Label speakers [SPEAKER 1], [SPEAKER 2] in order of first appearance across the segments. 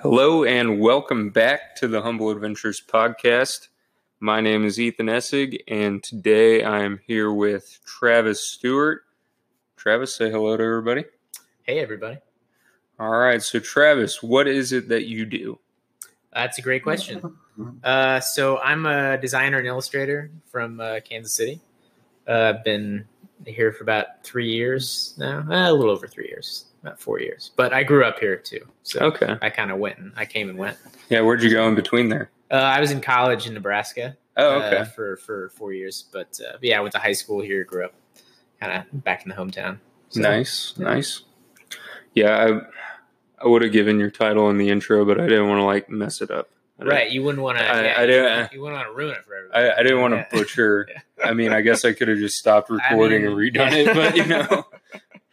[SPEAKER 1] Hello and welcome back to the Humble Adventures podcast. My name is Ethan Essig, and today I am here with Travis Stewart. Travis, say hello to everybody.
[SPEAKER 2] Hey, everybody.
[SPEAKER 1] All right, so Travis, what is it that you do?
[SPEAKER 2] That's a great question. Uh, so, I'm a designer and illustrator from uh, Kansas City. Uh, I've been here for about three years now, Eh, a little over three years, about four years. But I grew up here too. So,
[SPEAKER 1] Okay.
[SPEAKER 2] I kind of went and I came and went.
[SPEAKER 1] Yeah, where'd you go in between there?
[SPEAKER 2] Uh, I was in college in Nebraska
[SPEAKER 1] Oh,
[SPEAKER 2] uh,
[SPEAKER 1] okay.
[SPEAKER 2] for, for four years. But, uh, but yeah, I went to high school here, grew up kind of back in the hometown. So,
[SPEAKER 1] nice, nice. Yeah, I, I would have given your title in the intro, but I didn't want to like mess it up. I didn't-
[SPEAKER 2] Right. You wouldn't want to
[SPEAKER 1] I-
[SPEAKER 2] yeah,
[SPEAKER 1] I
[SPEAKER 2] you
[SPEAKER 1] didn't-
[SPEAKER 2] wouldn't- you wouldn't want to ruin it for everybody.
[SPEAKER 1] I, I didn't want to
[SPEAKER 2] Yeah.
[SPEAKER 1] butcher. I mean, I guess I could have just stopped
[SPEAKER 2] I
[SPEAKER 1] recording
[SPEAKER 2] mean,
[SPEAKER 1] and redone it,
[SPEAKER 2] yeah.
[SPEAKER 1] but you know.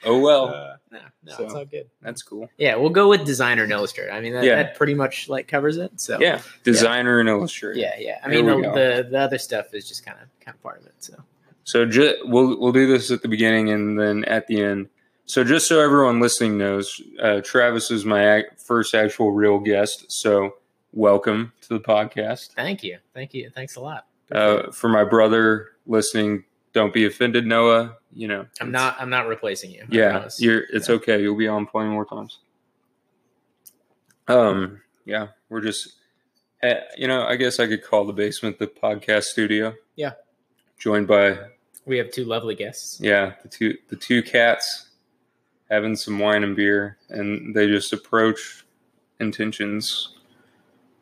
[SPEAKER 1] Oh well,
[SPEAKER 2] Uh, no, no, it's
[SPEAKER 1] so.
[SPEAKER 2] all good.
[SPEAKER 1] that's cool.
[SPEAKER 2] Yeah, we'll go with designer and illustrator. I mean, that,
[SPEAKER 1] Yeah.
[SPEAKER 2] that pretty much like covers it. So
[SPEAKER 1] Yeah, designer and illustrator.
[SPEAKER 2] yeah, yeah. I
[SPEAKER 1] There
[SPEAKER 2] mean,
[SPEAKER 1] we
[SPEAKER 2] the,
[SPEAKER 1] go.
[SPEAKER 2] the the other stuff is just kind of kind of part of it. So
[SPEAKER 1] So ju- we'll we'll do this at the beginning and then at the end. So just so everyone listening knows, uh, Travis is my ac- first actual real guest. So welcome to the podcast.
[SPEAKER 2] thank you, thank you, thanks a lot.
[SPEAKER 1] Uh, for my brother listening, don't be offended, Noah. You know, it's-
[SPEAKER 2] I'm not I'm not replacing you. I
[SPEAKER 1] Yeah,
[SPEAKER 2] promise.
[SPEAKER 1] you're. It's
[SPEAKER 2] Yeah.
[SPEAKER 1] okay. You'll be on plenty more times. Um. Yeah, we're just. eh, You know, I guess I could call the basement the podcast studio.
[SPEAKER 2] Yeah.
[SPEAKER 1] Joined by
[SPEAKER 2] We have two lovely guests.
[SPEAKER 1] yeah the two the two cats having some wine and beer, and they just approach intentions.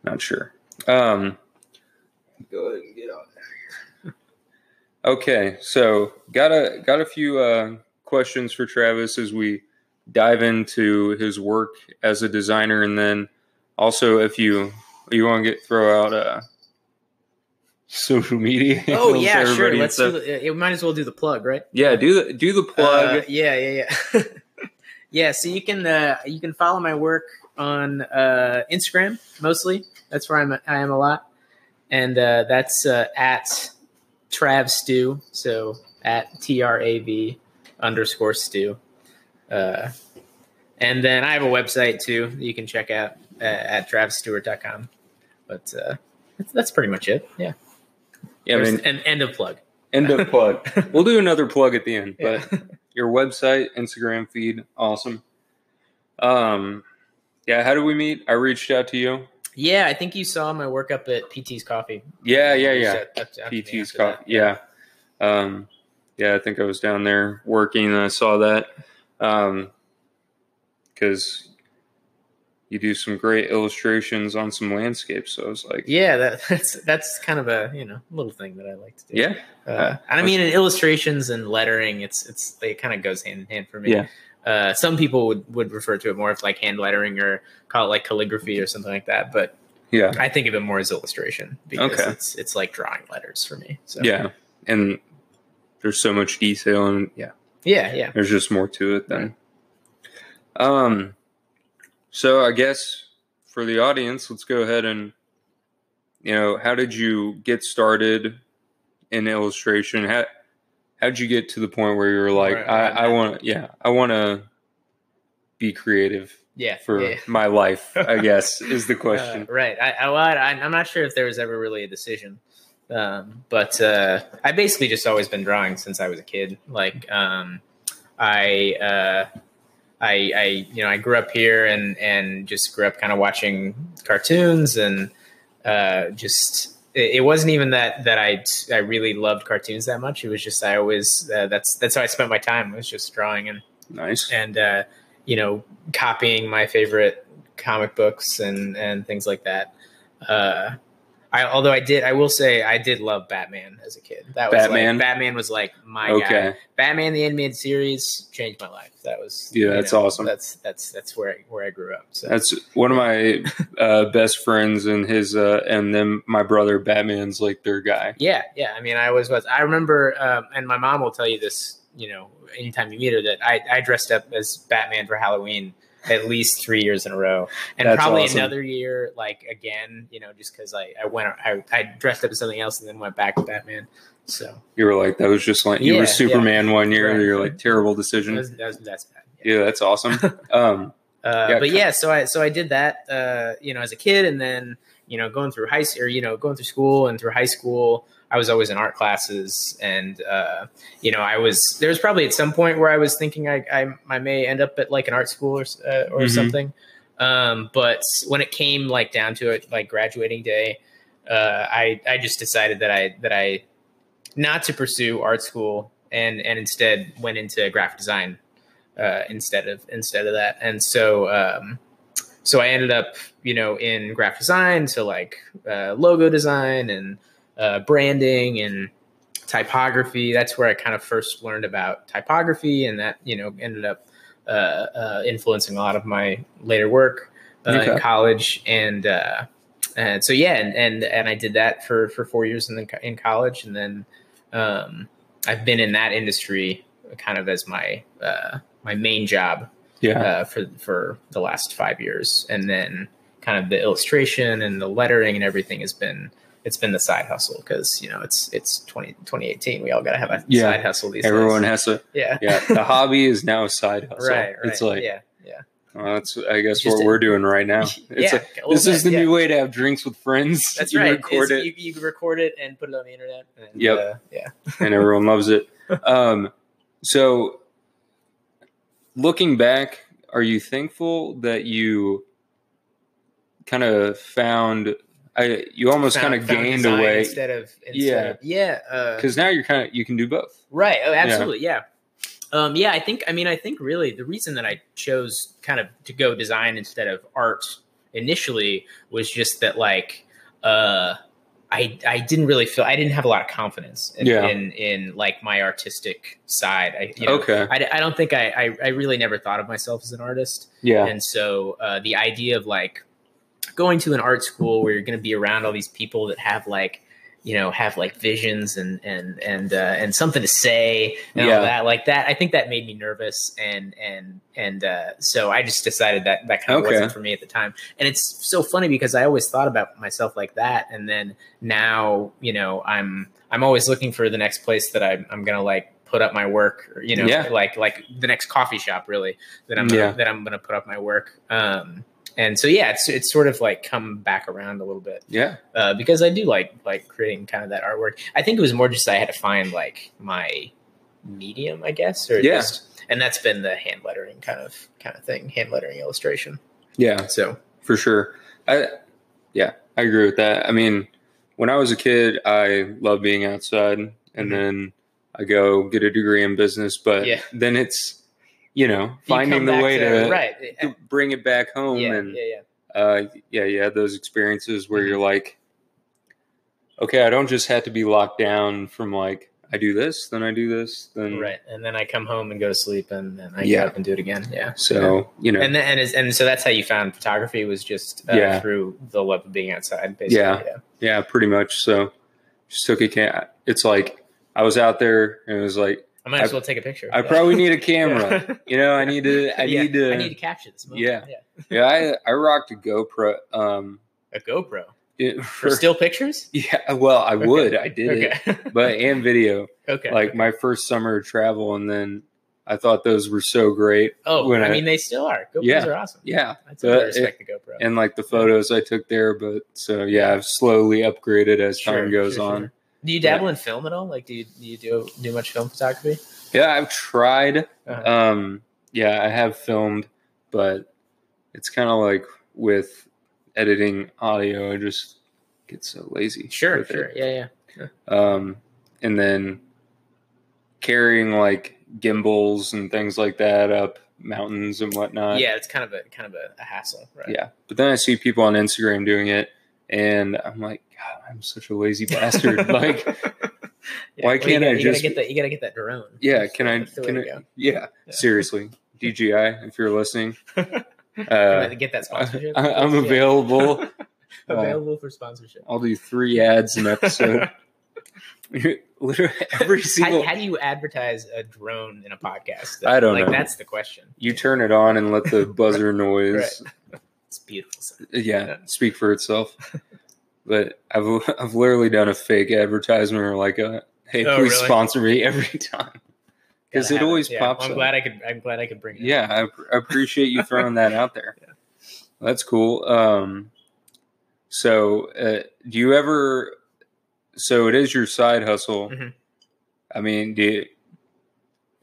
[SPEAKER 1] Not sure. Um. Go ahead and get out of here. Okay, so got a got a few uh, questions for Travis as we dive into his work as a designer, and then also if you you want to get throw out uh, social media. handles
[SPEAKER 2] Oh
[SPEAKER 1] to
[SPEAKER 2] yeah, sure.
[SPEAKER 1] everybody and
[SPEAKER 2] Let's do.
[SPEAKER 1] stuff.
[SPEAKER 2] The, uh, we might as well do the plug, right?
[SPEAKER 1] yeah, do the do the plug.
[SPEAKER 2] Uh, yeah, yeah, yeah. yeah, so you can uh, you can follow my work on uh, Instagram mostly. That's where I'm I am a lot, and uh, that's uh, at Trav Stew. So at T R A V underscore Stew. Uh, and then I have a website too. that You can check out uh, at travstewart.com. But uh, that's, that's pretty much it. Yeah.
[SPEAKER 1] yeah, I
[SPEAKER 2] There's-
[SPEAKER 1] mean,
[SPEAKER 2] and end of plug.
[SPEAKER 1] end of plug. We'll do another plug at the end, but
[SPEAKER 2] Yeah.
[SPEAKER 1] your website, Instagram feed, awesome. Um, yeah, how did we meet? I reached out to you.
[SPEAKER 2] yeah, I think you saw my work up at PT's Coffee.
[SPEAKER 1] Yeah, yeah, yeah.
[SPEAKER 2] Up- up to- up to me
[SPEAKER 1] PT's
[SPEAKER 2] after that.
[SPEAKER 1] coffee. Yeah. Um, yeah, I think I was down there working and I saw that. Um, cause you do some great illustrations on some landscapes. So I was like,
[SPEAKER 2] Yeah, that, that's that's kind of a you know little thing that I like to do.
[SPEAKER 1] yeah,
[SPEAKER 2] uh, and I mean in illustrations and lettering, it's it's it kind of goes hand in hand for me.
[SPEAKER 1] Yeah.
[SPEAKER 2] Uh, some people would, would refer to it more as like hand lettering or call it like calligraphy or something like that, but
[SPEAKER 1] yeah,
[SPEAKER 2] I think of it more as illustration because
[SPEAKER 1] Okay.
[SPEAKER 2] it's it's like drawing letters for me. So
[SPEAKER 1] yeah. And there's so much detail and yeah.
[SPEAKER 2] yeah, yeah.
[SPEAKER 1] There's just more to it then. Um, so I guess for the audience, let's go ahead and you know, how did you get started in illustration? How how'd you get to the point where you were like,
[SPEAKER 2] Right,
[SPEAKER 1] I,
[SPEAKER 2] right.
[SPEAKER 1] I want, yeah, I want to be creative
[SPEAKER 2] yeah
[SPEAKER 1] for
[SPEAKER 2] yeah.
[SPEAKER 1] my life? I guess is the
[SPEAKER 2] Uh,
[SPEAKER 1] question.
[SPEAKER 2] right. I, I, well, I, I'm not sure if there was ever really a decision, um, but uh, I basically just always been drawing since I was a kid. Like um, I, uh, I, I, you know, I grew up here and and just grew up kind of watching cartoons and uh, just. It it wasn't even that that I I really loved cartoons that much. It was just I always uh, that's that's how I spent my time. was just drawing and
[SPEAKER 1] nice.
[SPEAKER 2] and uh, you know copying my favorite comic books and and things like that. Uh, I although I did I will say I did love Batman as a kid. That was
[SPEAKER 1] Batman?
[SPEAKER 2] like, Batman was like my guy.
[SPEAKER 1] Okay.
[SPEAKER 2] Batman the animated series changed my life. That was
[SPEAKER 1] Yeah,
[SPEAKER 2] you
[SPEAKER 1] that's awesome.
[SPEAKER 2] That's that's that's where I, where I grew up. So
[SPEAKER 1] That's one of my uh, best friends and his, uh, and then my brother Batman's like their guy.
[SPEAKER 2] Yeah, yeah. I mean, I always was. I remember, um, and my mom will tell you this. You know, anytime you meet her, that I, I dressed up as Batman for Halloween at least three years in a row, and
[SPEAKER 1] That's
[SPEAKER 2] probably
[SPEAKER 1] awesome.
[SPEAKER 2] another year, like again. You know, just because I I went I, I dressed up as something else and then went back to Batman. So
[SPEAKER 1] You were like, that was just like you
[SPEAKER 2] Yeah,
[SPEAKER 1] were
[SPEAKER 2] yeah.
[SPEAKER 1] Superman one year.
[SPEAKER 2] Right.
[SPEAKER 1] You're like terrible
[SPEAKER 2] that
[SPEAKER 1] decision.
[SPEAKER 2] was, that was, that's bad.
[SPEAKER 1] Mm-hmm. Yeah, that's awesome. um,
[SPEAKER 2] Uh, but yeah, so I so I did that, uh, you know, as a kid, and then you know, going through high or you know, going through school and through high school, I was always in art classes, and uh, you know, I was there was probably at some point where I was thinking I I, I may end up at like an art school or uh, or
[SPEAKER 1] Mhm.
[SPEAKER 2] something, um, but when it came like down to it, like graduating day, uh, I I just decided that I that I not to pursue art school and and instead went into graphic design uh, instead of instead of that. And so um, so I ended up you know in graphic design, so like uh, logo design and uh, branding and typography. That's where I kind of first learned about typography, and that you know ended up uh, uh, influencing a lot of my later work uh, in
[SPEAKER 1] Okay.
[SPEAKER 2] college and. Uh, and so yeah, and, and and I did that for for four years in the, co- in college, and then um, I've been in that industry kind of as my uh, my main job
[SPEAKER 1] yeah.
[SPEAKER 2] uh, for for the last five years, and then kind of the illustration and the lettering and everything has been it's been the side hustle because you know it's it's 20, 2018 we all got to have a
[SPEAKER 1] Yeah.
[SPEAKER 2] side hustle these
[SPEAKER 1] Everyone
[SPEAKER 2] days.
[SPEAKER 1] has to.
[SPEAKER 2] yeah
[SPEAKER 1] Yeah, the hobby is now a side hustle.
[SPEAKER 2] right, right
[SPEAKER 1] It's like
[SPEAKER 2] yeah yeah
[SPEAKER 1] well, that's I guess
[SPEAKER 2] Just
[SPEAKER 1] what
[SPEAKER 2] a-
[SPEAKER 1] we're doing right now. It's
[SPEAKER 2] yeah,
[SPEAKER 1] like,
[SPEAKER 2] a little
[SPEAKER 1] this is
[SPEAKER 2] bit,
[SPEAKER 1] the
[SPEAKER 2] yeah.
[SPEAKER 1] new way to have drinks with friends.
[SPEAKER 2] that's
[SPEAKER 1] you
[SPEAKER 2] right
[SPEAKER 1] Record
[SPEAKER 2] It's-
[SPEAKER 1] it,
[SPEAKER 2] You, you can record it and put it on the internet and,
[SPEAKER 1] Yep.
[SPEAKER 2] uh, yeah
[SPEAKER 1] and everyone loves it. Um, so, looking back, are you thankful that you kind of found? I you almost
[SPEAKER 2] Found-
[SPEAKER 1] kind of
[SPEAKER 2] found
[SPEAKER 1] gained
[SPEAKER 2] design
[SPEAKER 1] away
[SPEAKER 2] instead of instead
[SPEAKER 1] Yeah.
[SPEAKER 2] of, yeah uh,
[SPEAKER 1] because now you're kind of you can do both.
[SPEAKER 2] Right. Oh, absolutely. Yeah. Um, yeah. I think, I mean, I think really the reason that I chose kind of to go design instead of art initially was just that, like, uh, I, I didn't really feel I didn't have a lot of confidence in
[SPEAKER 1] Yeah.
[SPEAKER 2] in, in like my artistic side. I, you know,
[SPEAKER 1] okay,
[SPEAKER 2] I, I don't think I, I I really never thought of myself as an artist.
[SPEAKER 1] yeah,
[SPEAKER 2] And so uh, the idea of like going to an art school where you're going to be around all these people that have like you know have like visions and and and uh, and something to say and
[SPEAKER 1] Yeah.
[SPEAKER 2] all that like that i think that made me nervous and and and uh, so i just decided that that kind of
[SPEAKER 1] Okay.
[SPEAKER 2] wasn't for me at the time and it's so funny because i always thought about myself like that and then now you know i'm i'm always looking for the next place that i'm, I'm gonna like put up my work or, you know
[SPEAKER 1] Yeah.
[SPEAKER 2] like like the next coffee shop really that i'm gonna,
[SPEAKER 1] Yeah.
[SPEAKER 2] that i'm gonna put up my work um and so yeah it's it's sort of like come back around a little bit
[SPEAKER 1] yeah,
[SPEAKER 2] uh, because i do like like creating kind of that artwork i think it was more just i had to find like my medium i guess or
[SPEAKER 1] Yeah.
[SPEAKER 2] just and that's been the hand lettering kind of kind of thing hand lettering illustration
[SPEAKER 1] yeah.
[SPEAKER 2] so
[SPEAKER 1] for sure. I yeah, I agree with that. I mean, when I was a kid, I loved being outside, and
[SPEAKER 2] Mhm.
[SPEAKER 1] then I go get a degree in business, but
[SPEAKER 2] Yeah.
[SPEAKER 1] then it's you know
[SPEAKER 2] you
[SPEAKER 1] finding
[SPEAKER 2] come
[SPEAKER 1] the
[SPEAKER 2] back
[SPEAKER 1] way to,
[SPEAKER 2] right
[SPEAKER 1] to bring it back home,
[SPEAKER 2] yeah, yeah
[SPEAKER 1] and
[SPEAKER 2] yeah
[SPEAKER 1] uh, yeah, you had those experiences where
[SPEAKER 2] Mhm.
[SPEAKER 1] you're like, okay, I don't just have to be locked down from like I do this, then I do this, then
[SPEAKER 2] right and then i come home and go to sleep and then i
[SPEAKER 1] Mm. Yeah.
[SPEAKER 2] get up and do it again yeah
[SPEAKER 1] So you know,
[SPEAKER 2] and then, and, is, and so that's how you found photography was just uh,
[SPEAKER 1] Yeah.
[SPEAKER 2] through the love of being outside basically
[SPEAKER 1] Yeah. yeah, pretty much. So just took a can. It's like I was out there, and it was like.
[SPEAKER 2] i might as
[SPEAKER 1] I-
[SPEAKER 2] well take a picture
[SPEAKER 1] I
[SPEAKER 2] but-
[SPEAKER 1] probably need a camera.
[SPEAKER 2] Yeah.
[SPEAKER 1] You know, I need to. I
[SPEAKER 2] Yeah,
[SPEAKER 1] need to.
[SPEAKER 2] I need to capture this moment.
[SPEAKER 1] Yeah.
[SPEAKER 2] yeah.
[SPEAKER 1] yeah, I, I rocked a GoPro. Um,
[SPEAKER 2] A GoPro
[SPEAKER 1] it-
[SPEAKER 2] for still pictures.
[SPEAKER 1] yeah. Well, I
[SPEAKER 2] Okay.
[SPEAKER 1] would. I did it,
[SPEAKER 2] Okay.
[SPEAKER 1] but and video.
[SPEAKER 2] okay.
[SPEAKER 1] Like my first summer of travel, and then I thought those were so great.
[SPEAKER 2] oh,
[SPEAKER 1] when
[SPEAKER 2] I,
[SPEAKER 1] I-
[SPEAKER 2] mean, they still are. GoPros
[SPEAKER 1] Yeah.
[SPEAKER 2] are awesome.
[SPEAKER 1] Yeah,
[SPEAKER 2] I totally
[SPEAKER 1] Uh,
[SPEAKER 2] respect the GoPro.
[SPEAKER 1] and like the photos I took there. But so yeah, I've slowly upgraded as
[SPEAKER 2] Sure,
[SPEAKER 1] time goes
[SPEAKER 2] sure,
[SPEAKER 1] on.
[SPEAKER 2] sure. Do you dabble in film at all? Like, do you, do you do do much film photography?
[SPEAKER 1] Yeah, I've tried.
[SPEAKER 2] Uh-huh.
[SPEAKER 1] Um, yeah, I have filmed, but it's kind of like with editing audio, I just get so lazy.
[SPEAKER 2] Sure,
[SPEAKER 1] with it.
[SPEAKER 2] sure. Yeah, yeah.
[SPEAKER 1] Um, and then carrying like gimbals and things like that up mountains and whatnot.
[SPEAKER 2] yeah, it's kind of a kind of a, a hassle, right?
[SPEAKER 1] Uh, Yeah. But then I see people on Instagram doing it, and I'm like, God, I'm such a lazy bastard. like,
[SPEAKER 2] Yeah,
[SPEAKER 1] why
[SPEAKER 2] well, you
[SPEAKER 1] can't
[SPEAKER 2] gotta-
[SPEAKER 1] I
[SPEAKER 2] you
[SPEAKER 1] just-
[SPEAKER 2] gotta get that? You gotta get that drone.
[SPEAKER 1] yeah,
[SPEAKER 2] That's
[SPEAKER 1] can
[SPEAKER 2] the-
[SPEAKER 1] I?
[SPEAKER 2] that's the way
[SPEAKER 1] Can
[SPEAKER 2] to
[SPEAKER 1] I? uh,
[SPEAKER 2] go.
[SPEAKER 1] Yeah,
[SPEAKER 2] Yeah.
[SPEAKER 1] seriously, DJI, if you're listening.
[SPEAKER 2] You
[SPEAKER 1] Uh,
[SPEAKER 2] gotta get that
[SPEAKER 1] I,
[SPEAKER 2] sponsorship.
[SPEAKER 1] I'm uh,
[SPEAKER 2] Yeah.
[SPEAKER 1] available.
[SPEAKER 2] available for sponsorship.
[SPEAKER 1] I'll do three ads an episode. Literally every
[SPEAKER 2] How,
[SPEAKER 1] single.
[SPEAKER 2] how do you advertise a drone in a podcast?
[SPEAKER 1] I don't
[SPEAKER 2] like,
[SPEAKER 1] know.
[SPEAKER 2] That's the question.
[SPEAKER 1] You turn it on and let the buzzer noise, uh,
[SPEAKER 2] It's beautiful.
[SPEAKER 1] yeah, speak for itself. But I've I've literally done a fake advertisement or like a hey
[SPEAKER 2] Oh,
[SPEAKER 1] please
[SPEAKER 2] really?
[SPEAKER 1] sponsor me every time. because
[SPEAKER 2] Gotta
[SPEAKER 1] it
[SPEAKER 2] have
[SPEAKER 1] always
[SPEAKER 2] Yeah,
[SPEAKER 1] pops
[SPEAKER 2] I'm
[SPEAKER 1] up.
[SPEAKER 2] glad I could. I'm glad I could bring it. up.
[SPEAKER 1] yeah I ap- I appreciate you throwing that out there that's cool um so uh, do you ever so it is your side hustle
[SPEAKER 2] Mhm.
[SPEAKER 1] i mean do you,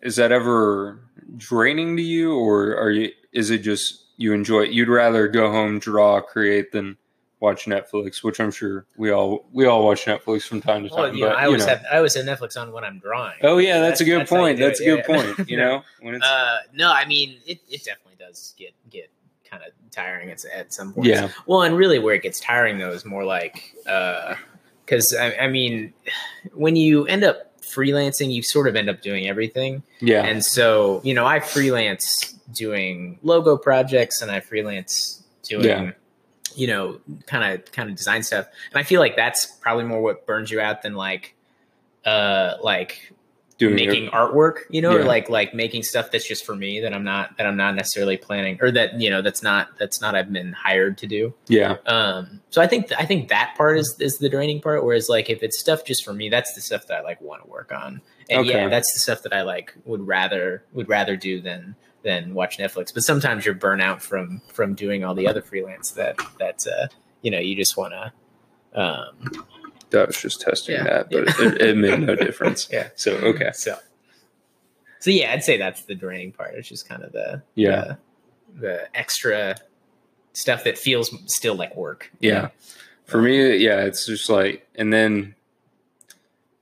[SPEAKER 1] is that ever draining to you or are you is it just you enjoy it you'd rather go home draw create than watch netflix which i'm sure we all we all watch netflix from time to time
[SPEAKER 2] Well, you know,
[SPEAKER 1] but
[SPEAKER 2] I
[SPEAKER 1] you
[SPEAKER 2] always
[SPEAKER 1] know.
[SPEAKER 2] have. I always have Netflix on when I'm drawing.
[SPEAKER 1] oh yeah that's, a good
[SPEAKER 2] how you
[SPEAKER 1] point
[SPEAKER 2] do
[SPEAKER 1] that's a good
[SPEAKER 2] it, yeah, yeah.
[SPEAKER 1] point you know when it's
[SPEAKER 2] Uh, no, I mean it. It definitely does get get kind of tiring at, at some point.
[SPEAKER 1] yeah
[SPEAKER 2] Well, and really, where it gets tiring though is more like because I, I mean, when you end up freelancing, you sort of end up doing everything.
[SPEAKER 1] yeah
[SPEAKER 2] And so, you know, I freelance doing logo projects and I freelance doing,
[SPEAKER 1] Yeah.
[SPEAKER 2] you know, kind of kind of design stuff. And I feel like that's probably more what burns you out than like uh like
[SPEAKER 1] doing
[SPEAKER 2] making artwork, you know, or
[SPEAKER 1] Yeah.
[SPEAKER 2] like like making stuff that's just for me that I'm not that I'm not necessarily planning or that, you know, that's not that's not I've been hired to do.
[SPEAKER 1] yeah
[SPEAKER 2] Um so I think I think that part is is the draining part whereas like if it's stuff just for me, that's the stuff that I like want to work on. And yeah,
[SPEAKER 1] Okay.
[SPEAKER 2] that's the stuff that I like would rather would rather do than than watch Netflix. But sometimes you're burnout from from doing all the other freelance that that uh you know, you just want to um
[SPEAKER 1] I was just testing
[SPEAKER 2] Yeah.
[SPEAKER 1] that, but it, it made no difference.
[SPEAKER 2] Yeah.
[SPEAKER 1] So okay.
[SPEAKER 2] so so yeah, I'd say that's the draining part. It's just kind of the
[SPEAKER 1] Yeah.
[SPEAKER 2] the, the extra stuff that feels still like work.
[SPEAKER 1] Yeah. For me, yeah, it's just like, and then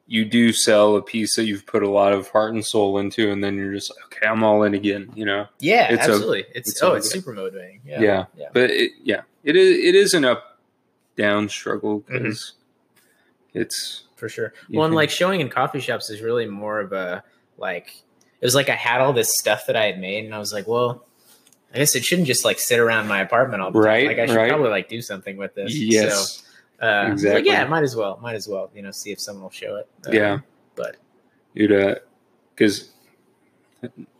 [SPEAKER 1] you do sell a piece that you've put a lot of heart and soul into, and then you're just okay, I'm all in again. You know.
[SPEAKER 2] Yeah,
[SPEAKER 1] It's a-
[SPEAKER 2] absolutely. it's,
[SPEAKER 1] it's a-
[SPEAKER 2] oh, it's super motivating.
[SPEAKER 1] Yeah.
[SPEAKER 2] Yeah. Yeah.
[SPEAKER 1] But it, yeah, it is. It is an up down struggle
[SPEAKER 2] Mm-hmm.
[SPEAKER 1] because it's
[SPEAKER 2] for sure.
[SPEAKER 1] You
[SPEAKER 2] well, and
[SPEAKER 1] can-
[SPEAKER 2] like showing in coffee shops is really more of a like it was like I had all this stuff that I had made, and I was like, well, I guess it shouldn't just like sit around my apartment all the
[SPEAKER 1] Right,
[SPEAKER 2] time. Like I should
[SPEAKER 1] right.
[SPEAKER 2] probably like do something with this. So,
[SPEAKER 1] yes,
[SPEAKER 2] uh, I was like,
[SPEAKER 1] Exactly.
[SPEAKER 2] yeah, might as well, might as well, you know, see if someone will show it. Uh,
[SPEAKER 1] yeah.
[SPEAKER 2] but-
[SPEAKER 1] you'd uh, because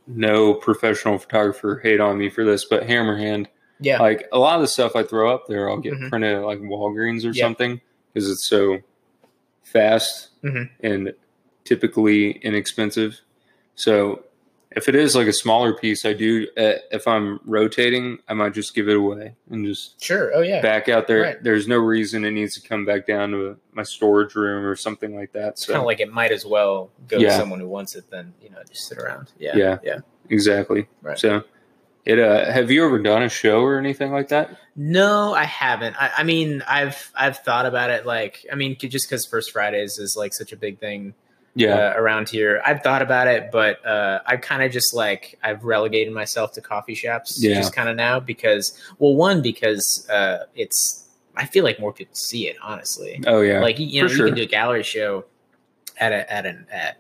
[SPEAKER 1] no professional photographer hate on me for this, but Hammerhand
[SPEAKER 2] yeah,
[SPEAKER 1] like a lot of the stuff I throw up there, I'll get
[SPEAKER 2] Mhm.
[SPEAKER 1] printed at like Walgreens or
[SPEAKER 2] Yeah.
[SPEAKER 1] something because it's so fast
[SPEAKER 2] Mhm.
[SPEAKER 1] and typically inexpensive. So if it is like a smaller piece, I do. Uh, if I'm rotating, I might just give it away and just
[SPEAKER 2] sure. Oh yeah,
[SPEAKER 1] back out there.
[SPEAKER 2] Right.
[SPEAKER 1] There's no reason it needs to come back down to my storage room or something like that.
[SPEAKER 2] it's
[SPEAKER 1] So
[SPEAKER 2] kind of like it might as well go to
[SPEAKER 1] Yeah.
[SPEAKER 2] someone who wants it than you know just sit around. Yeah,
[SPEAKER 1] Yeah.
[SPEAKER 2] yeah.
[SPEAKER 1] exactly.
[SPEAKER 2] Right.
[SPEAKER 1] So it. Uh, have you ever done a show or anything like that?
[SPEAKER 2] No, I haven't. I, I mean, I've I've thought about it. Like, I mean, c- just because First Fridays is like such a big thing
[SPEAKER 1] Yeah.
[SPEAKER 2] uh, around here. I've thought about it, but uh, I've kind of just like I've relegated myself to coffee shops
[SPEAKER 1] Yeah.
[SPEAKER 2] just kind of now because well, one because uh, it's I feel like more people see it honestly.
[SPEAKER 1] oh yeah.
[SPEAKER 2] Like you know,
[SPEAKER 1] for
[SPEAKER 2] you
[SPEAKER 1] sure.
[SPEAKER 2] can do a gallery show at a at an at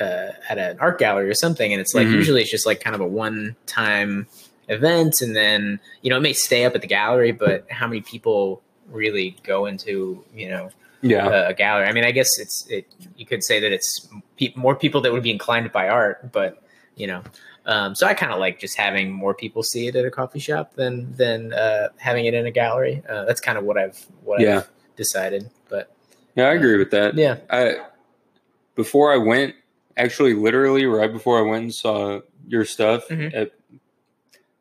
[SPEAKER 2] uh, at an art gallery or something, and it's like
[SPEAKER 1] Mhm.
[SPEAKER 2] usually it's just like kind of a one time event, and then you know it may stay up at the gallery, but how many people really go into you know
[SPEAKER 1] yeah.
[SPEAKER 2] a, a gallery. I mean, I guess it's it. You could say that it's pe- more people that would be inclined to buy art, but you know, um, so I kind of like just having more people see it at a coffee shop than than uh, having it in a gallery. Uh, that's kind of what I've what
[SPEAKER 1] Yeah.
[SPEAKER 2] I've decided. But
[SPEAKER 1] yeah. I agree with that.
[SPEAKER 2] yeah,
[SPEAKER 1] I before I went, actually, literally right before I went and saw your stuff
[SPEAKER 2] Mhm.
[SPEAKER 1] at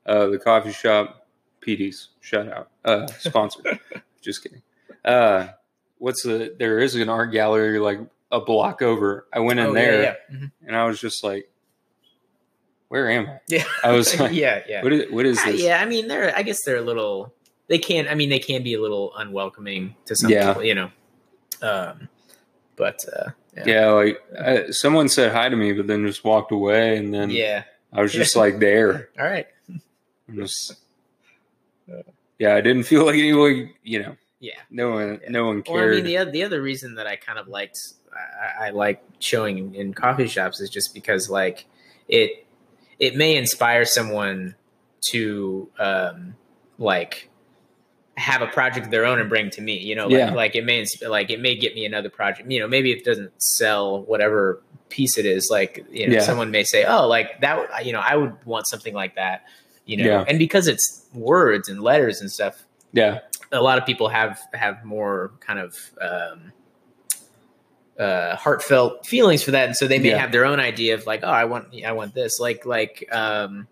[SPEAKER 1] uh, the coffee shop, PD's shout out uh, sponsor. Just kidding. Uh, what's the? There is an art gallery like a block over. I went in
[SPEAKER 2] Oh, yeah,
[SPEAKER 1] there
[SPEAKER 2] yeah, Mhm.
[SPEAKER 1] and I was just like, "Where am I?
[SPEAKER 2] yeah.
[SPEAKER 1] I was like,
[SPEAKER 2] yeah, yeah.
[SPEAKER 1] What is what is
[SPEAKER 2] Uh,
[SPEAKER 1] this?
[SPEAKER 2] yeah, I mean, they're. I guess they're a little. They can. I mean, they can be a little unwelcoming to some
[SPEAKER 1] Yeah.
[SPEAKER 2] people, you know. Um, but uh,
[SPEAKER 1] Yeah, like I, someone said hi to me, but then just walked away, and then
[SPEAKER 2] yeah,
[SPEAKER 1] I was just like there.
[SPEAKER 2] all right.
[SPEAKER 1] I'm just, yeah, I didn't feel like anyone, you know,
[SPEAKER 2] Yeah.
[SPEAKER 1] no one,
[SPEAKER 2] Yeah.
[SPEAKER 1] no one
[SPEAKER 2] Well, I
[SPEAKER 1] cared.
[SPEAKER 2] mean, the other, the other reason that I kind of liked, I, I- I like showing in, in coffee shops is just because like it, it may inspire someone to um, like have a project of their own and bring to me. You know, like,
[SPEAKER 1] Yeah.
[SPEAKER 2] like it may insp- like it may get me another project. You know, maybe it doesn't sell whatever piece it is. Like you know,
[SPEAKER 1] Yeah.
[SPEAKER 2] someone may say, "Oh, like that." You know, I would want something like that. You know,
[SPEAKER 1] Yeah.
[SPEAKER 2] and because it's words and letters and stuff,
[SPEAKER 1] yeah,
[SPEAKER 2] a lot of people have have more kind of um, uh, heartfelt feelings for that, and so they may
[SPEAKER 1] Yeah.
[SPEAKER 2] have their own idea of like, oh, I want, I want this. Like, like um,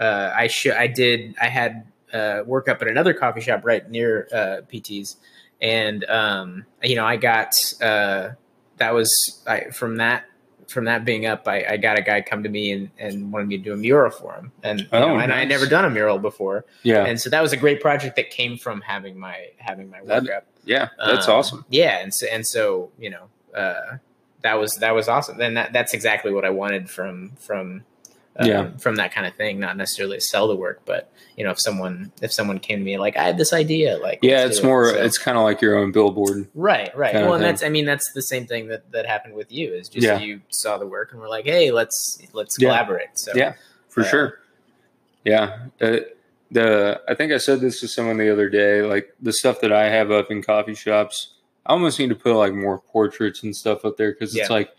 [SPEAKER 2] uh, I should, I did, I had uh, work up at another coffee shop right near uh, PT's, and um, you know, I got uh, that was I, from that from that being up, I, I got a guy come to me and, and wanted me to do a mural for him, and you
[SPEAKER 1] Oh,
[SPEAKER 2] know, and I had
[SPEAKER 1] nice.
[SPEAKER 2] never done a mural before,
[SPEAKER 1] Yeah.
[SPEAKER 2] and so that was a great project that came from having my having my work
[SPEAKER 1] That-
[SPEAKER 2] up.
[SPEAKER 1] yeah. That's
[SPEAKER 2] Um,
[SPEAKER 1] awesome.
[SPEAKER 2] Yeah, and so and so you know uh, that was that was awesome. Then that, that's exactly what I wanted from from um,
[SPEAKER 1] Yeah.
[SPEAKER 2] from that kind of thing. Not necessarily sell the work, but you know if someone if someone came to me like I had this idea, like
[SPEAKER 1] Yeah.
[SPEAKER 2] let's
[SPEAKER 1] It's
[SPEAKER 2] do it."
[SPEAKER 1] more,
[SPEAKER 2] So-
[SPEAKER 1] it's kind of like your own billboard.
[SPEAKER 2] Right, right.
[SPEAKER 1] kind of
[SPEAKER 2] Well, and
[SPEAKER 1] thing.
[SPEAKER 2] that's I mean that's the same thing that that happened with you is just
[SPEAKER 1] Yeah.
[SPEAKER 2] you saw the work and were like, hey, let's let's
[SPEAKER 1] Yeah.
[SPEAKER 2] collaborate. So
[SPEAKER 1] Yeah. for
[SPEAKER 2] Yeah.
[SPEAKER 1] sure. Yeah, Uh, the I think I said this to someone the other day. Like the stuff that I have up in coffee shops, I almost need to put like more portraits and stuff up there because it's
[SPEAKER 2] Yeah.
[SPEAKER 1] like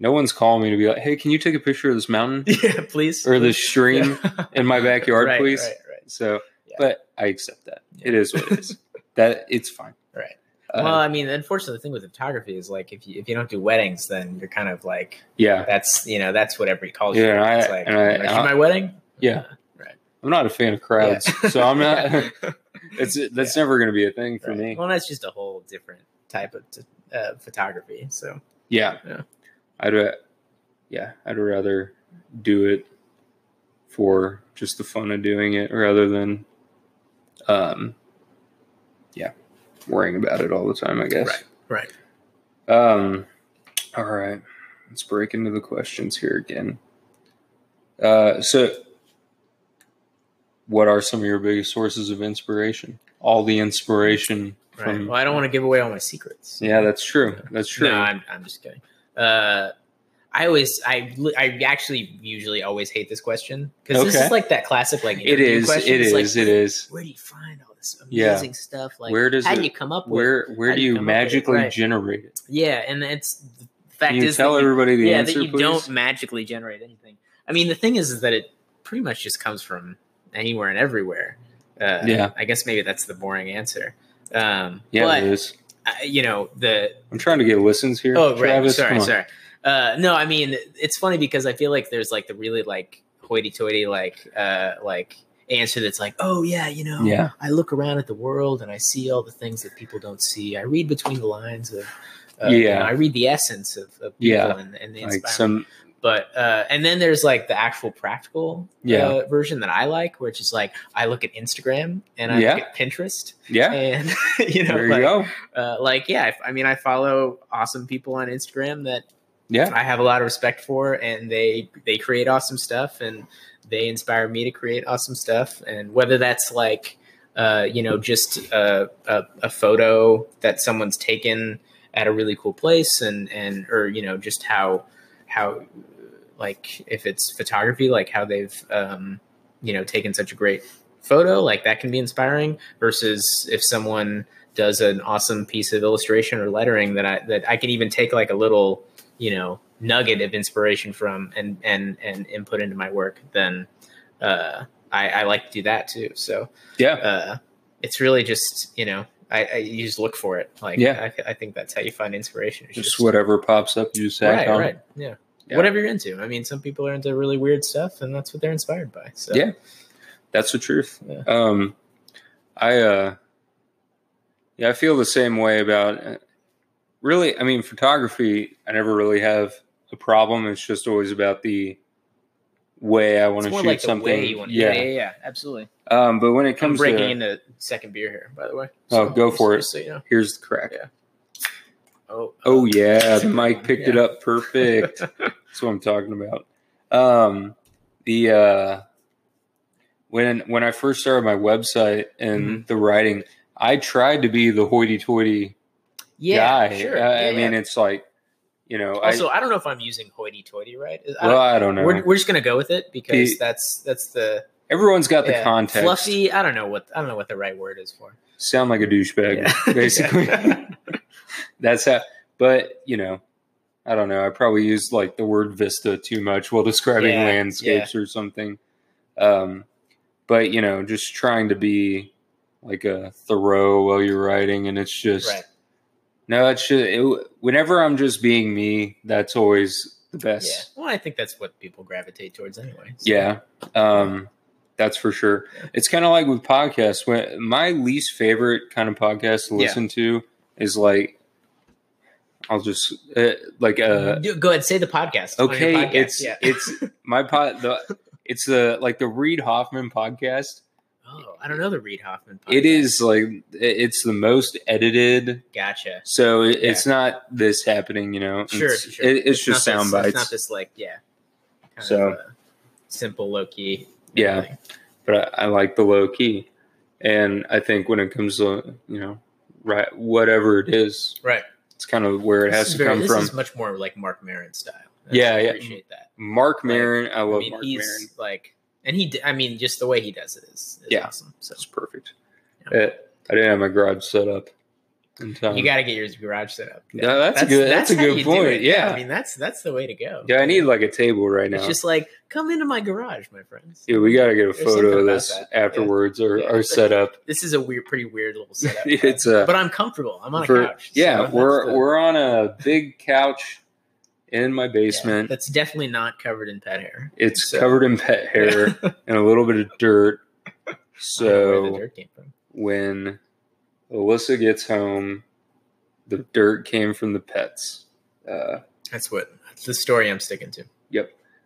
[SPEAKER 1] no one's calling me to be like, "Hey, can you take a picture of this mountain
[SPEAKER 2] yeah, please
[SPEAKER 1] or this stream
[SPEAKER 2] Yeah.
[SPEAKER 1] in my backyard,
[SPEAKER 2] right,
[SPEAKER 1] please?"
[SPEAKER 2] Right, right.
[SPEAKER 1] So,
[SPEAKER 2] Yeah.
[SPEAKER 1] but I accept that
[SPEAKER 2] Yeah.
[SPEAKER 1] it is what it is. that it's fine.
[SPEAKER 2] Right.
[SPEAKER 1] Uh,
[SPEAKER 2] well, I mean, unfortunately, the thing with photography is like if you if you don't do weddings, then you're kind of like
[SPEAKER 1] yeah,
[SPEAKER 2] that's you know that's what everybody calls you.
[SPEAKER 1] Yeah, and I-
[SPEAKER 2] it's like,
[SPEAKER 1] and I-
[SPEAKER 2] "Wanna shoot
[SPEAKER 1] I-
[SPEAKER 2] my wedding.
[SPEAKER 1] yeah.
[SPEAKER 2] Right.
[SPEAKER 1] I'm not a fan of crowds,
[SPEAKER 2] Yeah.
[SPEAKER 1] so I'm not.
[SPEAKER 2] Yeah.
[SPEAKER 1] It's that's never going to be a thing for
[SPEAKER 2] Right.
[SPEAKER 1] me.
[SPEAKER 2] Well, that's just a whole different type of uh, photography. So
[SPEAKER 1] Yeah.
[SPEAKER 2] Yeah.
[SPEAKER 1] I'd ra- yeah, I'd rather do it for just the fun of doing it rather than um yeah, worrying about it all the time, I guess.
[SPEAKER 2] right,
[SPEAKER 1] Right. Um all right. Let's break into the questions here again. Uh so what are some of your biggest sources of inspiration? All the inspiration
[SPEAKER 2] right.
[SPEAKER 1] from
[SPEAKER 2] well, I don't want to give away all my secrets.
[SPEAKER 1] Yeah, that's true. That's true.
[SPEAKER 2] No, I'm, I'm just kidding. Uh, I always, I, li- I actually usually always hate this question because this
[SPEAKER 1] Okay.
[SPEAKER 2] is like that classic, like
[SPEAKER 1] it
[SPEAKER 2] interview
[SPEAKER 1] is.
[SPEAKER 2] question.
[SPEAKER 1] It
[SPEAKER 2] It's
[SPEAKER 1] is.
[SPEAKER 2] like,
[SPEAKER 1] it is.
[SPEAKER 2] Where do you find all this
[SPEAKER 1] Yeah.
[SPEAKER 2] amazing stuff? Like,
[SPEAKER 1] Where does
[SPEAKER 2] how
[SPEAKER 1] it-
[SPEAKER 2] do you come up with?
[SPEAKER 1] where where
[SPEAKER 2] how
[SPEAKER 1] do
[SPEAKER 2] do you
[SPEAKER 1] you
[SPEAKER 2] come up with it?
[SPEAKER 1] magically
[SPEAKER 2] Right.
[SPEAKER 1] generate it?
[SPEAKER 2] Yeah, and it's the fact
[SPEAKER 1] Can you
[SPEAKER 2] is that
[SPEAKER 1] tell
[SPEAKER 2] you-
[SPEAKER 1] everybody the
[SPEAKER 2] yeah,
[SPEAKER 1] answer,
[SPEAKER 2] that you
[SPEAKER 1] please?
[SPEAKER 2] don't magically generate anything. I mean, the thing is, is that it pretty much just comes from anywhere and everywhere. Uh,
[SPEAKER 1] Yeah.
[SPEAKER 2] I guess maybe that's the boring answer. Um,
[SPEAKER 1] yeah,
[SPEAKER 2] but
[SPEAKER 1] it is.
[SPEAKER 2] uh, you know, the
[SPEAKER 1] I'm trying to get listens here.
[SPEAKER 2] Oh,
[SPEAKER 1] Travis,
[SPEAKER 2] right.
[SPEAKER 1] come
[SPEAKER 2] Sorry,
[SPEAKER 1] on.
[SPEAKER 2] sorry. Uh, no, I mean it's funny because I feel like there's like the really like hoity-toity like uh, like answer that's like, oh yeah, you know,
[SPEAKER 1] Yeah.
[SPEAKER 2] I look around at the world and I see all the things that people don't see. I read between the lines of, uh, you
[SPEAKER 1] Yeah.
[SPEAKER 2] know, I read the essence of, of people
[SPEAKER 1] Yeah.
[SPEAKER 2] and, and the
[SPEAKER 1] Like
[SPEAKER 2] inspiring.
[SPEAKER 1] some
[SPEAKER 2] but uh, and then there's like the actual practical
[SPEAKER 1] Yeah.
[SPEAKER 2] uh, version that I like, which is like I look at Instagram and I
[SPEAKER 1] Yeah.
[SPEAKER 2] look at Pinterest
[SPEAKER 1] yeah.
[SPEAKER 2] and you know
[SPEAKER 1] there
[SPEAKER 2] like,
[SPEAKER 1] you go.
[SPEAKER 2] uh, like yeah if, i mean i follow awesome people on instagram that
[SPEAKER 1] Yeah.
[SPEAKER 2] i have a lot of respect for and they they create awesome stuff and they inspire me to create awesome stuff and whether that's like uh, you know just uh, a, a photo that someone's taken at a really cool place and and or you know just how how like if it's photography like how they've um, you know taken such a great photo like that can be inspiring versus if someone does an awesome piece of illustration or lettering that I that I can even take like a little you know nugget of inspiration from and and and input into my work then uh, I, I like to do that too so
[SPEAKER 1] Yeah.
[SPEAKER 2] uh, it's really just you know I, I you just look for it like
[SPEAKER 1] Yeah.
[SPEAKER 2] I, I think that's how you find inspiration It's
[SPEAKER 1] Just whatever pops up, you just act
[SPEAKER 2] right
[SPEAKER 1] on.
[SPEAKER 2] right yeah.
[SPEAKER 1] Yeah.
[SPEAKER 2] whatever you're into I mean some people are into really weird stuff and that's what they're inspired by so
[SPEAKER 1] Yeah. That's the truth.
[SPEAKER 2] Yeah.
[SPEAKER 1] Um, I uh, yeah, I feel the same way about. uh, Really, I mean, photography. I never really have a problem. It's just always about the way I want
[SPEAKER 2] it's
[SPEAKER 1] to
[SPEAKER 2] more
[SPEAKER 1] shoot
[SPEAKER 2] like the
[SPEAKER 1] something.
[SPEAKER 2] way you want
[SPEAKER 1] yeah.
[SPEAKER 2] yeah yeah yeah absolutely
[SPEAKER 1] Um, but when it
[SPEAKER 2] I'm
[SPEAKER 1] comes
[SPEAKER 2] breaking
[SPEAKER 1] to
[SPEAKER 2] into second beer here, by the way.
[SPEAKER 1] Oh, go
[SPEAKER 2] just-
[SPEAKER 1] for it.
[SPEAKER 2] just so you know.
[SPEAKER 1] here's the crack.
[SPEAKER 2] Yeah. Oh,
[SPEAKER 1] Oh yeah, the mic picked it
[SPEAKER 2] Yeah.
[SPEAKER 1] up perfect. That's what I'm talking about. Um, the uh, when when I first started my website and
[SPEAKER 2] Mm-hmm.
[SPEAKER 1] the writing, I tried to be the hoity-toity
[SPEAKER 2] yeah,
[SPEAKER 1] guy. Uh,
[SPEAKER 2] sure.
[SPEAKER 1] I,
[SPEAKER 2] yeah,
[SPEAKER 1] I mean,
[SPEAKER 2] yeah.
[SPEAKER 1] it's like you know,
[SPEAKER 2] also, I, don't know if I'm using hoity-toity right. I
[SPEAKER 1] I well, I don't
[SPEAKER 2] don't-
[SPEAKER 1] know.
[SPEAKER 2] we're, we're just gonna go with it because
[SPEAKER 1] The-
[SPEAKER 2] that's that's the,
[SPEAKER 1] Everyone's got the
[SPEAKER 2] yeah.
[SPEAKER 1] context.
[SPEAKER 2] Fluffy. I don't know what I don't know what the right word is for.
[SPEAKER 1] Sound like a douchebag,
[SPEAKER 2] Yeah.
[SPEAKER 1] basically.
[SPEAKER 2] Yeah.
[SPEAKER 1] That's how. But you know, I don't know. I probably used like the word vista too much while describing
[SPEAKER 2] Yeah,
[SPEAKER 1] landscapes or something. Um, but you know, just trying to be like a Thoreau while you're writing, and it's just
[SPEAKER 2] Right.
[SPEAKER 1] No, that should. It, whenever I'm just being me, that's always the
[SPEAKER 2] Yeah.
[SPEAKER 1] best.
[SPEAKER 2] Well, I think that's what people gravitate towards anyway. so-
[SPEAKER 1] Yeah, um, that's for sure. It's kind of like with podcasts. When my least favorite kind of podcast to
[SPEAKER 2] Yeah.
[SPEAKER 1] listen to is like, I'll just uh, like uh,
[SPEAKER 2] Do- go ahead, say the podcast. on your
[SPEAKER 1] okay,
[SPEAKER 2] podcast,
[SPEAKER 1] it's
[SPEAKER 2] yeah.
[SPEAKER 1] it's my pod. The, it's the like the Reed Hoffman podcast.
[SPEAKER 2] Oh, I don't know the Reed Hoffman. Podcast.
[SPEAKER 1] It is like it- it's the most edited,
[SPEAKER 2] Gotcha.
[SPEAKER 1] so it, it's not this happening. You know,
[SPEAKER 2] Sure,
[SPEAKER 1] it's,
[SPEAKER 2] sure.
[SPEAKER 1] It, it's, just
[SPEAKER 2] not
[SPEAKER 1] sound
[SPEAKER 2] this,
[SPEAKER 1] bites.
[SPEAKER 2] It's not this like yeah. Kind
[SPEAKER 1] So-
[SPEAKER 2] of uh, simple, low key.
[SPEAKER 1] Yeah. but I, I like the low key. And I think when it comes to you know, right, whatever it is,
[SPEAKER 2] Right.
[SPEAKER 1] it's kind of where it
[SPEAKER 2] This
[SPEAKER 1] has
[SPEAKER 2] is
[SPEAKER 1] to
[SPEAKER 2] very-
[SPEAKER 1] come
[SPEAKER 2] this
[SPEAKER 1] from.
[SPEAKER 2] is much more like Mark Maron style.
[SPEAKER 1] Yeah,
[SPEAKER 2] I
[SPEAKER 1] yeah.
[SPEAKER 2] Appreciate that.
[SPEAKER 1] Mark Maron, I
[SPEAKER 2] I
[SPEAKER 1] love
[SPEAKER 2] mean,
[SPEAKER 1] Mark
[SPEAKER 2] he's
[SPEAKER 1] Maron.
[SPEAKER 2] like, and he. d- I mean, just the way he does it is, is
[SPEAKER 1] Yeah.
[SPEAKER 2] awesome. So
[SPEAKER 1] It's perfect. Eh, I didn't have my garage set up in time.
[SPEAKER 2] you got to get your garage set up.
[SPEAKER 1] Yeah, that's a good- that's a
[SPEAKER 2] how
[SPEAKER 1] good
[SPEAKER 2] you do
[SPEAKER 1] point,
[SPEAKER 2] it.
[SPEAKER 1] yeah.
[SPEAKER 2] I mean, that's that's the way to go.
[SPEAKER 1] yeah, I need like a table right
[SPEAKER 2] It's
[SPEAKER 1] now.
[SPEAKER 2] just like come into my garage, my friends.
[SPEAKER 1] Dude, we gotta get a
[SPEAKER 2] There's
[SPEAKER 1] photo
[SPEAKER 2] something
[SPEAKER 1] of
[SPEAKER 2] about
[SPEAKER 1] this
[SPEAKER 2] that.
[SPEAKER 1] afterwards or,
[SPEAKER 2] Yeah.
[SPEAKER 1] or set up.
[SPEAKER 2] This is a weird, pretty weird little setup.
[SPEAKER 1] it's a
[SPEAKER 2] but I'm comfortable. I'm on a
[SPEAKER 1] for-
[SPEAKER 2] couch. so
[SPEAKER 1] yeah,
[SPEAKER 2] that's
[SPEAKER 1] we're
[SPEAKER 2] the-
[SPEAKER 1] we're on a big couch in my
[SPEAKER 2] yeah,
[SPEAKER 1] basement.
[SPEAKER 2] that's definitely not covered in pet hair.
[SPEAKER 1] it's
[SPEAKER 2] so-
[SPEAKER 1] covered in pet hair.
[SPEAKER 2] I
[SPEAKER 1] and a little bit of dirt.
[SPEAKER 2] don't know where the
[SPEAKER 1] So
[SPEAKER 2] dirt came from.
[SPEAKER 1] when Alyssa gets home, the dirt came from the pets. Uh,
[SPEAKER 2] That's what that's the story I'm sticking to.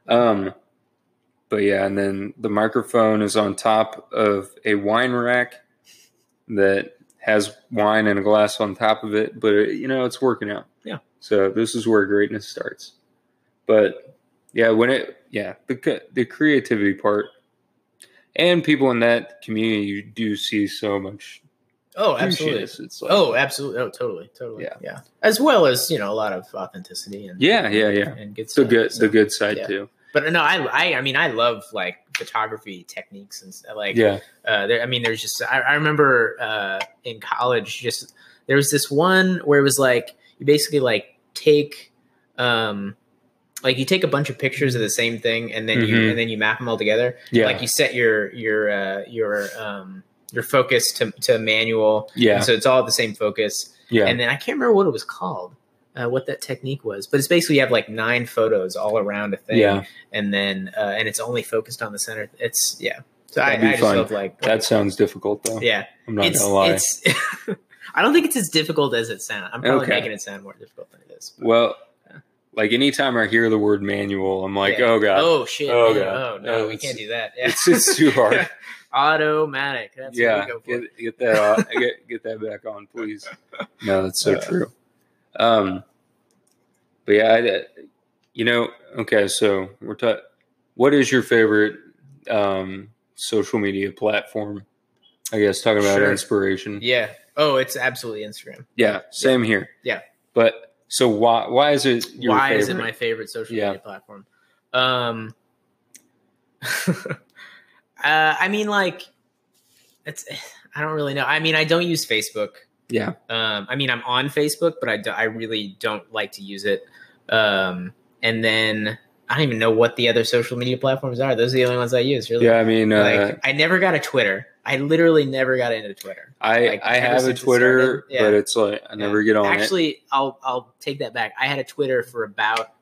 [SPEAKER 1] um, but yeah, and then the microphone is on top of a wine rack that has wine and a glass on top of it. But uh, you know, it's working out.
[SPEAKER 2] Yeah.
[SPEAKER 1] So this is where greatness starts. But yeah, when it yeah the c- the creativity part. And people in that community, you do see so much
[SPEAKER 2] Oh, absolutely.
[SPEAKER 1] douchiness. It's like,
[SPEAKER 2] Oh, absolutely. Oh, totally, totally.
[SPEAKER 1] Yeah.
[SPEAKER 2] Yeah, yeah. As well as you know, a lot of authenticity and
[SPEAKER 1] yeah, yeah, yeah.
[SPEAKER 2] and good
[SPEAKER 1] It's the
[SPEAKER 2] stuff.
[SPEAKER 1] good,
[SPEAKER 2] so.
[SPEAKER 1] the good side
[SPEAKER 2] yeah.
[SPEAKER 1] too.
[SPEAKER 2] But no, I, I, I mean, I love like photography techniques and stuff. like
[SPEAKER 1] yeah,
[SPEAKER 2] uh, there, I mean, there's just I, I remember uh, in college, just there was this one where it was like you basically like take, um, like you take a bunch of pictures of the same thing, and then
[SPEAKER 1] Mhm.
[SPEAKER 2] you and then you map them all together.
[SPEAKER 1] yeah,
[SPEAKER 2] Like you set your your uh, your um, your focus to to manual,
[SPEAKER 1] yeah,
[SPEAKER 2] and so it's all the same focus.
[SPEAKER 1] yeah.
[SPEAKER 2] And then I can't remember what it was called, uh, what that technique was, but it's basically you have like nine photos all around a thing,
[SPEAKER 1] Yeah.
[SPEAKER 2] and then uh, and it's only focused on the center. It's yeah. So I, I
[SPEAKER 1] That'd be
[SPEAKER 2] just
[SPEAKER 1] fun.
[SPEAKER 2] love like
[SPEAKER 1] that sounds difficult though.
[SPEAKER 2] yeah.
[SPEAKER 1] I'm not
[SPEAKER 2] it's
[SPEAKER 1] gonna lie.
[SPEAKER 2] it's. I don't think it's as difficult as it sounds. I'm probably
[SPEAKER 1] Okay. Oh,
[SPEAKER 2] making it sound more difficult than it is.
[SPEAKER 1] Well, like anytime I hear the word manual, I'm like,
[SPEAKER 2] Yeah.
[SPEAKER 1] oh god,
[SPEAKER 2] oh shit!
[SPEAKER 1] Oh,
[SPEAKER 2] Oh,
[SPEAKER 1] God.
[SPEAKER 2] no,
[SPEAKER 1] Oh,
[SPEAKER 2] we
[SPEAKER 1] it's-
[SPEAKER 2] can't do that. Yeah.
[SPEAKER 1] it's it's too hard.
[SPEAKER 2] Automatic. That's
[SPEAKER 1] yeah,
[SPEAKER 2] what we go for.
[SPEAKER 1] get, get that off, get get that back on, please. No, that's so
[SPEAKER 2] Uh,
[SPEAKER 1] true. Um, but yeah, I, uh, you know, okay, so we're ta- What is your favorite um social media platform? I guess talking about
[SPEAKER 2] Sure.
[SPEAKER 1] inspiration.
[SPEAKER 2] yeah. Oh, it's absolutely Instagram.
[SPEAKER 1] Yeah, same here.
[SPEAKER 2] Yeah.
[SPEAKER 1] But so why why is it your
[SPEAKER 2] Why
[SPEAKER 1] favorite?
[SPEAKER 2] is it my favorite social
[SPEAKER 1] Yeah.
[SPEAKER 2] media platform? Um, uh, I mean, like, it's. I don't really know. I mean, I don't use Facebook.
[SPEAKER 1] yeah.
[SPEAKER 2] Um, I mean, I'm on Facebook, but I, do, I really don't like to use it. Um, and then I don't even know what the other social media platforms are. Those are the only ones I use. Really,
[SPEAKER 1] Yeah, I mean uh,
[SPEAKER 2] like I never got a Twitter. I literally never got into Twitter.
[SPEAKER 1] I
[SPEAKER 2] like,
[SPEAKER 1] I
[SPEAKER 2] ever
[SPEAKER 1] have a
[SPEAKER 2] since it
[SPEAKER 1] Twitter,
[SPEAKER 2] started, yeah.
[SPEAKER 1] but it's like I never get on it.
[SPEAKER 2] Actually, I'll I'll take that back. I had a Twitter for about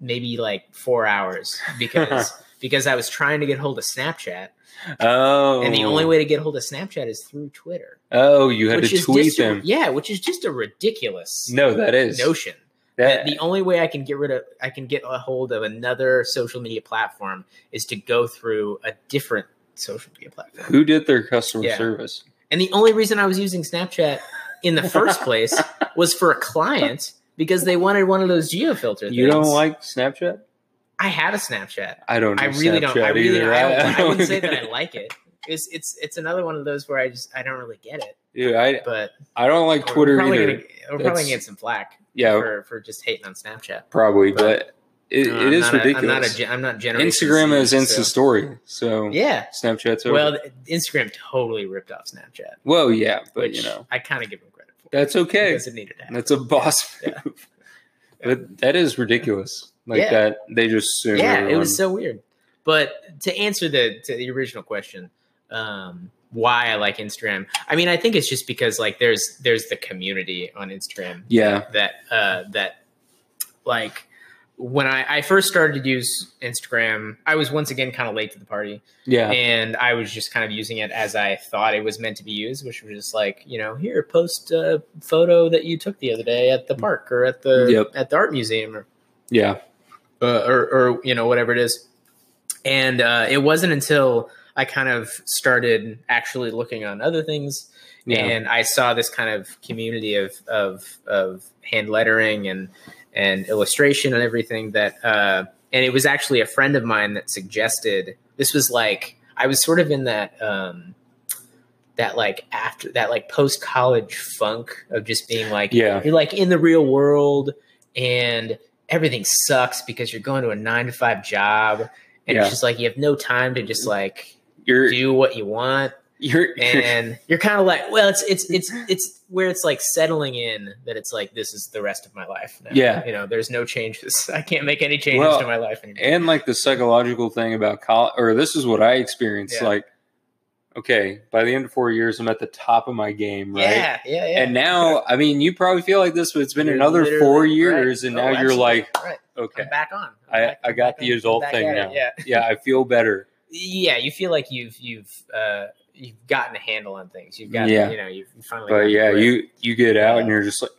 [SPEAKER 2] maybe like four hours because because I was trying to get hold of Snapchat,
[SPEAKER 1] Oh,
[SPEAKER 2] and the only way to get hold of Snapchat is through Twitter.
[SPEAKER 1] Oh, you had
[SPEAKER 2] which
[SPEAKER 1] to
[SPEAKER 2] is
[SPEAKER 1] tweet
[SPEAKER 2] just a-
[SPEAKER 1] them.
[SPEAKER 2] yeah, which is just a ridiculous
[SPEAKER 1] No, that is
[SPEAKER 2] notion.
[SPEAKER 1] that.
[SPEAKER 2] the only way I can get rid of I can get a hold of another social media platform is to go through a different social media platform.
[SPEAKER 1] who did their customer
[SPEAKER 2] Yeah.
[SPEAKER 1] service?
[SPEAKER 2] And the only reason I was using Snapchat in the first place was for a client because they wanted one of those geo filter.
[SPEAKER 1] You don't like Snapchat?
[SPEAKER 2] I have a Snapchat.
[SPEAKER 1] I don't. Know
[SPEAKER 2] I really
[SPEAKER 1] Snapchat
[SPEAKER 2] don't. I really
[SPEAKER 1] either.
[SPEAKER 2] don't. I, don't, I wouldn't say
[SPEAKER 1] get
[SPEAKER 2] that I
[SPEAKER 1] it.
[SPEAKER 2] like it. It's it's it's another one of those where I just I don't really get it.
[SPEAKER 1] Dude, I
[SPEAKER 2] But
[SPEAKER 1] I don't like Twitter
[SPEAKER 2] we're probably
[SPEAKER 1] either.
[SPEAKER 2] gonna we're probably
[SPEAKER 1] That's-
[SPEAKER 2] gonna get some flack
[SPEAKER 1] yeah,
[SPEAKER 2] for for just hating on Snapchat.
[SPEAKER 1] probably, but, it,
[SPEAKER 2] No,
[SPEAKER 1] it
[SPEAKER 2] I'm
[SPEAKER 1] is
[SPEAKER 2] not a-
[SPEAKER 1] ridiculous.
[SPEAKER 2] I'm not a gen- I'm not generation
[SPEAKER 1] Instagram
[SPEAKER 2] Z,
[SPEAKER 1] is Insta
[SPEAKER 2] so-
[SPEAKER 1] Story, so
[SPEAKER 2] Yeah.
[SPEAKER 1] Snapchat's over.
[SPEAKER 2] Well, th- Instagram totally ripped off Snapchat,
[SPEAKER 1] Well, yeah, but
[SPEAKER 2] which
[SPEAKER 1] you know
[SPEAKER 2] I kind of give them credit for.
[SPEAKER 1] that's okay.
[SPEAKER 2] because it needed to happen.
[SPEAKER 1] That's a boss
[SPEAKER 2] Yeah.
[SPEAKER 1] move. But that is ridiculous. Like
[SPEAKER 2] Yeah.
[SPEAKER 1] that, they just assume.
[SPEAKER 2] yeah, it
[SPEAKER 1] everyone-
[SPEAKER 2] was so weird. But to answer the to the original question, um, why I like Instagram. I mean, I think it's just because like there's there's the community on Instagram.
[SPEAKER 1] Yeah.
[SPEAKER 2] That uh that like when I, I first started to use Instagram, I was once again kind of late to the party.
[SPEAKER 1] Yeah.
[SPEAKER 2] And I was just kind of using it as I thought it was meant to be used, which was just like, you know, here, post a photo that you took the other day at the park or at the
[SPEAKER 1] Mm. Yep.
[SPEAKER 2] at the art museum or
[SPEAKER 1] yeah.
[SPEAKER 2] uh, or, or you know whatever it is. And uh, it wasn't until I kind of started actually looking on other things,
[SPEAKER 1] Yeah.
[SPEAKER 2] and I saw this kind of community of of of hand lettering and and illustration and everything that. Uh, and it was actually a friend of mine that suggested this was like I was sort of in that. Um, that like after that like post college funk of just being like
[SPEAKER 1] Yeah.
[SPEAKER 2] you're like in the real world and everything sucks because you're going to a nine to five job and
[SPEAKER 1] Yeah.
[SPEAKER 2] it's just like you have no time to just like
[SPEAKER 1] You're
[SPEAKER 2] do what you want
[SPEAKER 1] you're,
[SPEAKER 2] and you're kind of like well it's it's it's it's where it's like settling in that it's like this is the rest of my life now.
[SPEAKER 1] Yeah.
[SPEAKER 2] you know there's no changes i can't make any changes
[SPEAKER 1] Well,
[SPEAKER 2] to my life anymore
[SPEAKER 1] and like the psychological thing about college or this is what i experienced
[SPEAKER 2] Yeah.
[SPEAKER 1] like okay by the end of four years i'm at the top of my game right
[SPEAKER 2] yeah yeah yeah
[SPEAKER 1] and now i mean you probably feel like this but it's been
[SPEAKER 2] You're
[SPEAKER 1] another
[SPEAKER 2] literally-
[SPEAKER 1] four
[SPEAKER 2] right.
[SPEAKER 1] years and
[SPEAKER 2] Oh,
[SPEAKER 1] now you're
[SPEAKER 2] absolutely.
[SPEAKER 1] like
[SPEAKER 2] right.
[SPEAKER 1] okay
[SPEAKER 2] i'm back on I'm
[SPEAKER 1] I-
[SPEAKER 2] back-
[SPEAKER 1] I
[SPEAKER 2] I'm
[SPEAKER 1] got
[SPEAKER 2] back
[SPEAKER 1] the
[SPEAKER 2] on-
[SPEAKER 1] adult
[SPEAKER 2] back
[SPEAKER 1] thing
[SPEAKER 2] at it,
[SPEAKER 1] now.
[SPEAKER 2] yeah
[SPEAKER 1] yeah i feel better
[SPEAKER 2] yeah, you feel like you've you've uh, you've gotten a handle on things. You've got
[SPEAKER 1] Yeah.
[SPEAKER 2] you know you've finally.
[SPEAKER 1] but
[SPEAKER 2] gotten
[SPEAKER 1] yeah
[SPEAKER 2] through it.
[SPEAKER 1] you you get out and you're just like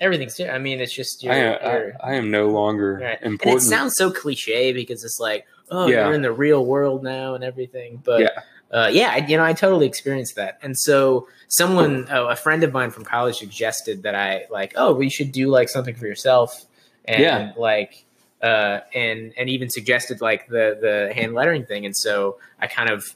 [SPEAKER 2] everything's. I mean, it's just you're.
[SPEAKER 1] I,
[SPEAKER 2] you're
[SPEAKER 1] am, I, I am no longer
[SPEAKER 2] right. And it
[SPEAKER 1] important
[SPEAKER 2] sounds so cliche because it's like, oh,
[SPEAKER 1] Yeah.
[SPEAKER 2] you're in the real world now and everything. But
[SPEAKER 1] Yeah.
[SPEAKER 2] uh, yeah, I- you know, I totally experienced that. And so someone, oh, a friend of mine from college, suggested that I like, oh, we should do like something for yourself, and
[SPEAKER 1] Yeah.
[SPEAKER 2] like. Uh, and and even suggested like the the hand lettering thing, and so I kind of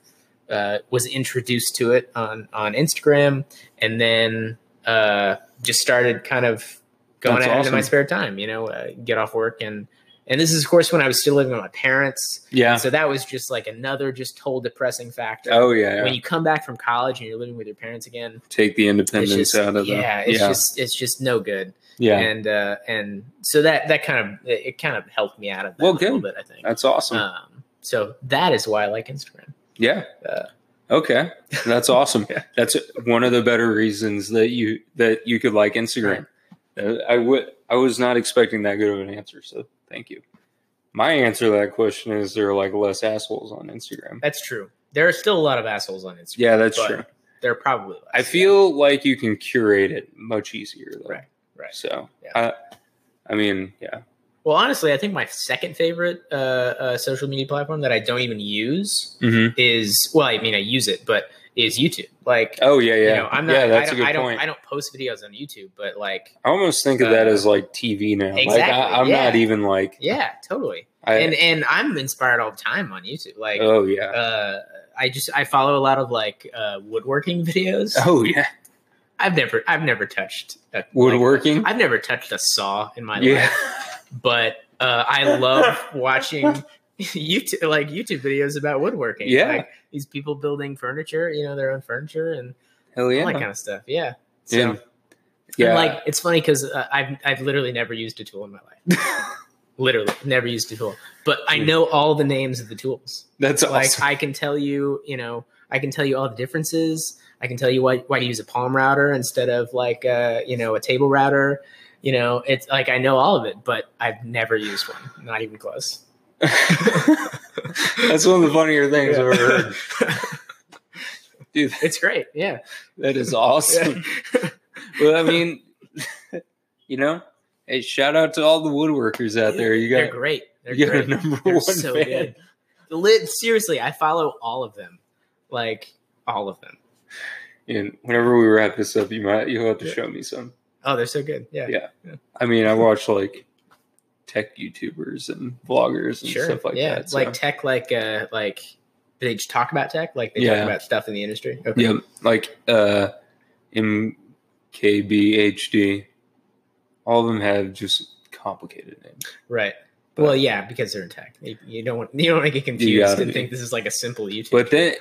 [SPEAKER 2] uh, was introduced to it on on Instagram, and then uh, just started kind of going
[SPEAKER 1] That's
[SPEAKER 2] at it in my
[SPEAKER 1] awesome.
[SPEAKER 2] spare time. You know, uh, get off work and and this is of course when I was still living with my parents,
[SPEAKER 1] yeah
[SPEAKER 2] so that was just like another just whole depressing factor.
[SPEAKER 1] oh yeah,
[SPEAKER 2] When you come back from college and you're living with your parents again,
[SPEAKER 1] take the independence
[SPEAKER 2] it's just
[SPEAKER 1] out of
[SPEAKER 2] yeah,
[SPEAKER 1] the
[SPEAKER 2] it's
[SPEAKER 1] yeah
[SPEAKER 2] just it's just no good.
[SPEAKER 1] yeah
[SPEAKER 2] And uh, and so that that kind of it, it kind of helped me out of that
[SPEAKER 1] Well,
[SPEAKER 2] a little
[SPEAKER 1] good.
[SPEAKER 2] bit, I think.
[SPEAKER 1] that's awesome
[SPEAKER 2] Um, so that is why I like Instagram.
[SPEAKER 1] Yeah.
[SPEAKER 2] Uh,
[SPEAKER 1] okay. That's awesome.
[SPEAKER 2] Yeah.
[SPEAKER 1] That's one of the better reasons that you that you could like Instagram. Uh, I would I was not expecting that good of an answer, so thank you. My answer to that question is there are like less assholes on Instagram.
[SPEAKER 2] That's true. There are still a lot of assholes on Instagram.
[SPEAKER 1] Yeah, that's
[SPEAKER 2] but
[SPEAKER 1] true.
[SPEAKER 2] There are probably less,
[SPEAKER 1] I feel like you can curate it much easier though.
[SPEAKER 2] Right, right.
[SPEAKER 1] So
[SPEAKER 2] Yeah.
[SPEAKER 1] I I mean, yeah.
[SPEAKER 2] Well, honestly, I think my second favorite uh, uh, social media platform that I don't even use
[SPEAKER 1] Mm-hmm.
[SPEAKER 2] is well, I mean, I use it, but is YouTube. Like,
[SPEAKER 1] Oh yeah, yeah.
[SPEAKER 2] you know, I'm not.
[SPEAKER 1] yeah, that's
[SPEAKER 2] I
[SPEAKER 1] a
[SPEAKER 2] don't,
[SPEAKER 1] good
[SPEAKER 2] I don't,
[SPEAKER 1] point.
[SPEAKER 2] I don't post videos on YouTube, but like,
[SPEAKER 1] I almost think of that
[SPEAKER 2] Uh,
[SPEAKER 1] as like TV now. like
[SPEAKER 2] exactly,
[SPEAKER 1] I, I'm not
[SPEAKER 2] yeah.
[SPEAKER 1] even like
[SPEAKER 2] yeah, totally.
[SPEAKER 1] I,
[SPEAKER 2] and and I'm inspired all the time on YouTube. Like,
[SPEAKER 1] oh yeah.
[SPEAKER 2] uh, I just I follow a lot of like uh, woodworking videos.
[SPEAKER 1] oh yeah.
[SPEAKER 2] I've never I've never touched a, like,
[SPEAKER 1] Woodworking.
[SPEAKER 2] I've never touched a saw in my life.
[SPEAKER 1] yeah.
[SPEAKER 2] but uh, I love watching YouTube like YouTube videos about woodworking.
[SPEAKER 1] Yeah.
[SPEAKER 2] like, these people building furniture, you know, their own furniture and
[SPEAKER 1] Hell yeah.
[SPEAKER 2] all that kind of stuff. Yeah, so,
[SPEAKER 1] yeah.
[SPEAKER 2] and,
[SPEAKER 1] Yeah.
[SPEAKER 2] like it's funny because uh, I've I've literally never used a tool in my life. literally never used a tool, but I
[SPEAKER 1] Hmm.
[SPEAKER 2] know all the names of the tools.
[SPEAKER 1] that's
[SPEAKER 2] like
[SPEAKER 1] awesome.
[SPEAKER 2] I can tell you, you know, I can tell you all the differences. I can tell you why why to use a palm router instead of like uh, you know a table router. You know, it's like I know all of it, but I've never used one, not even close.
[SPEAKER 1] that's one of the funnier things
[SPEAKER 2] Yeah.
[SPEAKER 1] I've ever heard. Dude,
[SPEAKER 2] It's great, yeah.
[SPEAKER 1] that is awesome. Well, I mean, you know, hey, shout out to all the woodworkers out there. You
[SPEAKER 2] they're
[SPEAKER 1] got,
[SPEAKER 2] great. They're
[SPEAKER 1] you got
[SPEAKER 2] great.
[SPEAKER 1] a number
[SPEAKER 2] They're
[SPEAKER 1] one
[SPEAKER 2] so
[SPEAKER 1] fan.
[SPEAKER 2] good. Lit, seriously, I follow all of them, like all of them.
[SPEAKER 1] And whenever we wrap this up, you might you'll have to
[SPEAKER 2] Yeah.
[SPEAKER 1] show me some.
[SPEAKER 2] Oh, they're so good. Yeah,
[SPEAKER 1] Yeah. I mean, I watch like tech YouTubers and vloggers and
[SPEAKER 2] sure.
[SPEAKER 1] stuff like
[SPEAKER 2] yeah,
[SPEAKER 1] that. so-
[SPEAKER 2] like tech, like uh, like they just talk about tech, like they
[SPEAKER 1] Yeah.
[SPEAKER 2] talk about stuff in the industry. Okay.
[SPEAKER 1] Yeah, like uh, MKBHD. All of them have just complicated names.
[SPEAKER 2] Right.
[SPEAKER 1] But-
[SPEAKER 2] well, yeah, because they're in tech. You, you don't want you don't want to get
[SPEAKER 1] You
[SPEAKER 2] confused
[SPEAKER 1] gotta
[SPEAKER 2] and
[SPEAKER 1] be.
[SPEAKER 2] think this is like a simple YouTube.
[SPEAKER 1] But then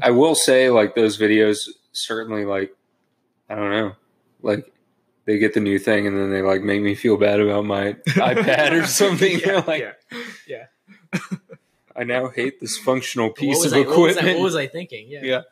[SPEAKER 1] I will say, like those videos, certainly, like I don't know, like they get the new thing and then they like make me feel bad about my iPad or something.
[SPEAKER 2] yeah,
[SPEAKER 1] like
[SPEAKER 2] yeah.
[SPEAKER 1] I now hate this functional
[SPEAKER 2] What
[SPEAKER 1] piece
[SPEAKER 2] was
[SPEAKER 1] of
[SPEAKER 2] I- what was I-
[SPEAKER 1] equipment.
[SPEAKER 2] What was, I, thinking? Yeah.
[SPEAKER 1] Yeah.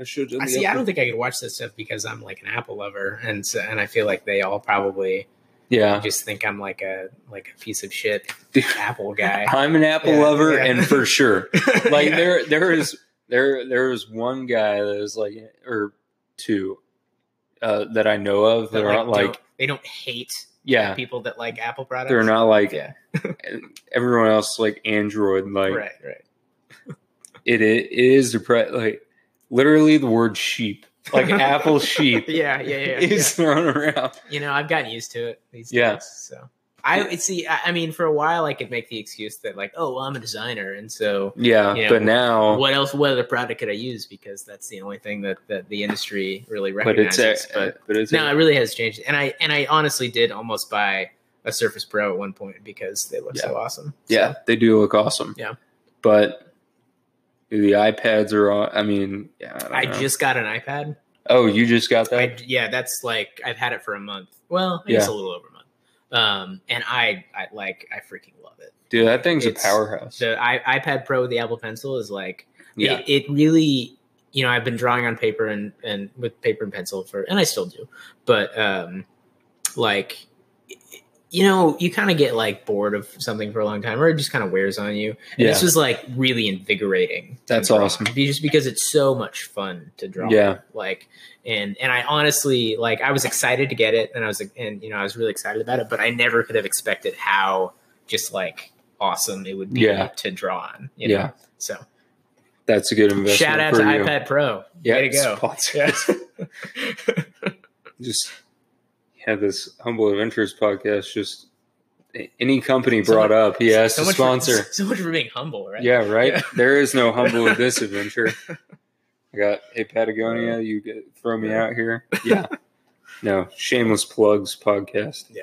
[SPEAKER 1] I should have
[SPEAKER 2] I
[SPEAKER 1] done the
[SPEAKER 2] see. I
[SPEAKER 1] upper-
[SPEAKER 2] don't think I could watch this stuff because I'm like an Apple lover, and so, and I feel like they all probably
[SPEAKER 1] Yeah.
[SPEAKER 2] just think I'm like a like a piece of shit
[SPEAKER 1] Dude.
[SPEAKER 2] Apple guy.
[SPEAKER 1] I'm an Apple
[SPEAKER 2] Yeah,
[SPEAKER 1] lover,
[SPEAKER 2] yeah.
[SPEAKER 1] and for sure, like
[SPEAKER 2] Yeah.
[SPEAKER 1] there, there is there there is one guy that is like, or two, uh, that I know of that
[SPEAKER 2] But,
[SPEAKER 1] aren't like,
[SPEAKER 2] don't- they don't hate
[SPEAKER 1] yeah,
[SPEAKER 2] people that like Apple products.
[SPEAKER 1] they're not like
[SPEAKER 2] Yeah.
[SPEAKER 1] everyone else like Android, like
[SPEAKER 2] right, right.
[SPEAKER 1] it, it is depre- like literally the word sheep, like Apple sheep,
[SPEAKER 2] Yeah, yeah, yeah.
[SPEAKER 1] is thrown around.
[SPEAKER 2] yeah. You know, I've gotten used to it these
[SPEAKER 1] Yeah.
[SPEAKER 2] days. So I see. I, I mean, for a while, I could make the excuse that like, oh, well, I'm a designer, and so
[SPEAKER 1] Yeah,
[SPEAKER 2] Yeah,
[SPEAKER 1] but
[SPEAKER 2] wh-
[SPEAKER 1] now,
[SPEAKER 2] what else? What other product could I use? Because that's the only thing that that the industry really
[SPEAKER 1] but it's
[SPEAKER 2] recognizes.
[SPEAKER 1] a, but, it's
[SPEAKER 2] no, it
[SPEAKER 1] a,
[SPEAKER 2] really has changed, and I and I honestly did almost buy a Surface Pro at one point because they look
[SPEAKER 1] Yeah.
[SPEAKER 2] so awesome.
[SPEAKER 1] yeah, they do look awesome.
[SPEAKER 2] Yeah.
[SPEAKER 1] but the iPads are. all I mean, yeah,
[SPEAKER 2] So
[SPEAKER 1] don't
[SPEAKER 2] I
[SPEAKER 1] know.
[SPEAKER 2] just got an iPad.
[SPEAKER 1] Oh, you just got that?
[SPEAKER 2] I, yeah, that's like I've had it for a month. Well, I guess
[SPEAKER 1] Yeah.
[SPEAKER 2] a little over a month. Um, and I, I like I freaking love it.
[SPEAKER 1] Dude, that thing's a
[SPEAKER 2] It's-
[SPEAKER 1] powerhouse.
[SPEAKER 2] The I, iPad Pro with the Apple Pencil is like
[SPEAKER 1] yeah.
[SPEAKER 2] it, it really you know I've been drawing on paper and and with paper and pencil for and I still do, but um, like you know you kind of get like bored of something for a long time or it just kind of wears on you. And
[SPEAKER 1] yeah.
[SPEAKER 2] This was like really invigorating. to
[SPEAKER 1] That's
[SPEAKER 2] draw.
[SPEAKER 1] awesome.
[SPEAKER 2] Be- Just because it's so much fun to draw.
[SPEAKER 1] Yeah.
[SPEAKER 2] Like, and and I honestly like I was excited to get it, and I was and you know I was really excited about it, but I never could have expected how just like awesome it would be
[SPEAKER 1] Yeah.
[SPEAKER 2] to draw on. You
[SPEAKER 1] Yeah.
[SPEAKER 2] Know? So
[SPEAKER 1] That's a good investment.
[SPEAKER 2] shout out
[SPEAKER 1] for
[SPEAKER 2] to
[SPEAKER 1] you.
[SPEAKER 2] iPad Pro.
[SPEAKER 1] Yeah,
[SPEAKER 2] Way to go.
[SPEAKER 1] sponsor.
[SPEAKER 2] Yeah.
[SPEAKER 1] Just yeah, this humble adventures podcast. Just a- any company
[SPEAKER 2] So
[SPEAKER 1] brought up, he has to
[SPEAKER 2] much
[SPEAKER 1] sponsor.
[SPEAKER 2] For, so much for being humble, right?
[SPEAKER 1] Yeah, right.
[SPEAKER 2] Yeah.
[SPEAKER 1] There is no humble with this adventure. I got hey Patagonia, you get, throw me
[SPEAKER 2] Uh, Yeah.
[SPEAKER 1] out here. Yeah. No shameless plugs podcast.
[SPEAKER 2] Yeah.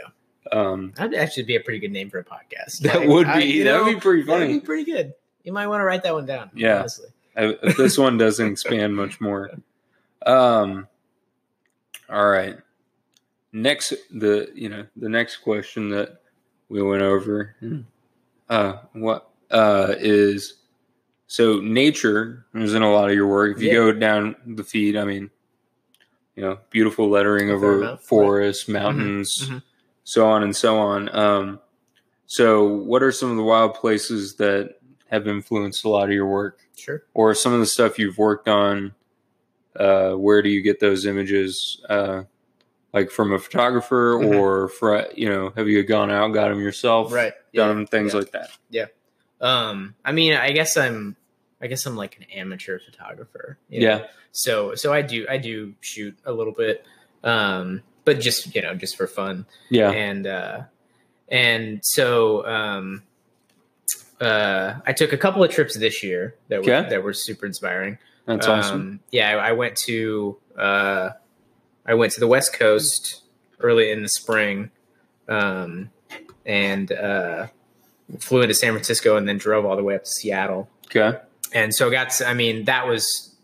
[SPEAKER 1] Um,
[SPEAKER 2] That'd actually be a pretty good name for a podcast.
[SPEAKER 1] that
[SPEAKER 2] Like,
[SPEAKER 1] would
[SPEAKER 2] I-
[SPEAKER 1] be
[SPEAKER 2] you
[SPEAKER 1] that
[SPEAKER 2] know,
[SPEAKER 1] would be pretty
[SPEAKER 2] that'd
[SPEAKER 1] funny.
[SPEAKER 2] be pretty good. You might want to write that one down.
[SPEAKER 1] Yeah.
[SPEAKER 2] Honestly.
[SPEAKER 1] if if Uh, this one doesn't expand much more. Um, all right. Next, the you know the next question that we went over, uh, what uh is so nature is in a lot of your work. If you
[SPEAKER 2] Yeah.
[SPEAKER 1] go down the feed, I mean, you know, beautiful lettering
[SPEAKER 2] Fair
[SPEAKER 1] over
[SPEAKER 2] enough, right.
[SPEAKER 1] forests, mountains,
[SPEAKER 2] mhm.
[SPEAKER 1] so on and so on. Um, so what are some of the wild places that have influenced a lot of your work?
[SPEAKER 2] Sure.
[SPEAKER 1] or some of the stuff you've worked on uh, where do you get those images uh, like from a photographer
[SPEAKER 2] Mhm.
[SPEAKER 1] or from you know have you gone out got them yourself
[SPEAKER 2] Right.
[SPEAKER 1] done 'em, things
[SPEAKER 2] yeah.
[SPEAKER 1] like that
[SPEAKER 2] um i mean i guess i'm i guess i'm like an amateur photographer you know?
[SPEAKER 1] Yeah.
[SPEAKER 2] so so i do i do shoot a little bit um but just you know just for fun
[SPEAKER 1] yeah
[SPEAKER 2] and uh and so um uh i took a couple of trips this year that were
[SPEAKER 1] Okay.
[SPEAKER 2] that were super inspiring
[SPEAKER 1] that's awesome
[SPEAKER 2] um, yeah, I, I went to uh, I went to the West Coast early in the spring, um, and uh, flew into San Francisco, and then drove all the way up to Seattle.
[SPEAKER 1] okay
[SPEAKER 2] And so I got. To, I mean, that was,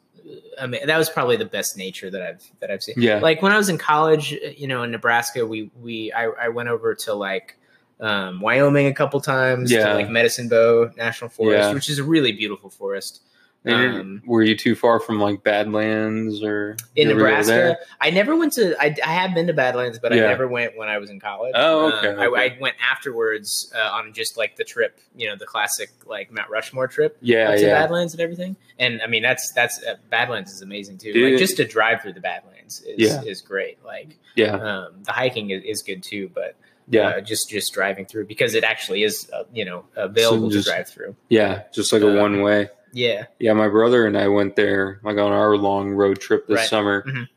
[SPEAKER 2] I mean, that was probably the best nature that I've that I've seen
[SPEAKER 1] yeah
[SPEAKER 2] like when I was in college, uh, you know, in Nebraska, we we I, I went over to like um, Wyoming a couple times,
[SPEAKER 1] Yeah.
[SPEAKER 2] to like Medicine Bow National Forest,
[SPEAKER 1] Yeah.
[SPEAKER 2] which is a really beautiful forest.
[SPEAKER 1] And
[SPEAKER 2] um,
[SPEAKER 1] were you too far from like badlands or
[SPEAKER 2] In
[SPEAKER 1] you ever go
[SPEAKER 2] Nebraska,
[SPEAKER 1] there?
[SPEAKER 2] I never went to. I, I have been to Badlands, but I
[SPEAKER 1] Yeah.
[SPEAKER 2] never went when I was in college.
[SPEAKER 1] Oh, okay,
[SPEAKER 2] Um, I,
[SPEAKER 1] okay.
[SPEAKER 2] I went afterwards uh, on just like the trip, you know, the classic like Mount Rushmore trip
[SPEAKER 1] yeah
[SPEAKER 2] up to
[SPEAKER 1] yeah
[SPEAKER 2] Badlands and everything. And I mean, that's that's uh, Badlands is amazing too.
[SPEAKER 1] Dude.
[SPEAKER 2] Like just to drive through the Badlands is
[SPEAKER 1] Yeah.
[SPEAKER 2] is great. Like
[SPEAKER 1] yeah
[SPEAKER 2] um, the hiking is, is good too, but
[SPEAKER 1] yeah
[SPEAKER 2] uh, just just driving through because it actually is uh, you know available
[SPEAKER 1] So just-
[SPEAKER 2] to drive through.
[SPEAKER 1] yeah just like a
[SPEAKER 2] uh,
[SPEAKER 1] one way
[SPEAKER 2] Yeah,
[SPEAKER 1] Yeah, my brother and I went there like on our long road trip this
[SPEAKER 2] Right.
[SPEAKER 1] summer.
[SPEAKER 2] Mhm.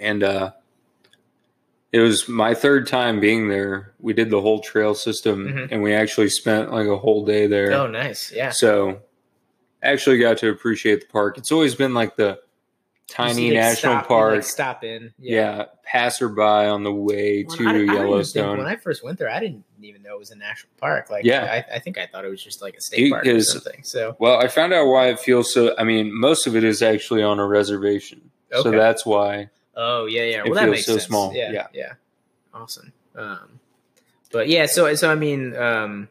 [SPEAKER 1] And uh it was my third time being there. We did the whole trail system
[SPEAKER 2] Mhm.
[SPEAKER 1] and we actually spent like a whole day there.
[SPEAKER 2] oh nice, yeah.
[SPEAKER 1] So actually got to appreciate the park. It's always been like the tiny
[SPEAKER 2] You like,
[SPEAKER 1] national
[SPEAKER 2] stop- you,
[SPEAKER 1] park.
[SPEAKER 2] like, stop in.
[SPEAKER 1] yeah. passerby on the way
[SPEAKER 2] When
[SPEAKER 1] to
[SPEAKER 2] I- I don't even think-
[SPEAKER 1] Yellowstone.
[SPEAKER 2] when I first went there, I didn't even know it was a national park. Like,
[SPEAKER 1] Yeah.
[SPEAKER 2] I, I think I thought it was just like a
[SPEAKER 1] Dude,
[SPEAKER 2] state park or
[SPEAKER 1] 'cause-
[SPEAKER 2] something. So,
[SPEAKER 1] Well, I found out why it feels so. I mean, most of it is actually on a reservation, so
[SPEAKER 2] Okay.
[SPEAKER 1] that's why.
[SPEAKER 2] oh yeah, yeah.
[SPEAKER 1] It
[SPEAKER 2] Well, that
[SPEAKER 1] feels
[SPEAKER 2] makes
[SPEAKER 1] so
[SPEAKER 2] sense.
[SPEAKER 1] small,
[SPEAKER 2] Yeah,
[SPEAKER 1] yeah.
[SPEAKER 2] yeah, Awesome. Um, but yeah, so so I mean, um,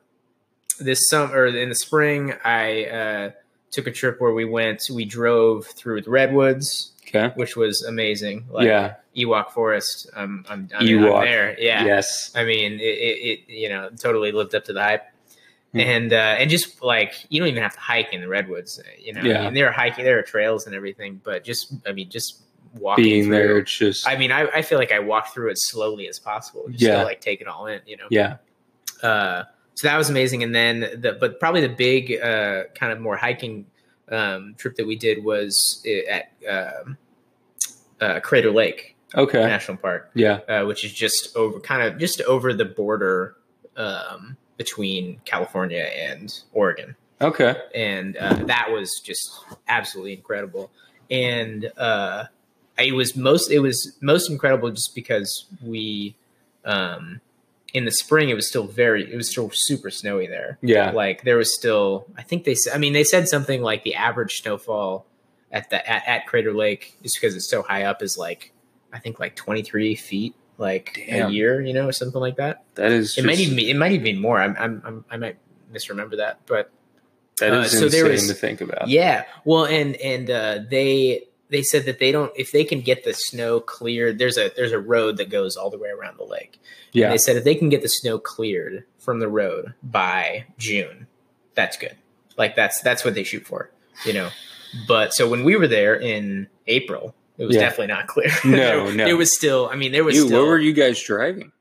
[SPEAKER 2] this summer or in the spring, I uh, took a trip where we went. We drove through the redwoods,
[SPEAKER 1] Okay.
[SPEAKER 2] which was amazing. Like
[SPEAKER 1] yeah.
[SPEAKER 2] Ewok Forest. Um, I'm, I'm, I'm
[SPEAKER 1] Ewok.
[SPEAKER 2] there. Yeah.
[SPEAKER 1] Yes.
[SPEAKER 2] I mean, it, it, it you know totally lived up to the hype.
[SPEAKER 1] Hmm.
[SPEAKER 2] And uh, and just like you don't even have to hike in the redwoods, you know. I
[SPEAKER 1] Yeah.
[SPEAKER 2] mean, there are hiking, there are trails and everything, but just I mean, just walking
[SPEAKER 1] Being there,
[SPEAKER 2] through-
[SPEAKER 1] it's just
[SPEAKER 2] I mean, I, I feel like I walked through it slowly as possible, just
[SPEAKER 1] Yeah.
[SPEAKER 2] to like take it all in, you know.
[SPEAKER 1] yeah.
[SPEAKER 2] Uh, so that was amazing. And then the but probably the big uh, kind of more hiking um, trip that we did was i- at um uh, Crater Lake
[SPEAKER 1] Okay.
[SPEAKER 2] National Park,
[SPEAKER 1] Yeah.
[SPEAKER 2] uh, which is just over kind of just over the border um, between California and Oregon
[SPEAKER 1] Okay.
[SPEAKER 2] and uh, that was just absolutely incredible. And uh, it was most it was most incredible just because we um, in the spring it was still very it was still super snowy there.
[SPEAKER 1] Yeah.
[SPEAKER 2] Like there was still I think they said I mean they said something like the average snowfall at the at, at Crater Lake just because it's so high up is like I think like twenty three feet like
[SPEAKER 1] Damn.
[SPEAKER 2] a year you know or something like that.
[SPEAKER 1] That is.
[SPEAKER 2] it might
[SPEAKER 1] just-
[SPEAKER 2] even be, it might even be more. I'm, I'm, I'm I might misremember that, but
[SPEAKER 1] That
[SPEAKER 2] Uh,
[SPEAKER 1] is
[SPEAKER 2] so
[SPEAKER 1] insane
[SPEAKER 2] there was-
[SPEAKER 1] to think about.
[SPEAKER 2] yeah. Well, and and uh, they they said that they don't if they can get the snow cleared. There's a there's a road that goes all the way around the lake. And
[SPEAKER 1] Yeah.
[SPEAKER 2] they said if they can get the snow cleared from the road by June, that's good. Like that's that's what they shoot for, you know. But so when we were there in April, it was
[SPEAKER 1] Yeah.
[SPEAKER 2] definitely not clear.
[SPEAKER 1] No,
[SPEAKER 2] there,
[SPEAKER 1] no.
[SPEAKER 2] There was still. I mean, there was
[SPEAKER 1] You,
[SPEAKER 2] still
[SPEAKER 1] what were you guys driving?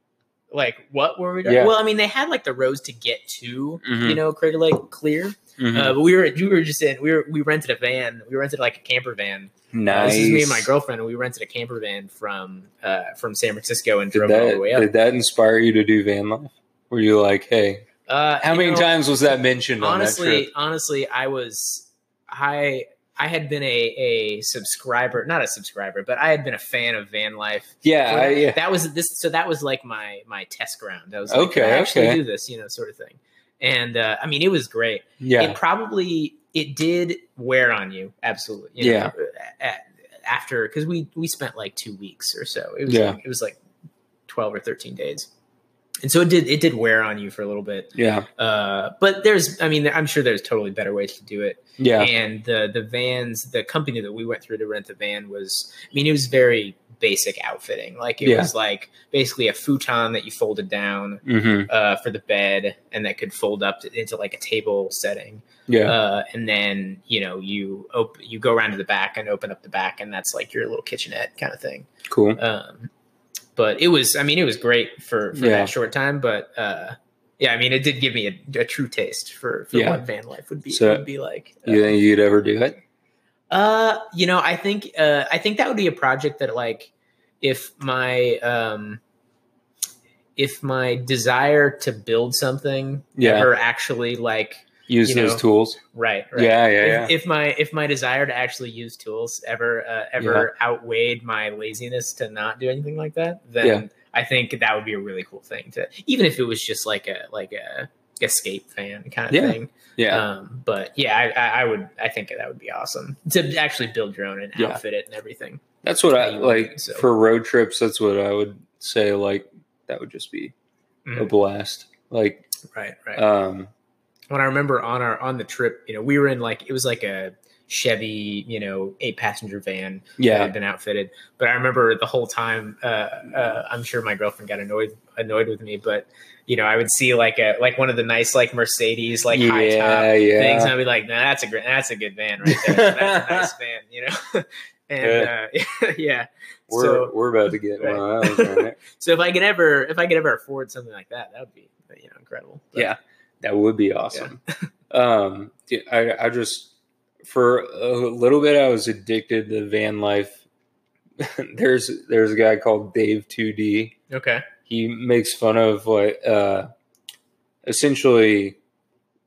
[SPEAKER 2] like what were we?
[SPEAKER 1] Yeah.
[SPEAKER 2] Well, I mean, they had like the roads to get to.
[SPEAKER 1] Mhm.
[SPEAKER 2] You know, Crater Lake clear,
[SPEAKER 1] Mhm.
[SPEAKER 2] uh, but we were we were just in we were we rented a van. We rented like a camper van. Uh,
[SPEAKER 1] nice.
[SPEAKER 2] this is me and my girlfriend. and We rented a camper van from uh, from San Francisco and
[SPEAKER 1] Did
[SPEAKER 2] drove all the way
[SPEAKER 1] that,
[SPEAKER 2] up.
[SPEAKER 1] did that inspire you to do van life? Were you like, hey,
[SPEAKER 2] Uh,
[SPEAKER 1] how
[SPEAKER 2] you
[SPEAKER 1] many
[SPEAKER 2] know,
[SPEAKER 1] times was that mentioned on that
[SPEAKER 2] Honestly,
[SPEAKER 1] trip?
[SPEAKER 2] honestly, I was I I had been a a subscriber, not a subscriber, but I had been a fan of van life.
[SPEAKER 1] Yeah, I, Uh, yeah.
[SPEAKER 2] That was this. So that was like my my test ground. That was like,
[SPEAKER 1] Okay,
[SPEAKER 2] Can I actually
[SPEAKER 1] okay.
[SPEAKER 2] do this, you know, sort of thing. And uh, I mean, it was great.
[SPEAKER 1] yeah.
[SPEAKER 2] it probably it did wear on you absolutely you
[SPEAKER 1] Yeah.
[SPEAKER 2] know, a- a- after because we we spent like two weeks or so it was
[SPEAKER 1] Yeah.
[SPEAKER 2] like, it was like 12 or 13 days and so it did it did wear on you for a little bit
[SPEAKER 1] yeah.
[SPEAKER 2] uh but there's i mean i'm sure there's totally better ways to do it
[SPEAKER 1] Yeah.
[SPEAKER 2] and the the vans the company that we went through to rent the van was i mean it was very basic outfitting like it
[SPEAKER 1] Yeah.
[SPEAKER 2] was like basically a futon that you folded down
[SPEAKER 1] hmm
[SPEAKER 2] uh, for the bed and that could fold up to, into like a table setting
[SPEAKER 1] Yeah.
[SPEAKER 2] uh, and then you know you op- you go around to the back and open up the back and that's like your little kitchenette kind of thing
[SPEAKER 1] cool.
[SPEAKER 2] um, but it was i mean it was great for for
[SPEAKER 1] Yeah.
[SPEAKER 2] that short time but uh, yeah i mean it did give me a, a true taste for, for
[SPEAKER 1] Yeah.
[SPEAKER 2] what van life would be
[SPEAKER 1] So-
[SPEAKER 2] would be like
[SPEAKER 1] You think you'd ever do it?
[SPEAKER 2] uh, you know, I think uh, I think that would be a project that like if my um if my desire to build something
[SPEAKER 1] Yeah.
[SPEAKER 2] ever actually like
[SPEAKER 1] Use
[SPEAKER 2] you
[SPEAKER 1] those
[SPEAKER 2] know,
[SPEAKER 1] tools?
[SPEAKER 2] right, right.
[SPEAKER 1] Yeah. Yeah.
[SPEAKER 2] If,
[SPEAKER 1] Yeah.
[SPEAKER 2] if my if my desire to actually use tools ever uh, ever outweighed my laziness to not do anything like that, then
[SPEAKER 1] Yeah.
[SPEAKER 2] I think that would be a really cool thing to even if it was just like a like a escape fan kind of
[SPEAKER 1] Yeah.
[SPEAKER 2] thing.
[SPEAKER 1] yeah.
[SPEAKER 2] Um, but yeah, I, I, I would. I think that would be awesome to actually build your own and
[SPEAKER 1] Yeah.
[SPEAKER 2] outfit it and everything.
[SPEAKER 1] that's what I
[SPEAKER 2] yeah, you
[SPEAKER 1] like
[SPEAKER 2] would, so.
[SPEAKER 1] for road trips. That's what I would say. Like, that would just be a
[SPEAKER 2] Mhm.
[SPEAKER 1] blast. Like,
[SPEAKER 2] Right, right.
[SPEAKER 1] um,
[SPEAKER 2] when I remember on our on the trip, you know, we were in like it was like a Chevy, you know, eight passenger van that
[SPEAKER 1] yeah.
[SPEAKER 2] had been outfitted. But I remember the whole time. Uh, uh, I'm sure my girlfriend got annoyed annoyed with me, but you know, I would see like a like one of the nice like Mercedes like high top
[SPEAKER 1] yeah. Yeah.
[SPEAKER 2] things, and I'd be like, "Nah, that's a great, that's a good van right there. that's a nice van," you know. and uh, yeah,
[SPEAKER 1] We're,
[SPEAKER 2] so
[SPEAKER 1] we're about to get
[SPEAKER 2] Right.
[SPEAKER 1] one of those, right?
[SPEAKER 2] So if I could ever, if I could ever afford something like that, that would be you know incredible. But-
[SPEAKER 1] Yeah, that would be awesome. um, dude, I I just for a little bit I was addicted to van life. there's there's a guy called Dave Two D.
[SPEAKER 2] Okay.
[SPEAKER 1] He makes fun of like uh, essentially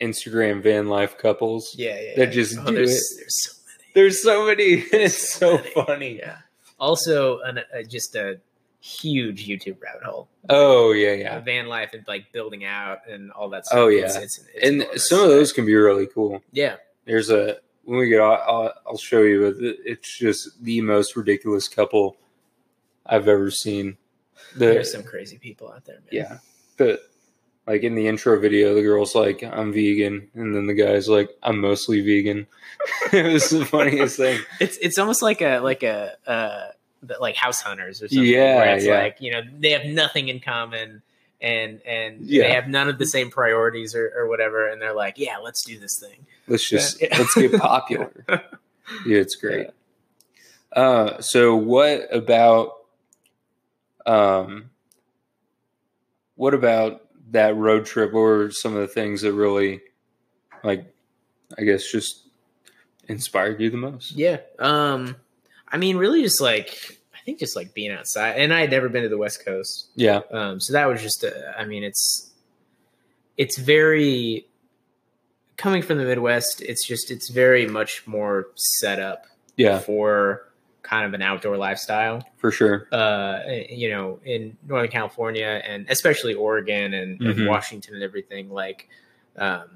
[SPEAKER 1] Instagram van life couples.
[SPEAKER 2] Yeah. yeah,
[SPEAKER 1] That
[SPEAKER 2] yeah.
[SPEAKER 1] just do
[SPEAKER 2] there's,
[SPEAKER 1] it.
[SPEAKER 2] There's so
[SPEAKER 1] There's so many. It's so funny.
[SPEAKER 2] many. Yeah. Also, an, uh, just a huge YouTube rabbit hole.
[SPEAKER 1] Oh yeah, yeah.
[SPEAKER 2] Van life and like building out and all that stuff.
[SPEAKER 1] Oh,
[SPEAKER 2] It's,
[SPEAKER 1] yeah.
[SPEAKER 2] it's, it's
[SPEAKER 1] And
[SPEAKER 2] enormous.
[SPEAKER 1] some of those can be really cool.
[SPEAKER 2] Yeah.
[SPEAKER 1] there's a when we get out, I'll, I'll show you but it- it's just the most ridiculous couple i've ever seen the
[SPEAKER 2] There's some crazy people out there, man.
[SPEAKER 1] yeah the Like in the intro video, the girl's like, "I'm vegan," and then the guy's like, "I'm mostly vegan." it was the funniest thing.
[SPEAKER 2] It's it's almost like a like a uh, the- like house hunters or something.
[SPEAKER 1] Yeah,
[SPEAKER 2] where it's
[SPEAKER 1] yeah.
[SPEAKER 2] like you know they have nothing in common and and
[SPEAKER 1] Yeah.
[SPEAKER 2] they have none of the same priorities or, or whatever, and they're like, yeah, let's do this thing.
[SPEAKER 1] Let's just
[SPEAKER 2] Yeah.
[SPEAKER 1] let's get popular. Yeah, it's great. Uh, so what about um, what about that road trip? What were some of the things that really, like, I guess, just inspired you the most?
[SPEAKER 2] Yeah. Um, I mean, really, just like I think just like being outside, and I had never been to the West Coast.
[SPEAKER 1] Yeah,
[SPEAKER 2] um, so that was just a, i mean it's it's very coming from the midwest it's just it's very much more set up
[SPEAKER 1] yeah,
[SPEAKER 2] for kind of an outdoor lifestyle
[SPEAKER 1] for sure.
[SPEAKER 2] uh, you know in northern california and especially oregon and,
[SPEAKER 1] Mhm.
[SPEAKER 2] and washington and everything like um,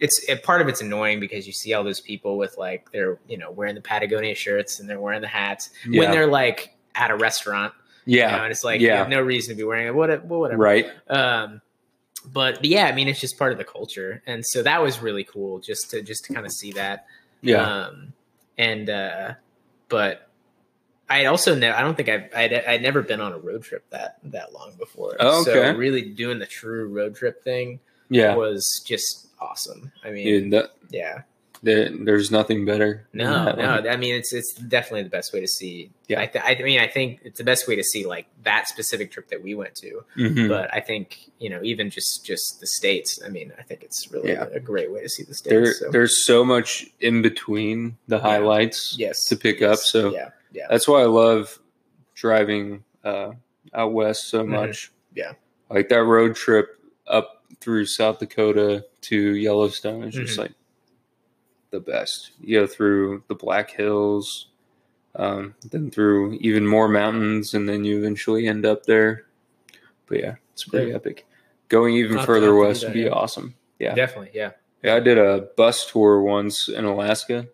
[SPEAKER 2] it's a part of it's annoying because you see all those people with like they're you know wearing the patagonia shirts and they're wearing the hats
[SPEAKER 1] Yeah,
[SPEAKER 2] when they're like at a restaurant you know,
[SPEAKER 1] yeah,
[SPEAKER 2] and it's like you
[SPEAKER 1] Yeah.
[SPEAKER 2] have no reason to be wearing it what eh, well, whatever
[SPEAKER 1] right.
[SPEAKER 2] um but, but yeah i mean it's just part of the culture and so that was really cool just to just to kind of see that
[SPEAKER 1] Yeah,
[SPEAKER 2] um and uh but i had also ne- i don't think i've I'd, I'd never been on a road trip that that long before
[SPEAKER 1] Oh, okay.
[SPEAKER 2] so really doing the true road trip thing
[SPEAKER 1] yeah.
[SPEAKER 2] was just awesome i mean
[SPEAKER 1] Dude, that,
[SPEAKER 2] yeah
[SPEAKER 1] there, there's nothing better. than
[SPEAKER 2] no
[SPEAKER 1] that one.
[SPEAKER 2] no i mean it's it's definitely the best way to see
[SPEAKER 1] Yeah.
[SPEAKER 2] I, th- I mean i think it's the best way to see like that specific trip that we went to
[SPEAKER 1] Mhm.
[SPEAKER 2] but I think you know even just just the states. I mean, I think it's really
[SPEAKER 1] Yeah.
[SPEAKER 2] a great way to see the states.
[SPEAKER 1] there,
[SPEAKER 2] so.
[SPEAKER 1] there's so much in between the highlights
[SPEAKER 2] yes,
[SPEAKER 1] to pick up.
[SPEAKER 2] yes,
[SPEAKER 1] So
[SPEAKER 2] yeah, yeah,
[SPEAKER 1] that's why I love driving uh, out west so
[SPEAKER 2] Mhm.
[SPEAKER 1] much.
[SPEAKER 2] Yeah.
[SPEAKER 1] like that road trip up through South Dakota to Yellowstone is just
[SPEAKER 2] Mhm.
[SPEAKER 1] like the best. You go through the Black Hills, um, then through even more mountains, and then you eventually end up there. But yeah, it's pretty epic. Going even
[SPEAKER 2] I'll have to-
[SPEAKER 1] further
[SPEAKER 2] I'll have to do
[SPEAKER 1] west
[SPEAKER 2] that,
[SPEAKER 1] would be
[SPEAKER 2] yeah.
[SPEAKER 1] awesome. yeah.
[SPEAKER 2] definitely, yeah.
[SPEAKER 1] Yeah, I did a bus tour once in Alaska.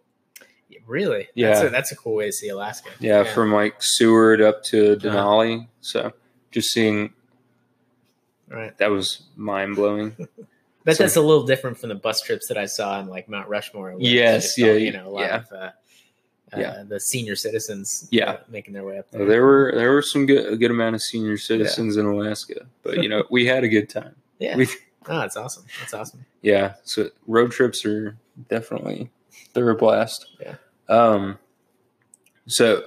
[SPEAKER 2] Yeah, Really,
[SPEAKER 1] Yeah.
[SPEAKER 2] That's a, that's a cool way to see Alaska.
[SPEAKER 1] Yeah, from like Seward up
[SPEAKER 2] Uh-huh.
[SPEAKER 1] to Denali. So just seeing
[SPEAKER 2] right.
[SPEAKER 1] that was Uh, mind blowing.
[SPEAKER 2] But
[SPEAKER 1] so-
[SPEAKER 2] that's a little different from the bus trips that I saw in like Mount Rushmore. where it's
[SPEAKER 1] Yes,
[SPEAKER 2] just
[SPEAKER 1] yeah,
[SPEAKER 2] all, you know, a lot
[SPEAKER 1] yeah.
[SPEAKER 2] of uh, uh,
[SPEAKER 1] Yeah.
[SPEAKER 2] the senior citizens,
[SPEAKER 1] Yeah. Oh,
[SPEAKER 2] uh, making their way up there.
[SPEAKER 1] there were there were some good a good amount of senior citizens in Alaska, but you know we had a good time.
[SPEAKER 2] yeah,
[SPEAKER 1] we-
[SPEAKER 2] oh, it's awesome. It's awesome.
[SPEAKER 1] Yeah, so road trips are definitely they're a blast.
[SPEAKER 2] Yeah.
[SPEAKER 1] Um. So,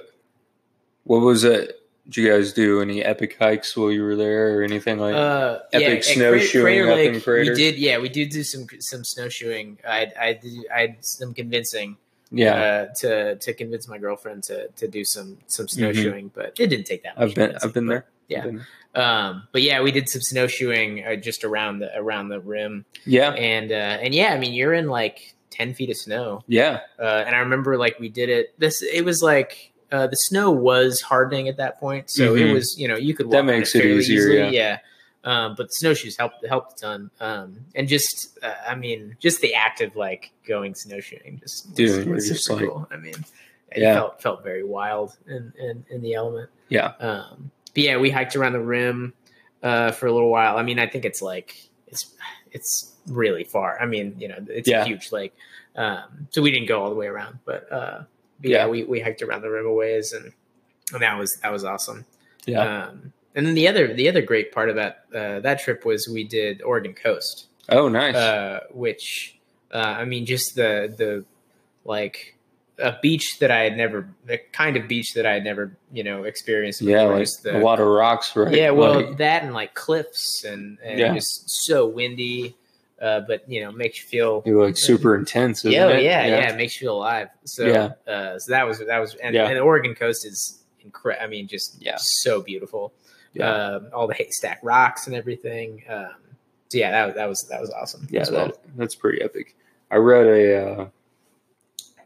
[SPEAKER 1] what was it? Did you guys do any epic hikes while you were there or anything like?
[SPEAKER 2] uh,
[SPEAKER 1] Epic
[SPEAKER 2] at Cra-
[SPEAKER 1] snowshoeing up in Crater.
[SPEAKER 2] We did, yeah, we did do some some snowshoeing. I I did, I had some convincing
[SPEAKER 1] yeah,
[SPEAKER 2] uh, to to convince my girlfriend to to do some some snowshoeing, but it didn't take that.
[SPEAKER 1] Mm-hmm.
[SPEAKER 2] Much
[SPEAKER 1] I've been I've
[SPEAKER 2] convincing,
[SPEAKER 1] been
[SPEAKER 2] but-
[SPEAKER 1] there.
[SPEAKER 2] yeah.
[SPEAKER 1] I've been there.
[SPEAKER 2] Um, but yeah, we did some snowshoeing uh, just around the around the rim,
[SPEAKER 1] Yeah.
[SPEAKER 2] and uh, and yeah, I mean you're in like ten feet of snow,
[SPEAKER 1] Yeah.
[SPEAKER 2] uh, and I remember like we did it. This it was like. Uh, the snow was hardening at that point, so
[SPEAKER 1] Mhm.
[SPEAKER 2] it was you know you could walk
[SPEAKER 1] That
[SPEAKER 2] on
[SPEAKER 1] makes it
[SPEAKER 2] fairly
[SPEAKER 1] easier,
[SPEAKER 2] easily,
[SPEAKER 1] yeah.
[SPEAKER 2] yeah. Um, but snowshoes helped helped a ton, um, and just uh, I mean, just the act of like going snowshoeing just was,
[SPEAKER 1] Dude,
[SPEAKER 2] was
[SPEAKER 1] you're just
[SPEAKER 2] super
[SPEAKER 1] like-
[SPEAKER 2] cool. I mean,
[SPEAKER 1] Yeah.
[SPEAKER 2] it felt felt very wild in in, in the element.
[SPEAKER 1] Yeah.
[SPEAKER 2] Um, but yeah, we hiked around the rim uh, for a little while. I mean, I think it's like it's it's really far. I mean, you know, it's
[SPEAKER 1] Yeah.
[SPEAKER 2] a huge lake. Um, so we didn't go all the way around, but, uh, but yeah,
[SPEAKER 1] Yeah.
[SPEAKER 2] we, we hiked around the river ways and, and that was, that was awesome.
[SPEAKER 1] Yeah.
[SPEAKER 2] Um, and then the other, the other great part about uh, that trip was we did Oregon coast,
[SPEAKER 1] Oh, nice.
[SPEAKER 2] uh, which, uh, I mean, just the, the, like a beach that I had never, the kind of beach that I had never, you know, experienced.
[SPEAKER 1] yeah,
[SPEAKER 2] before,
[SPEAKER 1] like
[SPEAKER 2] just
[SPEAKER 1] a lot of rocks, right?
[SPEAKER 2] yeah, well,
[SPEAKER 1] Like-
[SPEAKER 2] that and like cliffs and, and
[SPEAKER 1] Yeah.
[SPEAKER 2] just so windy, uh, but you know, makes you feel.
[SPEAKER 1] It like super intense. Isn't
[SPEAKER 2] Yeah, oh,
[SPEAKER 1] it?
[SPEAKER 2] yeah, yeah, It makes you feel alive. So,
[SPEAKER 1] Yeah.
[SPEAKER 2] uh, so that was that was, and,
[SPEAKER 1] Yeah.
[SPEAKER 2] and the Oregon coast is incredible. I mean, just
[SPEAKER 1] Yeah.
[SPEAKER 2] so beautiful.
[SPEAKER 1] Yeah.
[SPEAKER 2] Um, all the haystack rocks and everything. Um, so yeah, that was that was that was awesome.
[SPEAKER 1] Yeah,
[SPEAKER 2] as well.
[SPEAKER 1] that, that's pretty epic. I read a uh,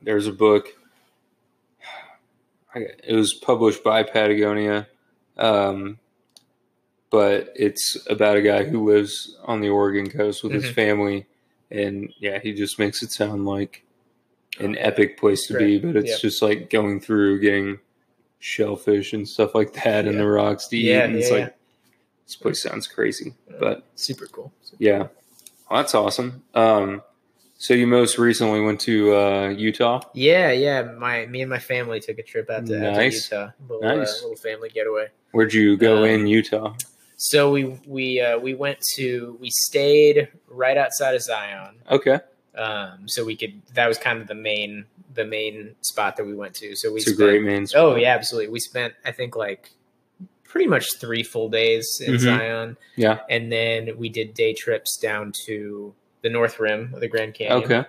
[SPEAKER 1] there's a book. I- It was published by Patagonia, um, but it's about a guy who lives on the Oregon coast with his
[SPEAKER 2] Mhm.
[SPEAKER 1] family, and yeah, he just makes it sound like an
[SPEAKER 2] Oh,
[SPEAKER 1] epic place to be.
[SPEAKER 2] Great.
[SPEAKER 1] But it's
[SPEAKER 2] Yeah.
[SPEAKER 1] just like going through getting shellfish and stuff like that, and
[SPEAKER 2] Yeah.
[SPEAKER 1] the rocks to eat,
[SPEAKER 2] Yeah,
[SPEAKER 1] and it's
[SPEAKER 2] yeah,
[SPEAKER 1] like This place sounds crazy, but
[SPEAKER 2] Super cool.
[SPEAKER 1] yeah, well, that's awesome. Um, so you most recently went to uh, Utah.
[SPEAKER 2] Yeah, yeah. My me and my family took a trip out to, out to
[SPEAKER 1] Nice.
[SPEAKER 2] Utah. Little,
[SPEAKER 1] Nice.
[SPEAKER 2] Uh, little family getaway.
[SPEAKER 1] Where'd you go
[SPEAKER 2] Um,
[SPEAKER 1] in Utah?
[SPEAKER 2] So we we uh, we went to we stayed right outside of Zion.
[SPEAKER 1] Okay,
[SPEAKER 2] Um, so we could that was kind of the main the main spot that we went to. So we
[SPEAKER 1] it's a
[SPEAKER 2] spent,
[SPEAKER 1] great main. spot.
[SPEAKER 2] Oh yeah, absolutely. We spent I think like pretty much three full days in
[SPEAKER 1] Mhm.
[SPEAKER 2] Zion.
[SPEAKER 1] Yeah.
[SPEAKER 2] And then we did day trips down to the North Rim of the Grand Canyon.
[SPEAKER 1] Okay.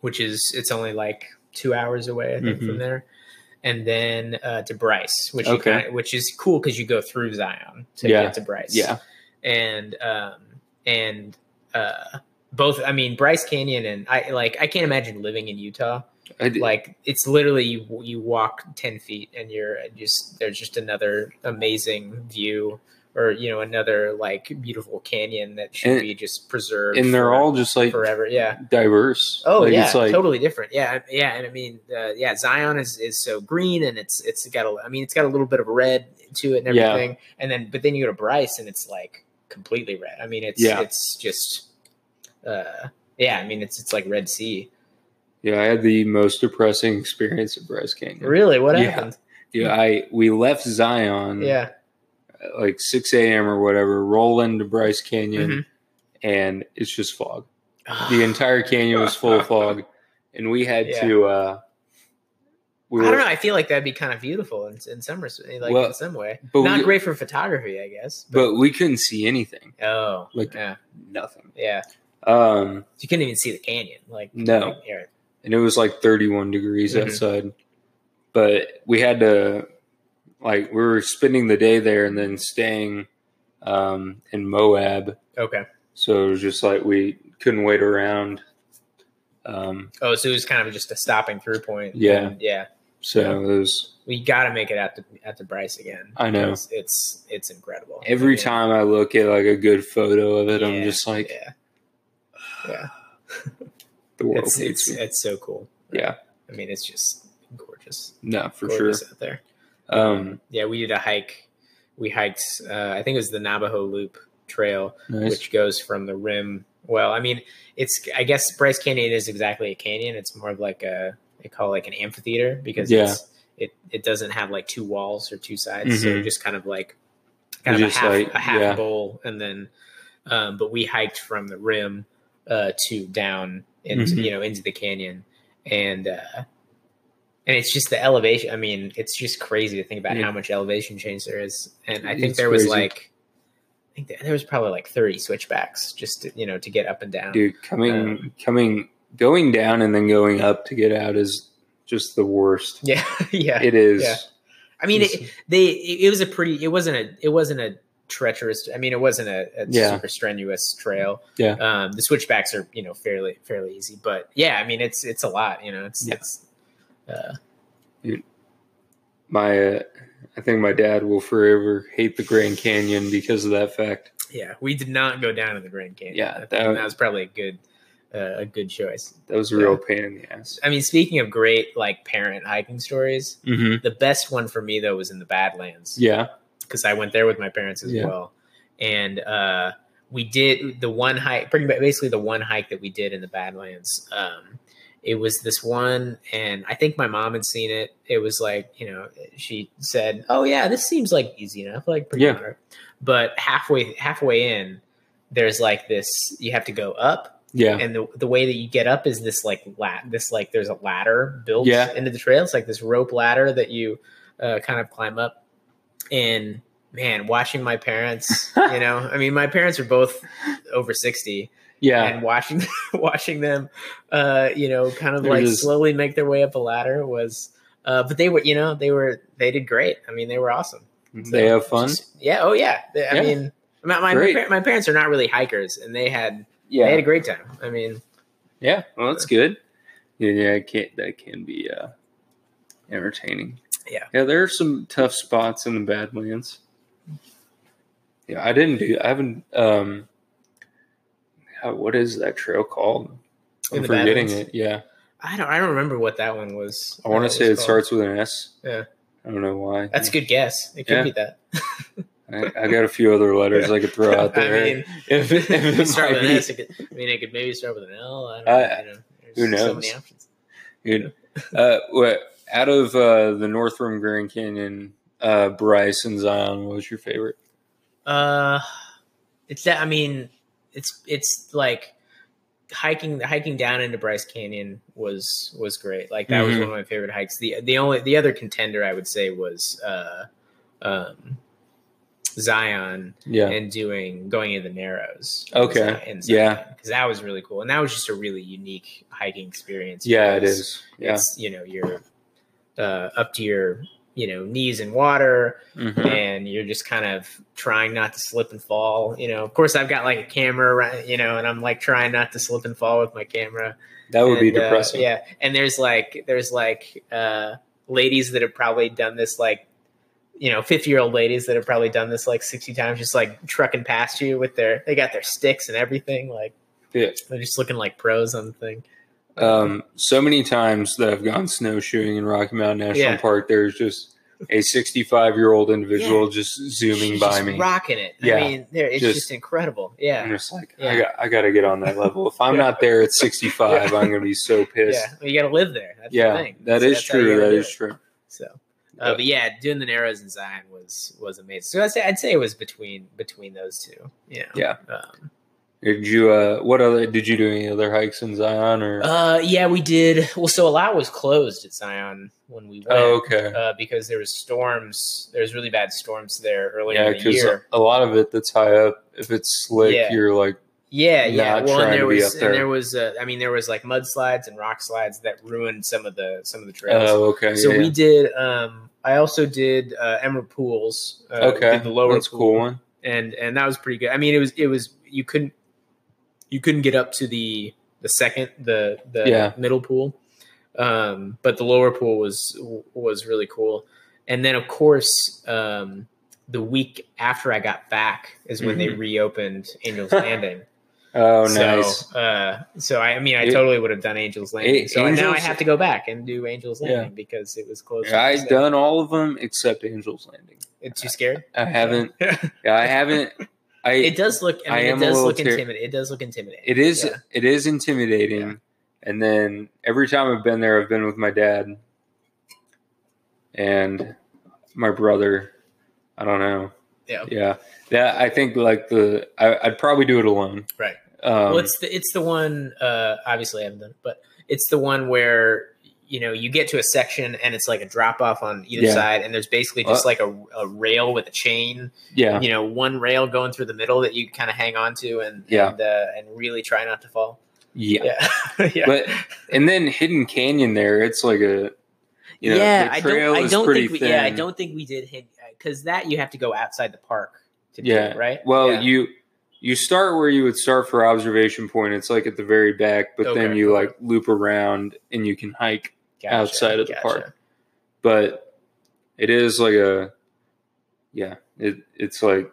[SPEAKER 2] Which is it's only like two hours away, I think,
[SPEAKER 1] Mhm.
[SPEAKER 2] from there. And then uh, to Bryce, which you
[SPEAKER 1] Okay.
[SPEAKER 2] kinda, which is cool because you go through Zion to
[SPEAKER 1] Yeah.
[SPEAKER 2] get to Bryce
[SPEAKER 1] Yeah.
[SPEAKER 2] and um and uh both i mean bryce canyon and i like i can't imagine living in utah
[SPEAKER 1] I d-
[SPEAKER 2] like it's literally you you walk 10 feet and you're just there's just another amazing view or you know another like beautiful canyon that should
[SPEAKER 1] And-
[SPEAKER 2] be just preserved
[SPEAKER 1] and they're
[SPEAKER 2] for-
[SPEAKER 1] all just like
[SPEAKER 2] forever yeah
[SPEAKER 1] diverse.
[SPEAKER 2] Oh
[SPEAKER 1] like,
[SPEAKER 2] yeah,
[SPEAKER 1] it's like
[SPEAKER 2] totally different. Yeah, I- yeah, and I mean, uh, yeah, Zion is is so green, and it's it's got a, I mean, it's got a little bit of red to it and
[SPEAKER 1] Yeah.
[SPEAKER 2] everything, and then but then you go to Bryce, and it's like completely red. I mean, it's
[SPEAKER 1] Yeah.
[SPEAKER 2] it's just, uh, yeah, I mean, it's it's like Red Sea.
[SPEAKER 1] yeah. I had the most depressing experience at Bryce Canyon.
[SPEAKER 2] Really, what
[SPEAKER 1] Yeah. Mm.
[SPEAKER 2] happened?
[SPEAKER 1] Yeah, I we left Zion
[SPEAKER 2] Yeah,
[SPEAKER 1] at like six a.m. or whatever, roll into Bryce Canyon,
[SPEAKER 2] Mhm.
[SPEAKER 1] and it's just fog. The entire canyon was full of fog, and we had
[SPEAKER 2] Yeah.
[SPEAKER 1] to. uh We
[SPEAKER 2] I
[SPEAKER 1] were
[SPEAKER 2] don't know. I feel like that'd be kind of beautiful in, in some res- like
[SPEAKER 1] Well,
[SPEAKER 2] in some way.
[SPEAKER 1] but
[SPEAKER 2] Not
[SPEAKER 1] we-
[SPEAKER 2] great for photography, I guess. But,
[SPEAKER 1] but we couldn't see anything,
[SPEAKER 2] oh,
[SPEAKER 1] like-
[SPEAKER 2] yeah,
[SPEAKER 1] nothing.
[SPEAKER 2] yeah.
[SPEAKER 1] Um,
[SPEAKER 2] You couldn't even see the canyon. Like
[SPEAKER 1] No.
[SPEAKER 2] yeah.
[SPEAKER 1] and it was like thirty-one degrees
[SPEAKER 2] Mhm.
[SPEAKER 1] outside, but we had to like we were spending the day there and then staying um in Moab,
[SPEAKER 2] Okay.
[SPEAKER 1] so it was just like we couldn't wait around. Um,
[SPEAKER 2] Oh, so it was kind of just a stopping through point.
[SPEAKER 1] Yeah.
[SPEAKER 2] And, yeah.
[SPEAKER 1] so
[SPEAKER 2] Yeah.
[SPEAKER 1] it was
[SPEAKER 2] We got to make it out to out to Bryce again.
[SPEAKER 1] I know.
[SPEAKER 2] It's it's, it's incredible.
[SPEAKER 1] Every
[SPEAKER 2] I mean,
[SPEAKER 1] time I look at like a good photo of it, I'm
[SPEAKER 2] yeah,
[SPEAKER 1] just like
[SPEAKER 2] yeah.
[SPEAKER 1] the world
[SPEAKER 2] It's
[SPEAKER 1] hates
[SPEAKER 2] it's
[SPEAKER 1] me.
[SPEAKER 2] it's so cool.
[SPEAKER 1] Yeah.
[SPEAKER 2] I mean, it's just gorgeous.
[SPEAKER 1] No, for sure.
[SPEAKER 2] gorgeous out there.
[SPEAKER 1] Um,
[SPEAKER 2] Yeah, we did a hike. We hiked. Uh, I think it was the Navajo Loop Trail,
[SPEAKER 1] nice.
[SPEAKER 2] which goes from the rim. Well, I mean, it's. I guess Bryce Canyon is exactly a canyon. It's more of like a. They call it like an amphitheater because
[SPEAKER 1] Yeah.
[SPEAKER 2] it's, it it doesn't have like two walls or two sides, so
[SPEAKER 1] Mhm.
[SPEAKER 2] you're just kind of like kind
[SPEAKER 1] You're
[SPEAKER 2] of a
[SPEAKER 1] just
[SPEAKER 2] half
[SPEAKER 1] like-
[SPEAKER 2] a half
[SPEAKER 1] yeah.
[SPEAKER 2] bowl, and then. Um, but we hiked from the rim uh, to down into
[SPEAKER 1] Mhm.
[SPEAKER 2] you know into the canyon, and uh, and it's just the elevation. I mean, it's just crazy to think about
[SPEAKER 1] Yeah.
[SPEAKER 2] how much elevation change there is. And I think
[SPEAKER 1] It's
[SPEAKER 2] there was
[SPEAKER 1] crazy.
[SPEAKER 2] like, I think there- there was probably like thirty switchbacks just to, you know to get up and down.
[SPEAKER 1] Dude, coming, coming, going down and then going up to get out is just the worst.
[SPEAKER 2] Yeah, yeah.
[SPEAKER 1] It is.
[SPEAKER 2] Yeah. I mean, it,
[SPEAKER 1] it's-
[SPEAKER 2] they it was a pretty. It wasn't a. It wasn't a treacherous. I mean, it wasn't a, a
[SPEAKER 1] Yeah.
[SPEAKER 2] super strenuous trail.
[SPEAKER 1] Yeah.
[SPEAKER 2] Um, the switchbacks are you know fairly fairly easy, but yeah, I mean it's it's a lot. You know, it's
[SPEAKER 1] Yeah.
[SPEAKER 2] it's. Uh,
[SPEAKER 1] my, uh, I think my dad will forever hate the Grand Canyon because of that fact.
[SPEAKER 2] yeah, we did not go down to the Grand Canyon.
[SPEAKER 1] Yeah,
[SPEAKER 2] I think
[SPEAKER 1] that-
[SPEAKER 2] that was probably a good uh, a good choice.
[SPEAKER 1] That was a real pain in the ass.
[SPEAKER 2] I mean, speaking of great like parent hiking stories,
[SPEAKER 1] Mm-hmm.
[SPEAKER 2] the best one for me though was in the Badlands
[SPEAKER 1] Yeah.
[SPEAKER 2] because I went there with my parents as
[SPEAKER 1] Yeah.
[SPEAKER 2] well, and uh, we did the one hike, pretty much basically the one hike that we did in the Badlands. Um, it was this one, and I think my mom had seen it. It was like you know, she said, "Oh yeah, this seems like easy enough, like pretty
[SPEAKER 1] Yeah.
[SPEAKER 2] moderate." But halfway halfway in, there's like this. You have to go up,
[SPEAKER 1] Yeah.
[SPEAKER 2] and the, the way that you get up is this like lat this like there's a ladder built
[SPEAKER 1] Yeah.
[SPEAKER 2] into the trail it's like this rope ladder that you uh, kind of climb up and man watching my parents you know i mean my parents are both over 60
[SPEAKER 1] yeah.
[SPEAKER 2] and watching watching them uh you know kind of
[SPEAKER 1] They're
[SPEAKER 2] like
[SPEAKER 1] just-
[SPEAKER 2] slowly make their way up a ladder was uh but they were you know they were they did great i mean they were awesome
[SPEAKER 1] they have fun.
[SPEAKER 2] Just- yeah oh yeah They- i
[SPEAKER 1] Yeah.
[SPEAKER 2] mean my, my,
[SPEAKER 1] Great.
[SPEAKER 2] par- my parents are not really hikers and they had they had
[SPEAKER 1] yeah.
[SPEAKER 2] a great time i mean
[SPEAKER 1] Yeah. Well, that's good. Yeah. Yeah. It can, that can be, uh, entertaining.
[SPEAKER 2] Yeah.
[SPEAKER 1] Yeah, there are some tough spots in the Badlands. Yeah, I didn't do. I haven't. Um, uh, what is that trail called?
[SPEAKER 2] In
[SPEAKER 1] I'm
[SPEAKER 2] the
[SPEAKER 1] forgetting
[SPEAKER 2] Badlands?
[SPEAKER 1] it. Yeah,
[SPEAKER 2] I don't. I don't remember what that one was.
[SPEAKER 1] I want
[SPEAKER 2] uh,
[SPEAKER 1] to
[SPEAKER 2] was
[SPEAKER 1] say it
[SPEAKER 2] called.
[SPEAKER 1] starts with an S.
[SPEAKER 2] Yeah.
[SPEAKER 1] I don't know why.
[SPEAKER 2] That's a good guess. It could
[SPEAKER 1] Yeah.
[SPEAKER 2] be that.
[SPEAKER 1] I I, I got a few other letters I could throw out there.
[SPEAKER 2] I mean,
[SPEAKER 1] if, if
[SPEAKER 2] if you
[SPEAKER 1] it
[SPEAKER 2] start
[SPEAKER 1] might
[SPEAKER 2] with an
[SPEAKER 1] be-
[SPEAKER 2] S, it could, I mean, I could maybe start with an L. I don't
[SPEAKER 1] Uh,
[SPEAKER 2] know. You know
[SPEAKER 1] who
[SPEAKER 2] there's So
[SPEAKER 1] knows?
[SPEAKER 2] many options.
[SPEAKER 1] Dude, uh, what, out of uh, the Northrum Grand Canyon, uh, Bryce and Zion, what was your favorite?
[SPEAKER 2] Uh, it's that. I mean, it's it's like hiking hiking down into Bryce Canyon was was great. Like that was
[SPEAKER 1] Mhm.
[SPEAKER 2] one of my favorite hikes. The the only the other contender I would say was uh, um, Zion
[SPEAKER 1] Yeah,
[SPEAKER 2] and doing going into the narrows.
[SPEAKER 1] Okay. Yeah.
[SPEAKER 2] because that was really cool, and that was just a really unique hiking experience.
[SPEAKER 1] yeah, it
[SPEAKER 2] because
[SPEAKER 1] is. Yeah,
[SPEAKER 2] It's you know you're uh, up to your you know knees in water,
[SPEAKER 1] Mhm.
[SPEAKER 2] and you're just kind of trying not to slip and fall. You know, of course, I've got like a camera, right, you know, and I'm like trying not to slip and fall with my camera.
[SPEAKER 1] that would be
[SPEAKER 2] And, uh,
[SPEAKER 1] depressing.
[SPEAKER 2] yeah, and there's like there's like uh, ladies that have probably done this like. You know, fifty-year-old ladies that have probably done this like sixty times, just like trucking past you with their, they got their sticks and everything. Like,
[SPEAKER 1] Yeah.
[SPEAKER 2] they're just looking like pros on the thing.
[SPEAKER 1] Um, so many times that I've gone snowshoeing in Rocky Mountain National
[SPEAKER 2] Yeah.
[SPEAKER 1] Park, there's just a 65 year old individual just zooming
[SPEAKER 2] She's
[SPEAKER 1] by
[SPEAKER 2] just
[SPEAKER 1] me.
[SPEAKER 2] rocking it. I
[SPEAKER 1] Yeah.
[SPEAKER 2] mean, there it's
[SPEAKER 1] Just-
[SPEAKER 2] just, incredible. Yeah,
[SPEAKER 1] I'm just like, I
[SPEAKER 2] Yeah.
[SPEAKER 1] got, I got to get on that level. If I'm not there at 65, I'm going to be so pissed.
[SPEAKER 2] yeah. Well, you got to live there. That's
[SPEAKER 1] Yeah,
[SPEAKER 2] the thing.
[SPEAKER 1] that
[SPEAKER 2] So
[SPEAKER 1] is
[SPEAKER 2] that's how you
[SPEAKER 1] true.
[SPEAKER 2] gotta
[SPEAKER 1] That
[SPEAKER 2] do
[SPEAKER 1] is
[SPEAKER 2] it.
[SPEAKER 1] true.
[SPEAKER 2] So, uh, but yeah, doing the narrows in Zion was was amazing. So I'd say I'd say it was between between those two. Yeah.
[SPEAKER 1] Yeah.
[SPEAKER 2] Um,
[SPEAKER 1] Did you? Uh, what other? Did you do any other hikes in Zion or?
[SPEAKER 2] uh, yeah, we did. Well, so a lot was closed at Zion when we went.
[SPEAKER 1] oh, okay.
[SPEAKER 2] Uh, because there was storms. There was really bad storms there earlier
[SPEAKER 1] yeah, uh,
[SPEAKER 2] in the
[SPEAKER 1] because
[SPEAKER 2] year.
[SPEAKER 1] a lot of it that's high up, if it's slick,
[SPEAKER 2] Yeah.
[SPEAKER 1] you're like,
[SPEAKER 2] Yeah, yeah.
[SPEAKER 1] not
[SPEAKER 2] Well, and
[SPEAKER 1] trying
[SPEAKER 2] there
[SPEAKER 1] to be
[SPEAKER 2] was
[SPEAKER 1] up
[SPEAKER 2] and
[SPEAKER 1] there.
[SPEAKER 2] there was uh, I mean there was like mudslides and rock slides that ruined some of the some of the trails.
[SPEAKER 1] oh, okay.
[SPEAKER 2] so
[SPEAKER 1] yeah,
[SPEAKER 2] we
[SPEAKER 1] yeah.
[SPEAKER 2] did. Um, I also did uh, Emerald Pools. Uh,
[SPEAKER 1] okay.
[SPEAKER 2] did the lower
[SPEAKER 1] that's a
[SPEAKER 2] pool,
[SPEAKER 1] cool one.
[SPEAKER 2] and and that was pretty good. I mean, it was it was you couldn't you couldn't get up to the the second the the
[SPEAKER 1] Yeah.
[SPEAKER 2] middle pool, um, but the lower pool was was really cool. And then of course, um, the week after I got back is when they reopened Angels Landing.
[SPEAKER 1] Mm-hmm. Oh,
[SPEAKER 2] so,
[SPEAKER 1] nice.
[SPEAKER 2] Uh, so I, I mean, I
[SPEAKER 1] It-
[SPEAKER 2] totally would have done Angels Landing.
[SPEAKER 1] It-
[SPEAKER 2] so now I
[SPEAKER 1] Angels-
[SPEAKER 2] have to go back and do Angels
[SPEAKER 1] Yeah.
[SPEAKER 2] Landing because it was close.
[SPEAKER 1] I've done all of them except Angel's Landing.
[SPEAKER 2] It's too scared.
[SPEAKER 1] I haven't. Yeah, I haven't. I
[SPEAKER 2] it does look. I
[SPEAKER 1] I
[SPEAKER 2] mean,
[SPEAKER 1] am
[SPEAKER 2] it
[SPEAKER 1] a
[SPEAKER 2] does
[SPEAKER 1] little
[SPEAKER 2] look
[SPEAKER 1] ter-
[SPEAKER 2] intimidating. It does look intimidating.
[SPEAKER 1] It is.
[SPEAKER 2] Yeah.
[SPEAKER 1] It is intimidating.
[SPEAKER 2] Yeah.
[SPEAKER 1] And then every time I've been there, I've been with my dad and my brother. I don't know.
[SPEAKER 2] Yeah.
[SPEAKER 1] Yeah. That I think like the I, I'd probably do it alone.
[SPEAKER 2] Right.
[SPEAKER 1] Um,
[SPEAKER 2] well, it's the it's the one. Uh, obviously, I haven't done, it, but it's the one where you know you get to a section and it's like a drop off on either
[SPEAKER 1] Yeah.
[SPEAKER 2] side, and there's basically just
[SPEAKER 1] Uh,
[SPEAKER 2] like a, a rail with a chain.
[SPEAKER 1] yeah.
[SPEAKER 2] You know, one rail going through the middle that you kind of hang on to and
[SPEAKER 1] Yeah.
[SPEAKER 2] and, uh, and really try not to fall.
[SPEAKER 1] yeah.
[SPEAKER 2] Yeah, yeah.
[SPEAKER 1] But and then Hidden Canyon there, it's like a you know
[SPEAKER 2] yeah,
[SPEAKER 1] the trail
[SPEAKER 2] I don't,
[SPEAKER 1] is
[SPEAKER 2] I don't
[SPEAKER 1] pretty
[SPEAKER 2] think we,
[SPEAKER 1] thin.
[SPEAKER 2] yeah, I don't think we did hit because that you have to go outside the park to
[SPEAKER 1] Yeah.
[SPEAKER 2] do, right?
[SPEAKER 1] Well,
[SPEAKER 2] yeah.
[SPEAKER 1] you you start where you would start for observation point. It's like at the very back, but then
[SPEAKER 2] Okay.
[SPEAKER 1] you like loop around and you can hike.
[SPEAKER 2] Gotcha,
[SPEAKER 1] outside of the park. But it is like a yeah, it it's like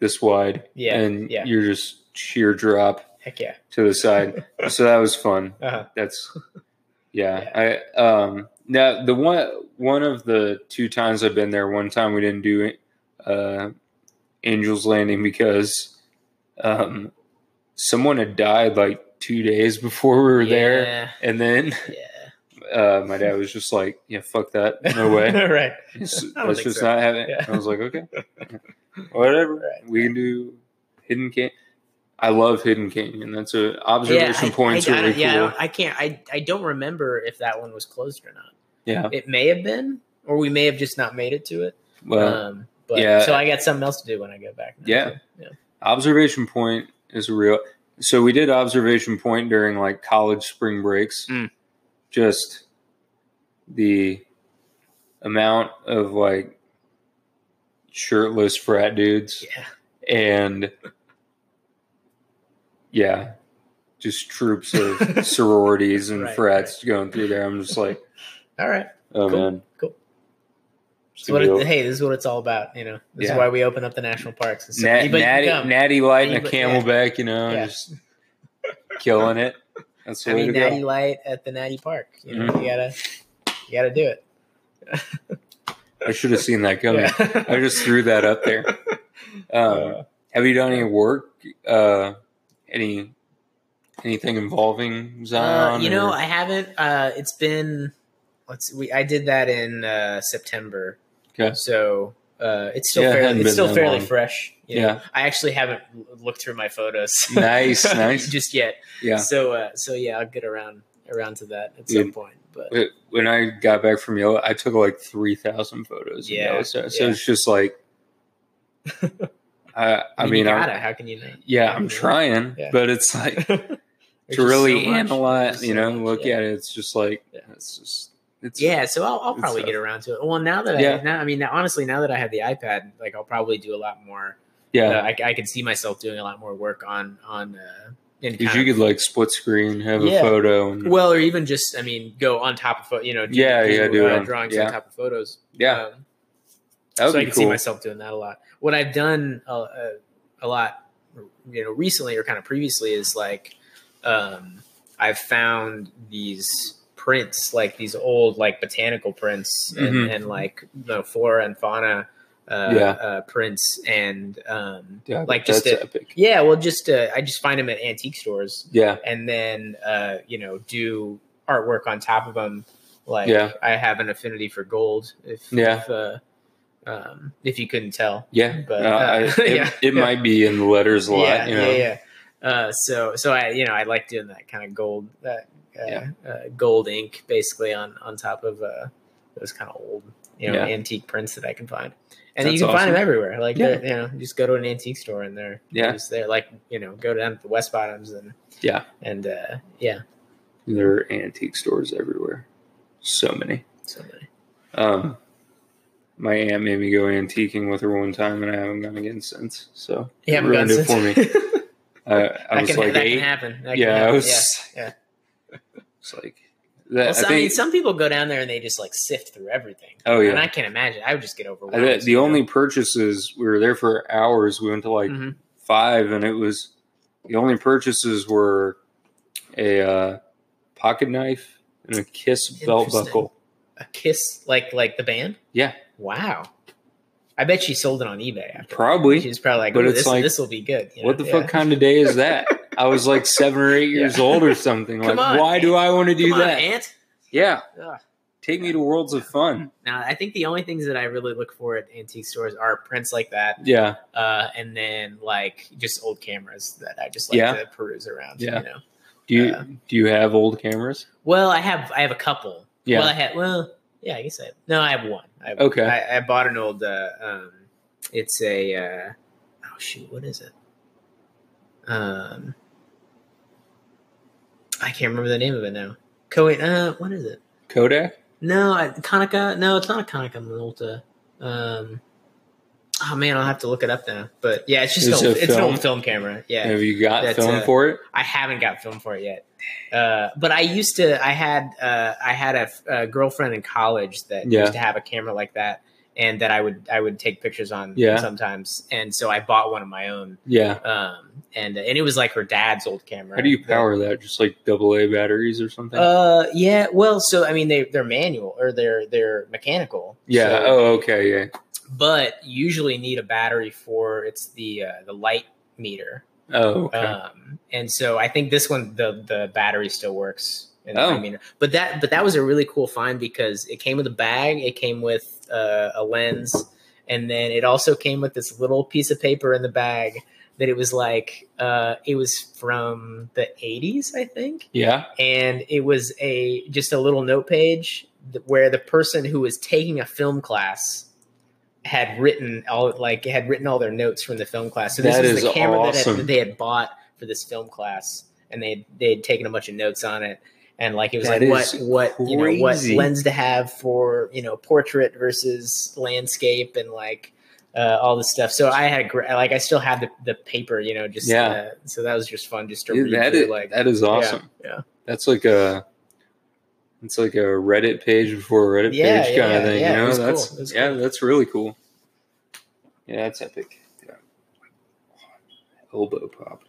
[SPEAKER 1] this wide.
[SPEAKER 2] Yeah,
[SPEAKER 1] And
[SPEAKER 2] yeah.
[SPEAKER 1] you're just sheer drop
[SPEAKER 2] Heck yeah.
[SPEAKER 1] to the side. so that was fun.
[SPEAKER 2] Uh-huh.
[SPEAKER 1] That's yeah. I um now the one one of the two times I've been there, one time we didn't do uh Angel's Landing because um someone had died like two days before we were there. And then
[SPEAKER 2] Yeah.
[SPEAKER 1] uh, my dad was just like, "Yeah, fuck that, no way,
[SPEAKER 2] right.
[SPEAKER 1] It's-
[SPEAKER 2] I don't
[SPEAKER 1] let's
[SPEAKER 2] think
[SPEAKER 1] just
[SPEAKER 2] so.
[SPEAKER 1] not have it."
[SPEAKER 2] Yeah.
[SPEAKER 1] I was like, "Okay, whatever,
[SPEAKER 2] Right.
[SPEAKER 1] we can do Hidden Canyon." I love Hidden Canyon. That's a observation
[SPEAKER 2] yeah, I-
[SPEAKER 1] point's
[SPEAKER 2] I, I,
[SPEAKER 1] really
[SPEAKER 2] don't- yeah, I,
[SPEAKER 1] cool.
[SPEAKER 2] don't- I can't. I I don't remember if that one was closed or not.
[SPEAKER 1] yeah,
[SPEAKER 2] It may have been, or we may have just not made it to it.
[SPEAKER 1] well,
[SPEAKER 2] um, but
[SPEAKER 1] yeah.
[SPEAKER 2] so I got something else to do when I go back. now,
[SPEAKER 1] Yeah.
[SPEAKER 2] too. yeah.
[SPEAKER 1] observation point is real. So we did observation point during like college spring breaks.
[SPEAKER 2] Mm.
[SPEAKER 1] Just the amount of like shirtless frat dudes.
[SPEAKER 2] Yeah.
[SPEAKER 1] and yeah, just troops of sororities and
[SPEAKER 2] Right,
[SPEAKER 1] frats going through there. I'm just like,
[SPEAKER 2] All right.
[SPEAKER 1] oh
[SPEAKER 2] Cool,
[SPEAKER 1] man,
[SPEAKER 2] cool.
[SPEAKER 1] It's
[SPEAKER 2] So what
[SPEAKER 1] gonna
[SPEAKER 2] it,
[SPEAKER 1] be
[SPEAKER 2] hey, this is what it's all about. You know, this
[SPEAKER 1] Yeah.
[SPEAKER 2] is why we open up the national parks. And
[SPEAKER 1] a- Nat-
[SPEAKER 2] anybody can
[SPEAKER 1] natty,
[SPEAKER 2] come.
[SPEAKER 1] natty light and a
[SPEAKER 2] Anybody- yeah.
[SPEAKER 1] camelback, you know,
[SPEAKER 2] Yeah.
[SPEAKER 1] just killing it. That's the
[SPEAKER 2] I
[SPEAKER 1] way
[SPEAKER 2] mean,
[SPEAKER 1] to
[SPEAKER 2] Natty
[SPEAKER 1] go. Mm-hmm.
[SPEAKER 2] Light at the Natty Park. You know, you gotta, you gotta do it.
[SPEAKER 1] I should have seen that coming.
[SPEAKER 2] Yeah.
[SPEAKER 1] I just threw that up there. Um, Have you done any work? Uh, any anything involving
[SPEAKER 2] Uh,
[SPEAKER 1] Zion?
[SPEAKER 2] you know,
[SPEAKER 1] or-
[SPEAKER 2] I haven't. Uh, it's been let's. see, We I did that in uh, September.
[SPEAKER 1] Okay.
[SPEAKER 2] So uh, it's still
[SPEAKER 1] Yeah, it
[SPEAKER 2] fairly,
[SPEAKER 1] hadn't
[SPEAKER 2] it's
[SPEAKER 1] been
[SPEAKER 2] still
[SPEAKER 1] that
[SPEAKER 2] fairly
[SPEAKER 1] long.
[SPEAKER 2] fresh. you
[SPEAKER 1] Yeah.
[SPEAKER 2] know. I actually haven't l- looked through my photos.
[SPEAKER 1] Nice, nice.
[SPEAKER 2] Just yet.
[SPEAKER 1] yeah.
[SPEAKER 2] So uh, so yeah, I'll get around around to that at
[SPEAKER 1] Yeah.
[SPEAKER 2] some point. But
[SPEAKER 1] Wh- When I got back from Yellow, I took like three thousand photos. in
[SPEAKER 2] Yeah,
[SPEAKER 1] Yellowstone. so
[SPEAKER 2] yeah.
[SPEAKER 1] it's just like, I, I mean,
[SPEAKER 2] you
[SPEAKER 1] I'm-
[SPEAKER 2] gotta. how can you not?
[SPEAKER 1] yeah, I'm trying,
[SPEAKER 2] Yeah.
[SPEAKER 1] but it's like
[SPEAKER 2] There's
[SPEAKER 1] to
[SPEAKER 2] just
[SPEAKER 1] really
[SPEAKER 2] so much.
[SPEAKER 1] analyze,
[SPEAKER 2] There's
[SPEAKER 1] you
[SPEAKER 2] so
[SPEAKER 1] know,
[SPEAKER 2] much,
[SPEAKER 1] look
[SPEAKER 2] yeah.
[SPEAKER 1] at it. It's just like
[SPEAKER 2] Yeah.
[SPEAKER 1] it's just it's
[SPEAKER 2] Yeah, so I'll, I'll
[SPEAKER 1] It's
[SPEAKER 2] probably
[SPEAKER 1] tough.
[SPEAKER 2] get around to it. Well, now that
[SPEAKER 1] Yeah.
[SPEAKER 2] I now, I mean, now, honestly, now that I have the iPad, like I'll probably do a lot more.
[SPEAKER 1] yeah.
[SPEAKER 2] Uh, I, I can see myself doing a lot more work on on. Uh, in
[SPEAKER 1] Because
[SPEAKER 2] kind
[SPEAKER 1] you
[SPEAKER 2] of-
[SPEAKER 1] could like split screen, have a
[SPEAKER 2] Yeah.
[SPEAKER 1] photo, and
[SPEAKER 2] well, or even just I mean, go on top of pho- you know, do,
[SPEAKER 1] Yeah, yeah, do it
[SPEAKER 2] uh,
[SPEAKER 1] on-
[SPEAKER 2] drawings
[SPEAKER 1] yeah.
[SPEAKER 2] on top of photos.
[SPEAKER 1] yeah,
[SPEAKER 2] Um,
[SPEAKER 1] that would
[SPEAKER 2] so I
[SPEAKER 1] be
[SPEAKER 2] can
[SPEAKER 1] cool.
[SPEAKER 2] see myself doing that a lot. What I've done a, a, a lot, you know, recently or kind of previously is like um, I've found these prints, like these old like botanical prints and,
[SPEAKER 1] Mhm.
[SPEAKER 2] and like you know, flora and fauna uh,
[SPEAKER 1] Yeah.
[SPEAKER 2] uh, prints, and um,
[SPEAKER 1] yeah,
[SPEAKER 2] like, just
[SPEAKER 1] that's
[SPEAKER 2] a-
[SPEAKER 1] epic.
[SPEAKER 2] yeah, well, just uh, I just find them at antique stores
[SPEAKER 1] Yeah,
[SPEAKER 2] and then uh, you know do artwork on top of them. Like
[SPEAKER 1] Yeah.
[SPEAKER 2] I have an affinity for gold. If
[SPEAKER 1] Yeah.
[SPEAKER 2] if, uh, um, if you couldn't tell,
[SPEAKER 1] yeah.
[SPEAKER 2] But,
[SPEAKER 1] No, I-
[SPEAKER 2] uh,
[SPEAKER 1] it
[SPEAKER 2] yeah.
[SPEAKER 1] it might be in the letters a lot.
[SPEAKER 2] yeah,
[SPEAKER 1] you know?
[SPEAKER 2] yeah, yeah. Uh, so so I you know I like doing that kind of gold that uh,
[SPEAKER 1] Yeah.
[SPEAKER 2] uh, gold ink basically on on top of uh, those kind of old you know
[SPEAKER 1] Yeah.
[SPEAKER 2] antique prints that I can find. And
[SPEAKER 1] That's
[SPEAKER 2] you can find
[SPEAKER 1] awesome.
[SPEAKER 2] them everywhere. Like
[SPEAKER 1] Yeah.
[SPEAKER 2] they're- you know, you just go to an antique store and they're they're
[SPEAKER 1] Yeah.
[SPEAKER 2] just there. Like you know, go down to the West Bottoms and
[SPEAKER 1] Yeah.
[SPEAKER 2] and uh, yeah.
[SPEAKER 1] There are antique stores everywhere. So many.
[SPEAKER 2] So uh, many.
[SPEAKER 1] Um, my aunt made me go antiquing with her one time, and I haven't gone again since. So it
[SPEAKER 2] You haven't
[SPEAKER 1] ruined
[SPEAKER 2] gone
[SPEAKER 1] it for me.
[SPEAKER 2] since-
[SPEAKER 1] I, I
[SPEAKER 2] that
[SPEAKER 1] was
[SPEAKER 2] can,
[SPEAKER 1] like
[SPEAKER 2] that
[SPEAKER 1] eight.
[SPEAKER 2] can happen. That can
[SPEAKER 1] yeah, I
[SPEAKER 2] happen.
[SPEAKER 1] was.
[SPEAKER 2] yeah.
[SPEAKER 1] It's like that.
[SPEAKER 2] Well, so-
[SPEAKER 1] I
[SPEAKER 2] I,
[SPEAKER 1] think.
[SPEAKER 2] mean, some people go down there and they just like sift through everything.
[SPEAKER 1] oh yeah.
[SPEAKER 2] And I can't imagine. I would just get
[SPEAKER 1] I
[SPEAKER 2] overwhelmed.
[SPEAKER 1] bet the
[SPEAKER 2] you know?
[SPEAKER 1] only purchases we were there for hours. We went to like
[SPEAKER 2] Mhm.
[SPEAKER 1] five, and it was the only purchases were a uh, pocket knife and a kiss belt
[SPEAKER 2] Interesting.
[SPEAKER 1] buckle.
[SPEAKER 2] a kiss, like like the band.
[SPEAKER 1] Yeah.
[SPEAKER 2] Wow. I bet she sold it on eBay. After.
[SPEAKER 1] Probably.
[SPEAKER 2] She was probably like,
[SPEAKER 1] But
[SPEAKER 2] "Ooh,
[SPEAKER 1] it's
[SPEAKER 2] this,
[SPEAKER 1] like,
[SPEAKER 2] this will be good. you
[SPEAKER 1] What
[SPEAKER 2] know?
[SPEAKER 1] the fuck kind of day is that? I was like seven or eight years
[SPEAKER 2] Yeah.
[SPEAKER 1] old or something.
[SPEAKER 2] Come
[SPEAKER 1] Like,
[SPEAKER 2] on,
[SPEAKER 1] why do I want to
[SPEAKER 2] Yeah.
[SPEAKER 1] do
[SPEAKER 2] Come on,
[SPEAKER 1] that?
[SPEAKER 2] Ant.
[SPEAKER 1] Yeah,
[SPEAKER 2] Ugh.
[SPEAKER 1] take me to worlds of fun.
[SPEAKER 2] Now, I think the only things that I really look for at antique stores are prints like that,
[SPEAKER 1] Yeah,
[SPEAKER 2] uh, and then like just old cameras that I just like
[SPEAKER 1] Yeah.
[SPEAKER 2] to peruse around.
[SPEAKER 1] Yeah.
[SPEAKER 2] You know.
[SPEAKER 1] do you
[SPEAKER 2] Uh,
[SPEAKER 1] do you have old cameras?
[SPEAKER 2] Well, I have I have a couple.
[SPEAKER 1] Yeah.
[SPEAKER 2] Well, I had well, yeah, I guess I no, I have one. I,
[SPEAKER 1] Okay.
[SPEAKER 2] I, I bought an old. Uh, um, it's a uh, oh shoot, what is it? Um, I can't remember the name of it now. Cohen, uh, what is it?
[SPEAKER 1] Kodak?
[SPEAKER 2] No, I, Konica. No, it's not a Konica Minolta. Um, oh man, I'll have to look it up now. But yeah, it's just
[SPEAKER 1] Is
[SPEAKER 2] an
[SPEAKER 1] it
[SPEAKER 2] old, it's an
[SPEAKER 1] film?
[SPEAKER 2] old film camera. Yeah,
[SPEAKER 1] Have you got
[SPEAKER 2] That's,
[SPEAKER 1] film
[SPEAKER 2] uh,
[SPEAKER 1] for it?
[SPEAKER 2] I haven't got film for it yet. Uh, but I used to. I had uh, I had a, f- a girlfriend in college that
[SPEAKER 1] Yeah.
[SPEAKER 2] used to have a camera like that, and that I would I would take pictures on
[SPEAKER 1] Yeah.
[SPEAKER 2] sometimes. And so I bought one of my own,
[SPEAKER 1] Yeah.
[SPEAKER 2] um, and and it was like her dad's old camera.
[SPEAKER 1] How do you power that? Just like double A batteries or something?
[SPEAKER 2] Uh, yeah. Well, so I mean, they they're manual or they're they're mechanical.
[SPEAKER 1] yeah.
[SPEAKER 2] So-
[SPEAKER 1] oh, okay. Yeah.
[SPEAKER 2] but you usually need a battery for it's the uh, the light meter
[SPEAKER 1] Oh, okay.
[SPEAKER 2] Um, and so I think this one, the the battery still works. And,
[SPEAKER 1] Oh.
[SPEAKER 2] I mean, but that but that was a really cool find because it came with a bag, it came with uh, a lens, and then it also came with this little piece of paper in the bag that it was like uh, it was from the '80s, I think,
[SPEAKER 1] yeah.
[SPEAKER 2] and it was a just a little note page th- where the person who was taking a film class had written all like had written all their notes from the film class. So this
[SPEAKER 1] That
[SPEAKER 2] is,
[SPEAKER 1] is
[SPEAKER 2] the camera that,
[SPEAKER 1] awesome.
[SPEAKER 2] had, that they had bought for this film class, and they they had taken a bunch of notes on it. And like it was
[SPEAKER 1] That
[SPEAKER 2] like
[SPEAKER 1] is
[SPEAKER 2] what what you know what
[SPEAKER 1] crazy.
[SPEAKER 2] lens to have for you know portrait versus landscape and like uh, all this stuff. So I had a gra- like I still have the, the paper you know just
[SPEAKER 1] Yeah.
[SPEAKER 2] uh, so that was just fun just to
[SPEAKER 1] Dude,
[SPEAKER 2] read
[SPEAKER 1] that
[SPEAKER 2] through,
[SPEAKER 1] is
[SPEAKER 2] like
[SPEAKER 1] that is awesome.
[SPEAKER 2] yeah.
[SPEAKER 1] That's like a it's like a Reddit page before a Reddit
[SPEAKER 2] Yeah,
[SPEAKER 1] page
[SPEAKER 2] yeah,
[SPEAKER 1] kind of
[SPEAKER 2] yeah,
[SPEAKER 1] thing.
[SPEAKER 2] yeah,
[SPEAKER 1] you
[SPEAKER 2] it
[SPEAKER 1] know,
[SPEAKER 2] was cool.
[SPEAKER 1] that's
[SPEAKER 2] It was
[SPEAKER 1] yeah,
[SPEAKER 2] cool.
[SPEAKER 1] that's really cool. Yeah, that's epic. Yeah. Elbow popped.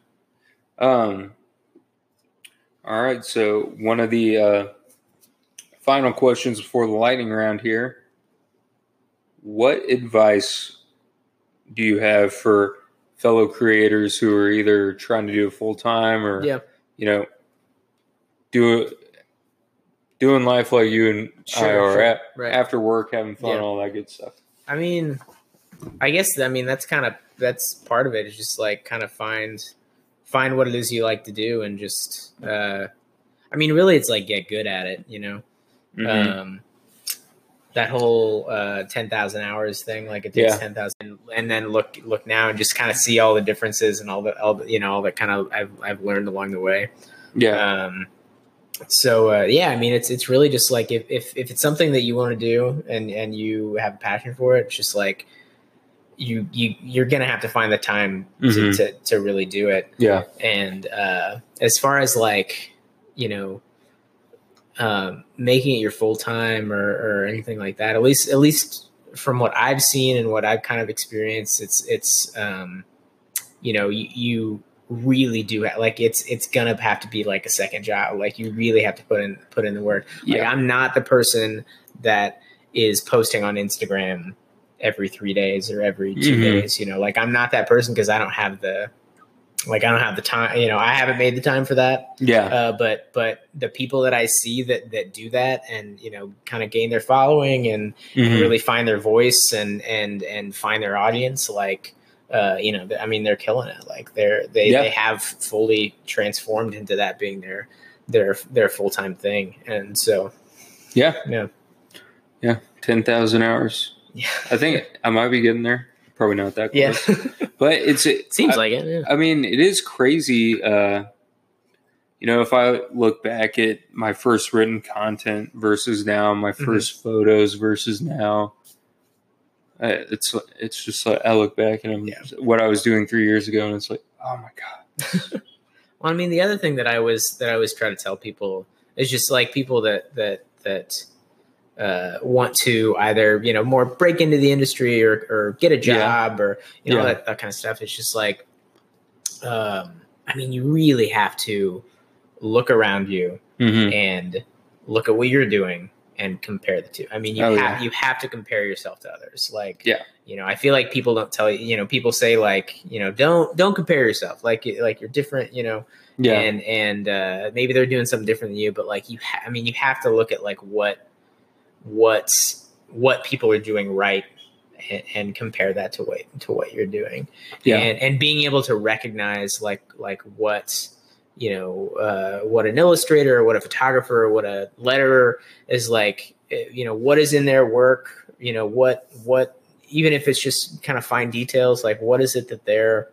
[SPEAKER 1] Um. All right, so one of the uh, final questions before the lightning round here. What advice do you have for fellow creators who are either trying to do it full time or
[SPEAKER 2] Yeah.
[SPEAKER 1] you know do doing life like you and
[SPEAKER 2] Sure,
[SPEAKER 1] I are
[SPEAKER 2] sure.
[SPEAKER 1] at,
[SPEAKER 2] Right.
[SPEAKER 1] after work having fun
[SPEAKER 2] Yeah.
[SPEAKER 1] all that good stuff.
[SPEAKER 2] I mean, I guess I mean that's kind of that's part of it. Is just like kind of find find what it is you like to do, and just uh, I mean, really, it's like get good at it. You know,
[SPEAKER 1] Mhm.
[SPEAKER 2] um, that whole uh, ten thousand hours thing, like it takes
[SPEAKER 1] Yeah.
[SPEAKER 2] ten thousand, and then look look now and just kind of see all the differences and all the all the, you know all that kind of I've I've learned along the way.
[SPEAKER 1] yeah.
[SPEAKER 2] Um, so uh, yeah, I mean, it's it's really just like if, if if it's something that you want to do and and you have a passion for it, it's just like you you you're gonna have to find the time to,
[SPEAKER 1] Mhm.
[SPEAKER 2] to to really do it.
[SPEAKER 1] yeah.
[SPEAKER 2] And uh, as far as like you know, um, making it your full time or or anything like that, at least at least from what I've seen and what I've kind of experienced, it's it's um, you know you. you really do ha- like it's it's gonna have to be like a second job like you really have to put in put in the work like
[SPEAKER 1] Yeah.
[SPEAKER 2] i'm not the person that is posting on instagram every three days or every 2
[SPEAKER 1] Mhm.
[SPEAKER 2] days you know like i'm not that person because i don't have the like i don't have the time you know i haven't made the time for that
[SPEAKER 1] Yeah.
[SPEAKER 2] uh, but but the people that I see that that do that and you know kind of gain their following and
[SPEAKER 1] Mhm.
[SPEAKER 2] really find their voice and and and find their audience like uh, you know th- I mean they're killing it like they're they,
[SPEAKER 1] Yeah.
[SPEAKER 2] they have fully transformed into that being their their their full time thing and so
[SPEAKER 1] Yeah.
[SPEAKER 2] Yeah.
[SPEAKER 1] Yeah. 10,000 hours.
[SPEAKER 2] yeah
[SPEAKER 1] I think I might be getting there. Probably not that
[SPEAKER 2] yeah
[SPEAKER 1] close. But it's, it
[SPEAKER 2] seems
[SPEAKER 1] I,
[SPEAKER 2] like it yeah.
[SPEAKER 1] I mean, it is crazy. Uh, you know, if I look back at my first written content versus now, my 1st photos versus now, uh, it's it's just like I look back and I'm,
[SPEAKER 2] Yeah.
[SPEAKER 1] what I was doing three years ago, and it's like, oh my god,
[SPEAKER 2] Well, I mean, the other thing that I was that I always try to tell people is just like people that that that uh, want to either you know more break into the industry or or get a
[SPEAKER 1] Yeah.
[SPEAKER 2] job or you know
[SPEAKER 1] Yeah.
[SPEAKER 2] that, that kind of stuff. It's just like, um, I mean, you really have to look around you
[SPEAKER 1] mm-hmm.
[SPEAKER 2] and look at what you're doing and compare the two. I mean, you
[SPEAKER 1] Oh,
[SPEAKER 2] have
[SPEAKER 1] yeah.
[SPEAKER 2] you have to compare yourself to others. Like,
[SPEAKER 1] Yeah.
[SPEAKER 2] you know, I feel like people don't tell you. You know, people say like, you know, don't don't compare yourself. Like, you- like you're different. You know,
[SPEAKER 1] yeah,
[SPEAKER 2] and and uh, maybe they're doing something different than you but like you ha- i mean you have to look at like what what's what people are doing right and, and compare that to what to what you're doing
[SPEAKER 1] yeah,
[SPEAKER 2] and and being able to recognize like like what you know uh, what an illustrator or what a photographer or what a letterer is like eh, you know what is in their work you know what what even if it's just kind of fine details like what is it that they're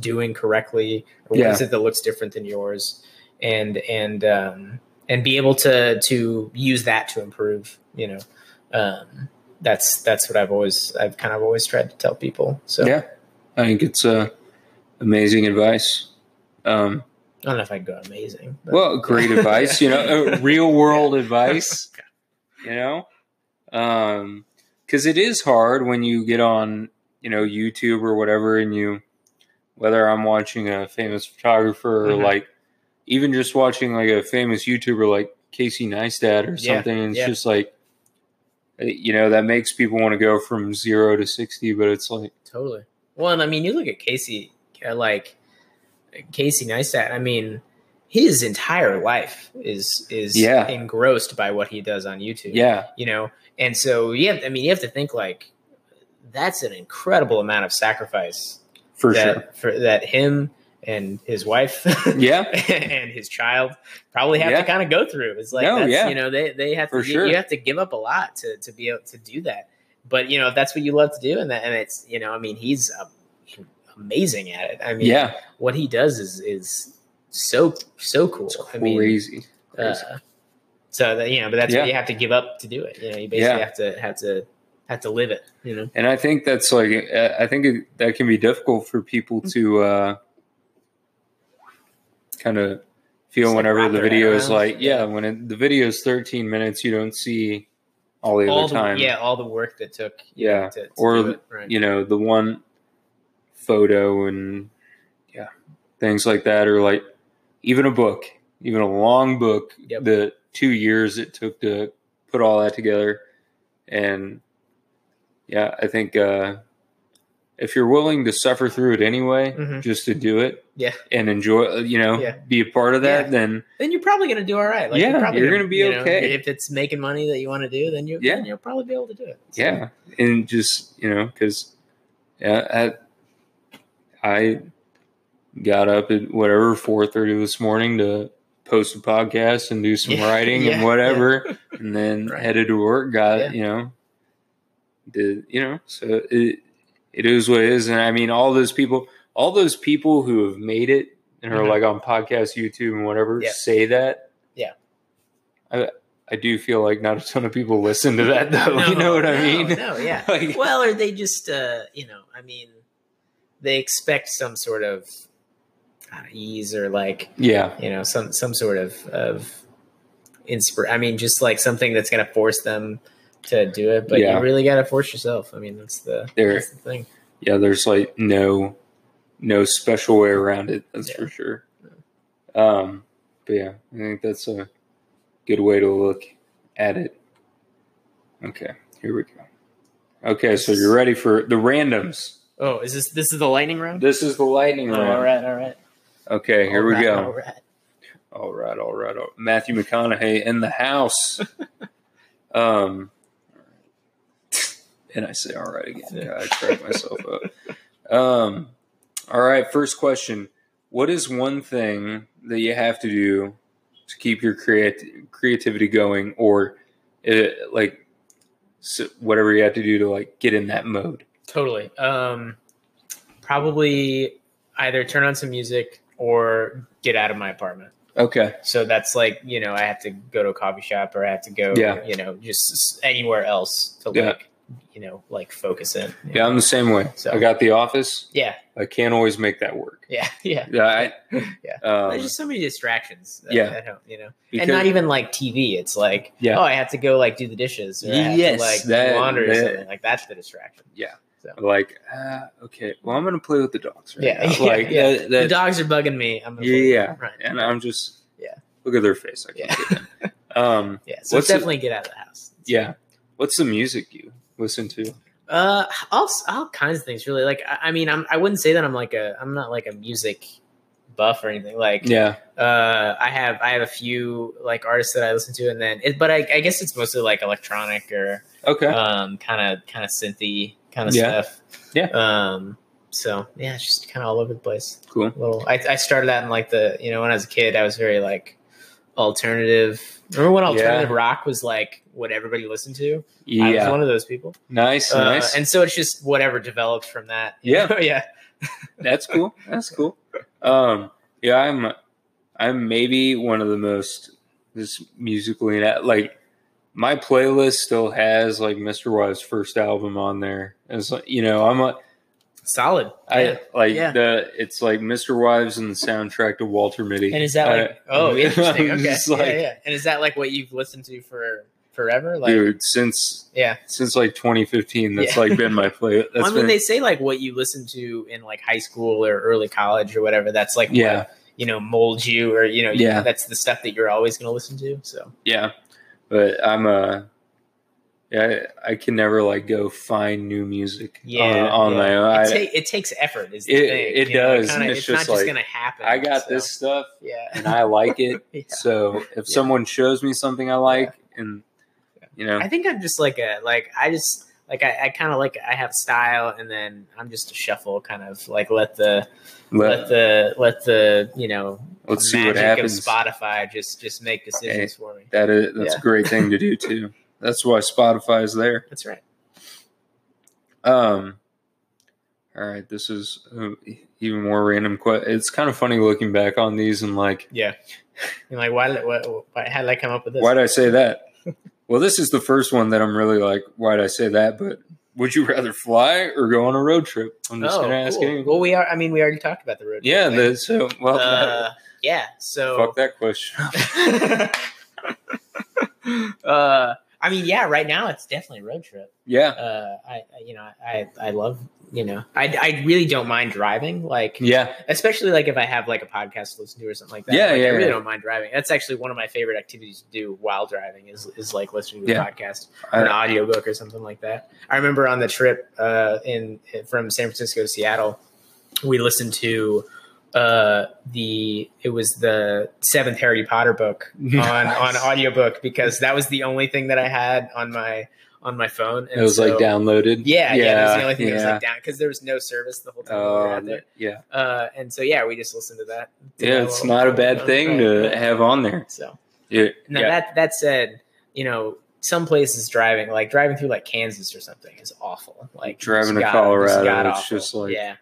[SPEAKER 2] doing correctly or what is
[SPEAKER 1] Yeah.
[SPEAKER 2] it that looks different than yours and and um and be able to to use that to improve you know um that's that's what i've always i've kind of always tried to tell people so
[SPEAKER 1] yeah. I think it's uh, amazing advice. Um,
[SPEAKER 2] I don't know if I'd go amazing. but-
[SPEAKER 1] Well, great advice, you know, uh, real world advice, you know, um, because it is hard when you get on, you know, YouTube or whatever, and you, whether I'm watching a famous photographer or
[SPEAKER 2] Mhm.
[SPEAKER 1] like, even just watching like a famous YouTuber like Casey Neistat or
[SPEAKER 2] Yeah,
[SPEAKER 1] something, it's
[SPEAKER 2] yeah.
[SPEAKER 1] just like, uh, you know, that makes people want to go from zero to sixty, but it's like,
[SPEAKER 2] totally. Well, and I mean, you look at Casey, uh, like Casey Neistat. I mean, his entire life is is
[SPEAKER 1] Yeah.
[SPEAKER 2] engrossed by what he does on YouTube.
[SPEAKER 1] yeah,
[SPEAKER 2] you know, and so you have. I mean, you have to think like that's an incredible amount of sacrifice
[SPEAKER 1] for
[SPEAKER 2] that
[SPEAKER 1] sure,
[SPEAKER 2] for that him and his wife
[SPEAKER 1] yeah,
[SPEAKER 2] and his child probably have
[SPEAKER 1] Yeah.
[SPEAKER 2] to kind of go through. It's like
[SPEAKER 1] No,
[SPEAKER 2] that's,
[SPEAKER 1] yeah.
[SPEAKER 2] you know they they have to
[SPEAKER 1] For
[SPEAKER 2] you,
[SPEAKER 1] sure.
[SPEAKER 2] you have to give up a lot to to be able to do that. But you know if that's what you love to do and that and it's you know I mean he's uh, amazing at it. I mean
[SPEAKER 1] yeah,
[SPEAKER 2] what he does is is so so cool.
[SPEAKER 1] it's
[SPEAKER 2] I mean
[SPEAKER 1] crazy.
[SPEAKER 2] uh,
[SPEAKER 1] Crazy.
[SPEAKER 2] so that you know but that's
[SPEAKER 1] Yeah.
[SPEAKER 2] what you have to give up to do it. You know you
[SPEAKER 1] Yeah.
[SPEAKER 2] basically have to have to have to live it. You know
[SPEAKER 1] and I think that's like uh, I think it, that can be difficult for people
[SPEAKER 2] Mm-hmm.
[SPEAKER 1] to uh, kind of feel
[SPEAKER 2] Just, like,
[SPEAKER 1] whenever
[SPEAKER 2] wrap
[SPEAKER 1] the
[SPEAKER 2] their head
[SPEAKER 1] video is
[SPEAKER 2] around.
[SPEAKER 1] like yeah when it, the video is 13 minutes you don't see all the
[SPEAKER 2] all
[SPEAKER 1] other
[SPEAKER 2] the
[SPEAKER 1] time
[SPEAKER 2] yeah all the work that took you
[SPEAKER 1] Yeah.
[SPEAKER 2] know, to, to
[SPEAKER 1] Or,
[SPEAKER 2] do it, right.
[SPEAKER 1] you know the one photo and yeah things like that or like even a book even a long book
[SPEAKER 2] Yep.
[SPEAKER 1] the two years it took to put all that together and yeah i think uh if you're willing to suffer through it anyway,
[SPEAKER 2] Mhm.
[SPEAKER 1] just to do it,
[SPEAKER 2] Yeah.
[SPEAKER 1] and enjoy, you know,
[SPEAKER 2] Yeah.
[SPEAKER 1] be a part of that,
[SPEAKER 2] Yeah.
[SPEAKER 1] then
[SPEAKER 2] then you're probably going to do all right.
[SPEAKER 1] Yeah,
[SPEAKER 2] probably
[SPEAKER 1] you're gonna be
[SPEAKER 2] you know,
[SPEAKER 1] okay.
[SPEAKER 2] if it's making money that you want to do, then you
[SPEAKER 1] Yeah.
[SPEAKER 2] then you'll probably be able to do it. So,
[SPEAKER 1] yeah, and just you know, because yeah, I, I got up at whatever four thirty this morning to post a podcast and do some
[SPEAKER 2] Yeah,
[SPEAKER 1] writing
[SPEAKER 2] yeah,
[SPEAKER 1] and
[SPEAKER 2] yeah.
[SPEAKER 1] whatever, and then
[SPEAKER 2] Right.
[SPEAKER 1] headed to work. Got
[SPEAKER 2] Yeah.
[SPEAKER 1] you know, did you know? So it it is what it is, and I mean, all those people, all those people who have made it and are
[SPEAKER 2] Mhm.
[SPEAKER 1] like on podcasts, YouTube, and whatever,
[SPEAKER 2] Yeah.
[SPEAKER 1] say that.
[SPEAKER 2] Yeah.
[SPEAKER 1] I I do feel like not a ton of people listen to that though. you know what I
[SPEAKER 2] no,
[SPEAKER 1] mean?
[SPEAKER 2] No, yeah.
[SPEAKER 1] Like-
[SPEAKER 2] well, or they just uh, you know, I mean, they expect some sort of uh, ease or like
[SPEAKER 1] Yeah.
[SPEAKER 2] you know some some sort of of inspire. I mean, just like something that's going to force them to do it. But
[SPEAKER 1] Yeah.
[SPEAKER 2] you really got to force yourself. I mean, that's the
[SPEAKER 1] There-
[SPEAKER 2] that's the thing.
[SPEAKER 1] Yeah, there's like no no special way around it, that's
[SPEAKER 2] Yeah.
[SPEAKER 1] for sure. Um but yeah, I think that's a good way to look at it. Okay, here we go. Okay, so you're ready for the randoms.
[SPEAKER 2] Oh, is this this is the lightning round?
[SPEAKER 1] This is the lightning
[SPEAKER 2] Oh, all
[SPEAKER 1] round.
[SPEAKER 2] right, all right.
[SPEAKER 1] Okay, here
[SPEAKER 2] All
[SPEAKER 1] we
[SPEAKER 2] right,
[SPEAKER 1] go.
[SPEAKER 2] all right.
[SPEAKER 1] All right, all right. All right. Matthew McConaughey in the house. um, and I say all right again. God, I crack myself up. Um, all right. First question: What is one thing that you have to do to keep your creat- creativity going, or it, like s whatever you have to do to like get in that mode?
[SPEAKER 2] Totally. Um, probably either turn on some music or get out of my apartment.
[SPEAKER 1] Okay.
[SPEAKER 2] So that's like, you know, I have to go to a coffee shop or I have to go,
[SPEAKER 1] Yeah.
[SPEAKER 2] you know, just s- anywhere else to
[SPEAKER 1] Yeah.
[SPEAKER 2] like, you know, like focus in. you
[SPEAKER 1] Yeah,
[SPEAKER 2] know?
[SPEAKER 1] I'm the same way.
[SPEAKER 2] So-
[SPEAKER 1] I got the office.
[SPEAKER 2] Yeah.
[SPEAKER 1] I can't always make that work.
[SPEAKER 2] Yeah. Yeah.
[SPEAKER 1] Yeah. I,
[SPEAKER 2] Yeah.
[SPEAKER 1] um,
[SPEAKER 2] There's just so many distractions. At,
[SPEAKER 1] yeah.
[SPEAKER 2] At home, you know,
[SPEAKER 1] because-
[SPEAKER 2] and not even like TV. It's like,
[SPEAKER 1] Yeah.
[SPEAKER 2] oh, I have to go like do the dishes or I have
[SPEAKER 1] Yes,
[SPEAKER 2] to like do
[SPEAKER 1] that-
[SPEAKER 2] laundry or
[SPEAKER 1] that-
[SPEAKER 2] something. Like that's the distraction.
[SPEAKER 1] like uh, okay well i'm gonna play with the dogs right
[SPEAKER 2] Yeah,
[SPEAKER 1] now. like
[SPEAKER 2] yeah, yeah.
[SPEAKER 1] That,
[SPEAKER 2] the
[SPEAKER 1] that-
[SPEAKER 2] dogs are bugging me. I'm gonna-
[SPEAKER 1] yeah, yeah.
[SPEAKER 2] Right.
[SPEAKER 1] and i'm just
[SPEAKER 2] Yeah.
[SPEAKER 1] look at their face i can't get them. um
[SPEAKER 2] Yeah. So
[SPEAKER 1] What's the-
[SPEAKER 2] definitely get out of the house.
[SPEAKER 1] yeah what's the music you listen to
[SPEAKER 2] Uh, all all kinds of things, really. Like, I, I mean, I'm I wouldn't say that I'm like a I'm not like a music buff or anything. Like,
[SPEAKER 1] yeah
[SPEAKER 2] uh, I have I have a few like artists that I listen to, and then it, but I, I guess it's mostly like electronic or
[SPEAKER 1] okay
[SPEAKER 2] um kind of kind of synthy kind of
[SPEAKER 1] Yeah.
[SPEAKER 2] stuff.
[SPEAKER 1] Yeah.
[SPEAKER 2] Um. So yeah, it's just kind of all over the place.
[SPEAKER 1] cool
[SPEAKER 2] Little. I I started out in like the you know when I was a kid, I was very like alternative. Remember when alternative rock was like what everybody listened to? I was
[SPEAKER 1] yeah
[SPEAKER 2] one of those people.
[SPEAKER 1] nice
[SPEAKER 2] Uh,
[SPEAKER 1] nice
[SPEAKER 2] And so it's just whatever develops from that. you
[SPEAKER 1] Yeah.
[SPEAKER 2] know? yeah.
[SPEAKER 1] that's cool that's cool um yeah i'm i'm maybe one of the most this musically uh, like my playlist still has like mr Y's first album on there it's like you know i'm a
[SPEAKER 2] Solid. Yeah.
[SPEAKER 1] I like
[SPEAKER 2] Yeah.
[SPEAKER 1] the it's like Mr. Wives and the soundtrack to Walter Mitty.
[SPEAKER 2] and is that like,
[SPEAKER 1] Uh,
[SPEAKER 2] oh, interesting.
[SPEAKER 1] I'm
[SPEAKER 2] Okay.
[SPEAKER 1] just
[SPEAKER 2] Yeah,
[SPEAKER 1] like,
[SPEAKER 2] yeah. And is that like what you've listened to for forever? Like,
[SPEAKER 1] dude, since
[SPEAKER 2] yeah.
[SPEAKER 1] since like 2015, that's
[SPEAKER 2] Yeah.
[SPEAKER 1] like been my play. That's
[SPEAKER 2] Well, I mean,
[SPEAKER 1] been,
[SPEAKER 2] they say like what you listen to in like high school or early college or whatever. That's like,
[SPEAKER 1] yeah,
[SPEAKER 2] what, you know, molds you or, you know,
[SPEAKER 1] Yeah.
[SPEAKER 2] that's the stuff that you're always going to listen to. So,
[SPEAKER 1] yeah. But I'm uh yeah, I, I can never like go find new music
[SPEAKER 2] yeah.
[SPEAKER 1] on, on
[SPEAKER 2] yeah.
[SPEAKER 1] my own.
[SPEAKER 2] It,
[SPEAKER 1] I,
[SPEAKER 2] ta- it takes effort, is the
[SPEAKER 1] It-
[SPEAKER 2] thing.
[SPEAKER 1] it
[SPEAKER 2] you know?
[SPEAKER 1] does,
[SPEAKER 2] kinda-
[SPEAKER 1] and
[SPEAKER 2] it's,
[SPEAKER 1] it's
[SPEAKER 2] not
[SPEAKER 1] just
[SPEAKER 2] just
[SPEAKER 1] like,
[SPEAKER 2] going to happen.
[SPEAKER 1] I got
[SPEAKER 2] so,
[SPEAKER 1] this stuff
[SPEAKER 2] Yeah.
[SPEAKER 1] and I like it.
[SPEAKER 2] yeah.
[SPEAKER 1] So if
[SPEAKER 2] Yeah.
[SPEAKER 1] someone shows me something I like and you know,
[SPEAKER 2] I think I'm just like a like I just like I, I kind of like I have style, and then I'm just a shuffle kind of like let the let
[SPEAKER 1] let,
[SPEAKER 2] the let the you know
[SPEAKER 1] let's see what
[SPEAKER 2] magic
[SPEAKER 1] happens.
[SPEAKER 2] of Spotify just just make decisions for me.
[SPEAKER 1] That is that's
[SPEAKER 2] Yeah.
[SPEAKER 1] a great thing to do too. That's why Spotify is there.
[SPEAKER 2] That's right.
[SPEAKER 1] Um, all right, this is uh, even more random. Que- it's kind of funny looking back on these and like,
[SPEAKER 2] Yeah. And like why did why, why how did I come up with this?
[SPEAKER 1] why did I say that? well, this is the first one that I'm really like, why did I say that? But would you rather fly or go on a road trip? I'm just
[SPEAKER 2] oh,
[SPEAKER 1] gonna ask
[SPEAKER 2] cool.
[SPEAKER 1] you.
[SPEAKER 2] Well, we are. I mean, we already talked about the road.
[SPEAKER 1] Yeah,
[SPEAKER 2] trip thing.
[SPEAKER 1] the, so well,
[SPEAKER 2] uh, yeah.
[SPEAKER 1] that-
[SPEAKER 2] So
[SPEAKER 1] fuck that question.
[SPEAKER 2] uh, I mean, yeah, right now it's definitely a road trip.
[SPEAKER 1] Yeah.
[SPEAKER 2] Uh, I, I- you know, I, I love, you know, I, I really don't mind driving. Like,
[SPEAKER 1] Yeah.
[SPEAKER 2] especially like if I have like a podcast to listen to or something like that.
[SPEAKER 1] Yeah,
[SPEAKER 2] Like,
[SPEAKER 1] yeah,
[SPEAKER 2] I really
[SPEAKER 1] yeah.
[SPEAKER 2] don't mind driving. That's actually one of my favorite activities to do while driving is is like listening to a
[SPEAKER 1] Yeah.
[SPEAKER 2] podcast or an
[SPEAKER 1] I,
[SPEAKER 2] audiobook or something like that. I remember on the trip uh, in from San Francisco to Seattle, we listened to uh the it was the seventh harry potter book on on
[SPEAKER 1] Nice.
[SPEAKER 2] audiobook because that was the only thing that i had on my on my phone
[SPEAKER 1] it was
[SPEAKER 2] so-
[SPEAKER 1] like downloaded.
[SPEAKER 2] yeah, yeah, that was the only thing that was
[SPEAKER 1] yeah.
[SPEAKER 2] like down because there was no service the whole time. we were
[SPEAKER 1] Oh,
[SPEAKER 2] out there.
[SPEAKER 1] yeah.
[SPEAKER 2] Uh, and so yeah, we just listened to that. to
[SPEAKER 1] Yeah,
[SPEAKER 2] that
[SPEAKER 1] it's
[SPEAKER 2] little-
[SPEAKER 1] not a bad thing to have on there.
[SPEAKER 2] So
[SPEAKER 1] Yeah.
[SPEAKER 2] now
[SPEAKER 1] yeah.
[SPEAKER 2] that that said, you know, some places driving like driving through like Kansas or something is awful. Like
[SPEAKER 1] Driving to
[SPEAKER 2] god-
[SPEAKER 1] Colorado,
[SPEAKER 2] god
[SPEAKER 1] it's
[SPEAKER 2] awful.
[SPEAKER 1] just like-
[SPEAKER 2] yeah.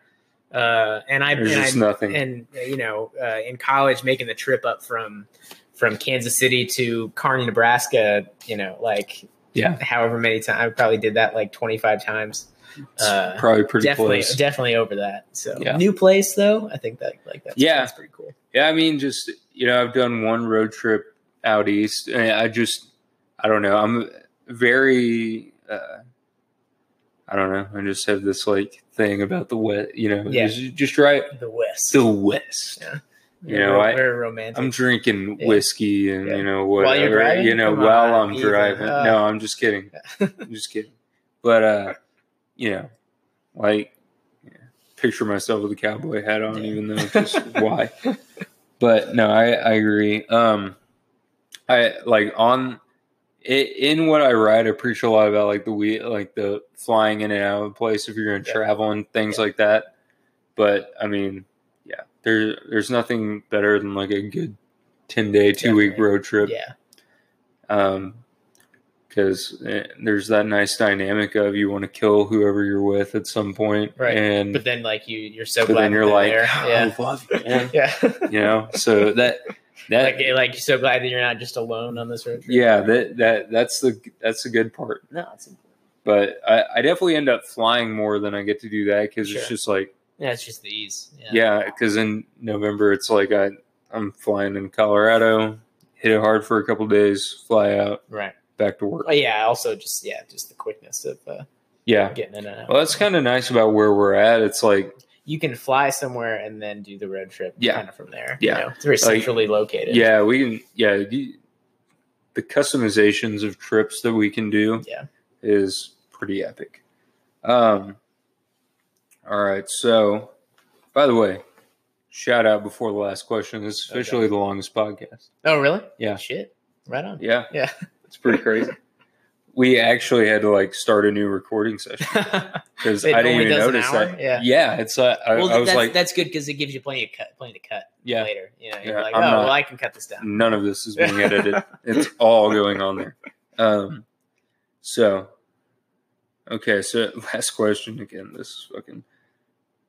[SPEAKER 2] Uh, and I
[SPEAKER 1] There's
[SPEAKER 2] and
[SPEAKER 1] just
[SPEAKER 2] I,
[SPEAKER 1] nothing.
[SPEAKER 2] and uh, you know uh, in college making the trip up from from Kansas City to Kearney, Nebraska, you know, like
[SPEAKER 1] Yeah.
[SPEAKER 2] however many times I probably did that like 25 times.
[SPEAKER 1] It's
[SPEAKER 2] uh,
[SPEAKER 1] probably pretty
[SPEAKER 2] definitely,
[SPEAKER 1] close.
[SPEAKER 2] definitely over that. So
[SPEAKER 1] Yeah.
[SPEAKER 2] new place though, I think that like that's,
[SPEAKER 1] Yeah.
[SPEAKER 2] that's pretty cool.
[SPEAKER 1] Yeah, I mean, just you know, I've done one road trip out east, and I just, I don't know. I'm very, uh, I don't know. I just have this like thing about the west. You know,
[SPEAKER 2] Yeah.
[SPEAKER 1] just, just right
[SPEAKER 2] The West,
[SPEAKER 1] the west.
[SPEAKER 2] Yeah.
[SPEAKER 1] you know,
[SPEAKER 2] Ro-
[SPEAKER 1] I-
[SPEAKER 2] very romantic.
[SPEAKER 1] I'm drinking
[SPEAKER 2] Yeah.
[SPEAKER 1] whiskey and
[SPEAKER 2] Yeah.
[SPEAKER 1] you know
[SPEAKER 2] While
[SPEAKER 1] whatever.
[SPEAKER 2] you're driving?
[SPEAKER 1] you know,
[SPEAKER 2] Come
[SPEAKER 1] while
[SPEAKER 2] on,
[SPEAKER 1] I'm
[SPEAKER 2] Ethan.
[SPEAKER 1] driving.
[SPEAKER 2] Uh.
[SPEAKER 1] no, I'm just kidding. I'm just kidding. But uh, you know, like yeah, picture myself with a cowboy hat on,
[SPEAKER 2] Yeah.
[SPEAKER 1] even though it's just why. But no, I I agree. Um, I like on i in what I write. I preach a lot about like the we like the flying in and out of a place if you're gonna
[SPEAKER 2] Yeah.
[SPEAKER 1] travel and things
[SPEAKER 2] Yeah.
[SPEAKER 1] like that. But I mean, yeah, there there's nothing better than like a good ten day, two week
[SPEAKER 2] Definitely.
[SPEAKER 1] road trip
[SPEAKER 2] yeah,
[SPEAKER 1] um because there's that nice dynamic of you want to kill whoever you're with at some point
[SPEAKER 2] Right.
[SPEAKER 1] and
[SPEAKER 2] but then like you, you're so
[SPEAKER 1] but
[SPEAKER 2] glad
[SPEAKER 1] then you're
[SPEAKER 2] that
[SPEAKER 1] like
[SPEAKER 2] they're
[SPEAKER 1] "Oh, I love you man."
[SPEAKER 2] there. yeah, yeah.
[SPEAKER 1] you know so that that
[SPEAKER 2] like eh, like you're so glad that you're not just alone on this road trip.
[SPEAKER 1] yeah that that that's the that's the good part
[SPEAKER 2] no, it's important.
[SPEAKER 1] but i i definitely end up flying more than i get to do that because
[SPEAKER 2] Sure.
[SPEAKER 1] it's just like
[SPEAKER 2] yeah, it's just the ease. Yeah,
[SPEAKER 1] yeah because in november it's like i i'm flying in colorado hit it hard for a couple days fly out
[SPEAKER 2] right.
[SPEAKER 1] back to work
[SPEAKER 2] Oh yeah, also just yeah, just the quickness of uh,
[SPEAKER 1] yeah
[SPEAKER 2] getting in and out.
[SPEAKER 1] well that's kind of nice about where we're at it's like
[SPEAKER 2] you can fly somewhere and then do the road trip.
[SPEAKER 1] Yeah.
[SPEAKER 2] kind of from there.
[SPEAKER 1] Yeah.
[SPEAKER 2] you know? it's very
[SPEAKER 1] Like-
[SPEAKER 2] centrally located.
[SPEAKER 1] Yeah, we can. Yeah, the, the customizations of trips that we can do
[SPEAKER 2] Yeah.
[SPEAKER 1] is pretty epic. Um, all right. So, by the way, shout out before the last question. This is
[SPEAKER 2] Okay.
[SPEAKER 1] officially the longest podcast.
[SPEAKER 2] Oh really?
[SPEAKER 1] Yeah.
[SPEAKER 2] Shit. Right on.
[SPEAKER 1] Yeah,
[SPEAKER 2] Yeah.
[SPEAKER 1] it's pretty crazy. we actually had to like start a new recording session because
[SPEAKER 2] It
[SPEAKER 1] I didn't
[SPEAKER 2] only
[SPEAKER 1] even
[SPEAKER 2] does an
[SPEAKER 1] notice
[SPEAKER 2] hour?
[SPEAKER 1] that.
[SPEAKER 2] Yeah.
[SPEAKER 1] it's. Uh, I,
[SPEAKER 2] well,
[SPEAKER 1] I was
[SPEAKER 2] that's,
[SPEAKER 1] like,
[SPEAKER 2] that's good because it gives you plenty of cut, plenty to cut
[SPEAKER 1] yeah,
[SPEAKER 2] later. You know, you're
[SPEAKER 1] Yeah,
[SPEAKER 2] like,
[SPEAKER 1] I'm
[SPEAKER 2] oh,
[SPEAKER 1] not-
[SPEAKER 2] well, I can cut this down.
[SPEAKER 1] none of this is being edited. it's all going on there. Um, so, okay, so last question again. This is fucking.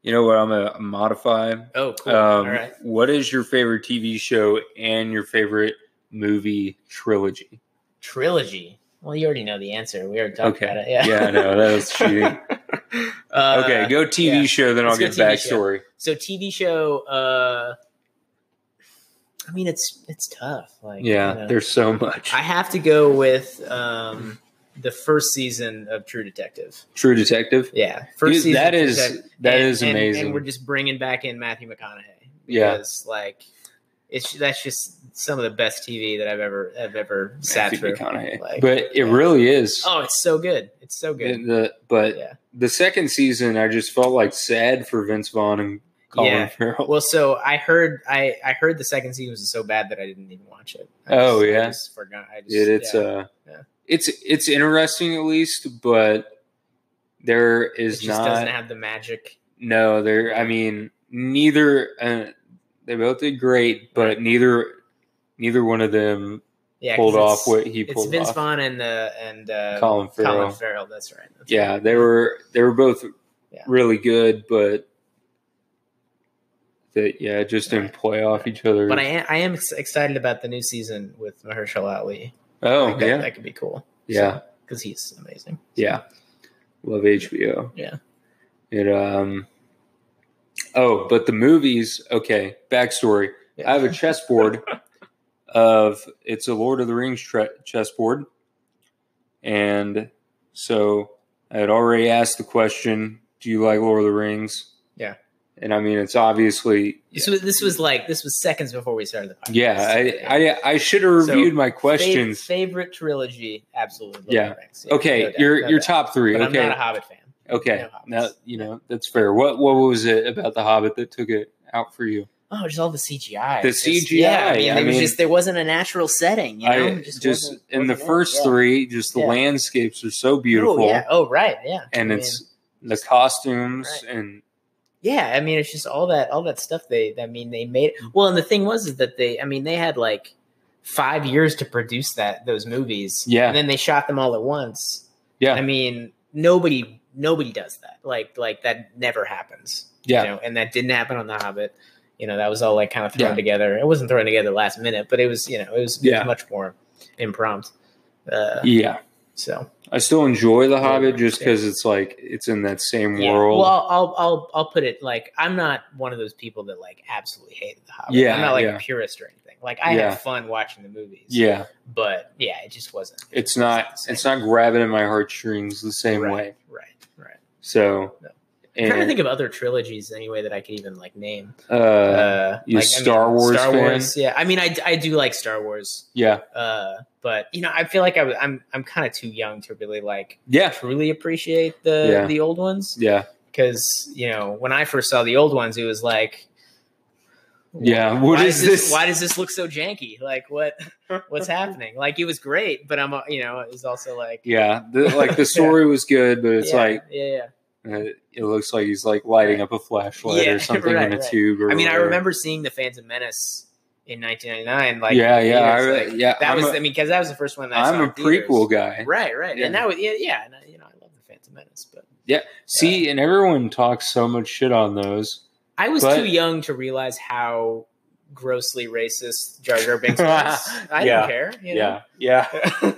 [SPEAKER 1] You know what? I'm gonna modify.
[SPEAKER 2] Oh, cool.
[SPEAKER 1] Um,
[SPEAKER 2] All right.
[SPEAKER 1] What is your favorite TV show and your favorite movie trilogy?
[SPEAKER 2] Trilogy. Well, you already know the answer. We already talked
[SPEAKER 1] Okay.
[SPEAKER 2] about it. Yeah.
[SPEAKER 1] Yeah, I know that was cheating.
[SPEAKER 2] Uh,
[SPEAKER 1] okay, go TV
[SPEAKER 2] yeah.
[SPEAKER 1] show, then I'll
[SPEAKER 2] Let's go
[SPEAKER 1] get
[SPEAKER 2] TV show.
[SPEAKER 1] backstory.
[SPEAKER 2] So TV show. Uh, I mean, it's it's tough. Like,
[SPEAKER 1] Yeah,
[SPEAKER 2] you know.
[SPEAKER 1] there's so much.
[SPEAKER 2] I have to go with um, the first season of True Detective.
[SPEAKER 1] True Detective.
[SPEAKER 2] Yeah, first
[SPEAKER 1] Dude,
[SPEAKER 2] season.
[SPEAKER 1] that
[SPEAKER 2] of True
[SPEAKER 1] is that
[SPEAKER 2] Detective.
[SPEAKER 1] is
[SPEAKER 2] And- and-
[SPEAKER 1] amazing.
[SPEAKER 2] And we're just bringing back in Matthew McConaughey
[SPEAKER 1] Yeah.
[SPEAKER 2] because, like, it's that's just some of the best TV that I've ever have ever sat
[SPEAKER 1] Matthew
[SPEAKER 2] through.
[SPEAKER 1] McConaughey.
[SPEAKER 2] Like,
[SPEAKER 1] but it
[SPEAKER 2] yeah.
[SPEAKER 1] really is.
[SPEAKER 2] Oh, it's so good! It's so good.
[SPEAKER 1] And the- but
[SPEAKER 2] Yeah.
[SPEAKER 1] the second season, I just felt like sad for Vince Vaughn and Colin
[SPEAKER 2] Yeah.
[SPEAKER 1] Farrell.
[SPEAKER 2] Well, so I heard I I heard the second season was so bad that I didn't even watch it. I
[SPEAKER 1] Oh,
[SPEAKER 2] just- I
[SPEAKER 1] yeah.
[SPEAKER 2] just forgot. I just,
[SPEAKER 1] It- it's
[SPEAKER 2] yeah.
[SPEAKER 1] uh,
[SPEAKER 2] Yeah.
[SPEAKER 1] it's it's interesting at least, but there
[SPEAKER 2] it
[SPEAKER 1] is
[SPEAKER 2] just
[SPEAKER 1] not
[SPEAKER 2] doesn't have the magic.
[SPEAKER 1] no there. I mean, neither uh, they both did great, but neither neither one of them
[SPEAKER 2] Yeah, 'cause
[SPEAKER 1] pulled
[SPEAKER 2] it's-
[SPEAKER 1] off what he
[SPEAKER 2] It's
[SPEAKER 1] pulled
[SPEAKER 2] Vince
[SPEAKER 1] off.
[SPEAKER 2] Vaughn and the and uh,
[SPEAKER 1] Colin Farrell.
[SPEAKER 2] Colin Farrell. That's right. That's
[SPEAKER 1] Yeah,
[SPEAKER 2] right.
[SPEAKER 1] they were they were both
[SPEAKER 2] Yeah.
[SPEAKER 1] really good, but that yeah, just didn't play off each other.
[SPEAKER 2] But I am, I am ex- excited about the new season with Mahershala Ali. I
[SPEAKER 1] oh
[SPEAKER 2] think that,
[SPEAKER 1] yeah,
[SPEAKER 2] that could be cool.
[SPEAKER 1] yeah.
[SPEAKER 2] because he's amazing.
[SPEAKER 1] Yeah. Love HBO.
[SPEAKER 2] Yeah.
[SPEAKER 1] It um Oh, but the movies, okay, backstory. I have a chessboard of it's a Lord of the Rings tre- chessboard And so I had already asked the question, do you like Lord of the Rings?
[SPEAKER 2] Yeah.
[SPEAKER 1] And I mean, it's obviously,
[SPEAKER 2] This was, this was like this was seconds before we started the podcast.
[SPEAKER 1] yeah, I, I, I should have
[SPEAKER 2] So,
[SPEAKER 1] reviewed my
[SPEAKER 2] Fa-
[SPEAKER 1] questions.
[SPEAKER 2] favorite trilogy, absolutely. Lord of the
[SPEAKER 1] Yeah.
[SPEAKER 2] Rings.
[SPEAKER 1] okay.
[SPEAKER 2] no doubt,
[SPEAKER 1] your,
[SPEAKER 2] no
[SPEAKER 1] your
[SPEAKER 2] doubt.
[SPEAKER 1] top three.
[SPEAKER 2] But
[SPEAKER 1] okay.
[SPEAKER 2] I'm not a Hobbit fan.
[SPEAKER 1] Okay.
[SPEAKER 2] No hobbits.
[SPEAKER 1] now, you know, that's fair. What what was it about the Hobbit that took it out for you?
[SPEAKER 2] Oh, just all the CGI.
[SPEAKER 1] The
[SPEAKER 2] Just-
[SPEAKER 1] CGI,
[SPEAKER 2] Yeah, I mean,
[SPEAKER 1] I
[SPEAKER 2] there was
[SPEAKER 1] mean-
[SPEAKER 2] just there wasn't a natural setting. You know,
[SPEAKER 1] I
[SPEAKER 2] It
[SPEAKER 1] just,
[SPEAKER 2] wasn't-
[SPEAKER 1] in the
[SPEAKER 2] wasn't it,
[SPEAKER 1] first
[SPEAKER 2] yeah.
[SPEAKER 1] three, just the
[SPEAKER 2] Yeah.
[SPEAKER 1] landscapes are so beautiful
[SPEAKER 2] Oh, yeah. oh right, yeah.
[SPEAKER 1] and
[SPEAKER 2] I
[SPEAKER 1] it's the costumes
[SPEAKER 2] Right.
[SPEAKER 1] and
[SPEAKER 2] mean, yeah. I mean, it's just all that all that stuff. They, I mean, they made well. And the thing was is that they, I mean, they had like five years to produce that those movies.
[SPEAKER 1] Yeah.
[SPEAKER 2] and then they shot them all at once.
[SPEAKER 1] Yeah.
[SPEAKER 2] I mean, nobody nobody does that. Like like that never happens.
[SPEAKER 1] yeah,
[SPEAKER 2] you know, and that didn't happen on The Hobbit. You know, that was all like kind of thrown
[SPEAKER 1] Yeah.
[SPEAKER 2] together. It wasn't thrown together last minute, but it was, you know, it was, it was
[SPEAKER 1] Yeah.
[SPEAKER 2] much more impromptu. Uh,
[SPEAKER 1] yeah.
[SPEAKER 2] so
[SPEAKER 1] I still enjoy the
[SPEAKER 2] Yeah,
[SPEAKER 1] Hobbit just
[SPEAKER 2] yeah.
[SPEAKER 1] because it's like it's in that same
[SPEAKER 2] yeah.
[SPEAKER 1] world.
[SPEAKER 2] Well, I'll, I'll I'll I'll put it like I'm not one of those people that like absolutely hate The Hobbit.
[SPEAKER 1] Yeah,
[SPEAKER 2] I'm not like
[SPEAKER 1] yeah.
[SPEAKER 2] a purist or anything. Like I
[SPEAKER 1] Yeah.
[SPEAKER 2] had fun watching the movies.
[SPEAKER 1] yeah,
[SPEAKER 2] but yeah, it just wasn't.
[SPEAKER 1] it's not
[SPEAKER 2] the
[SPEAKER 1] it's
[SPEAKER 2] same.
[SPEAKER 1] not grabbing at my heartstrings the same
[SPEAKER 2] Right.
[SPEAKER 1] way.
[SPEAKER 2] right. Right.
[SPEAKER 1] So,
[SPEAKER 2] No. I'm trying to
[SPEAKER 1] and
[SPEAKER 2] think of other trilogies anyway that I could even like name.
[SPEAKER 1] uh,
[SPEAKER 2] Uh,
[SPEAKER 1] you
[SPEAKER 2] like, I
[SPEAKER 1] Star Wars
[SPEAKER 2] Star
[SPEAKER 1] fan?
[SPEAKER 2] Wars. Yeah, I mean, I, I do like Star Wars.
[SPEAKER 1] yeah,
[SPEAKER 2] uh but you know i feel like I, am i'm i'm kind of too young to really like
[SPEAKER 1] yeah,
[SPEAKER 2] truly appreciate the
[SPEAKER 1] Yeah.
[SPEAKER 2] the old ones
[SPEAKER 1] yeah,
[SPEAKER 2] because you know when i first saw the old ones it was like
[SPEAKER 1] yeah.
[SPEAKER 2] why
[SPEAKER 1] What is
[SPEAKER 2] does
[SPEAKER 1] this?
[SPEAKER 2] why does this look so janky like what what's happening like it was great but i'm uh, you know it was also like
[SPEAKER 1] Yeah, the, like
[SPEAKER 2] Yeah.
[SPEAKER 1] the story was good, but it's
[SPEAKER 2] yeah,
[SPEAKER 1] like
[SPEAKER 2] yeah yeah
[SPEAKER 1] Uh, it looks like he's like lighting up a flashlight
[SPEAKER 2] Yeah,
[SPEAKER 1] or something
[SPEAKER 2] right,
[SPEAKER 1] in a
[SPEAKER 2] right.
[SPEAKER 1] tube. Or
[SPEAKER 2] i mean i
[SPEAKER 1] whatever.
[SPEAKER 2] remember seeing the phantom menace in 1999 like
[SPEAKER 1] yeah, yeah, I,
[SPEAKER 2] it was,
[SPEAKER 1] re-
[SPEAKER 2] like,
[SPEAKER 1] yeah.
[SPEAKER 2] that
[SPEAKER 1] I'm
[SPEAKER 2] was
[SPEAKER 1] a,
[SPEAKER 2] I mean because that was the first one that I
[SPEAKER 1] I'm
[SPEAKER 2] saw
[SPEAKER 1] a
[SPEAKER 2] in theaters.
[SPEAKER 1] prequel guy.
[SPEAKER 2] right right
[SPEAKER 1] Yeah.
[SPEAKER 2] and that was yeah yeah and I, you know i love the phantom menace but
[SPEAKER 1] See, and everyone talks so much shit on those.
[SPEAKER 2] I was
[SPEAKER 1] But-
[SPEAKER 2] too young to realize how grossly racist Jar Jar Binks was. I
[SPEAKER 1] Yeah.
[SPEAKER 2] don't care. You know?
[SPEAKER 1] Yeah, yeah.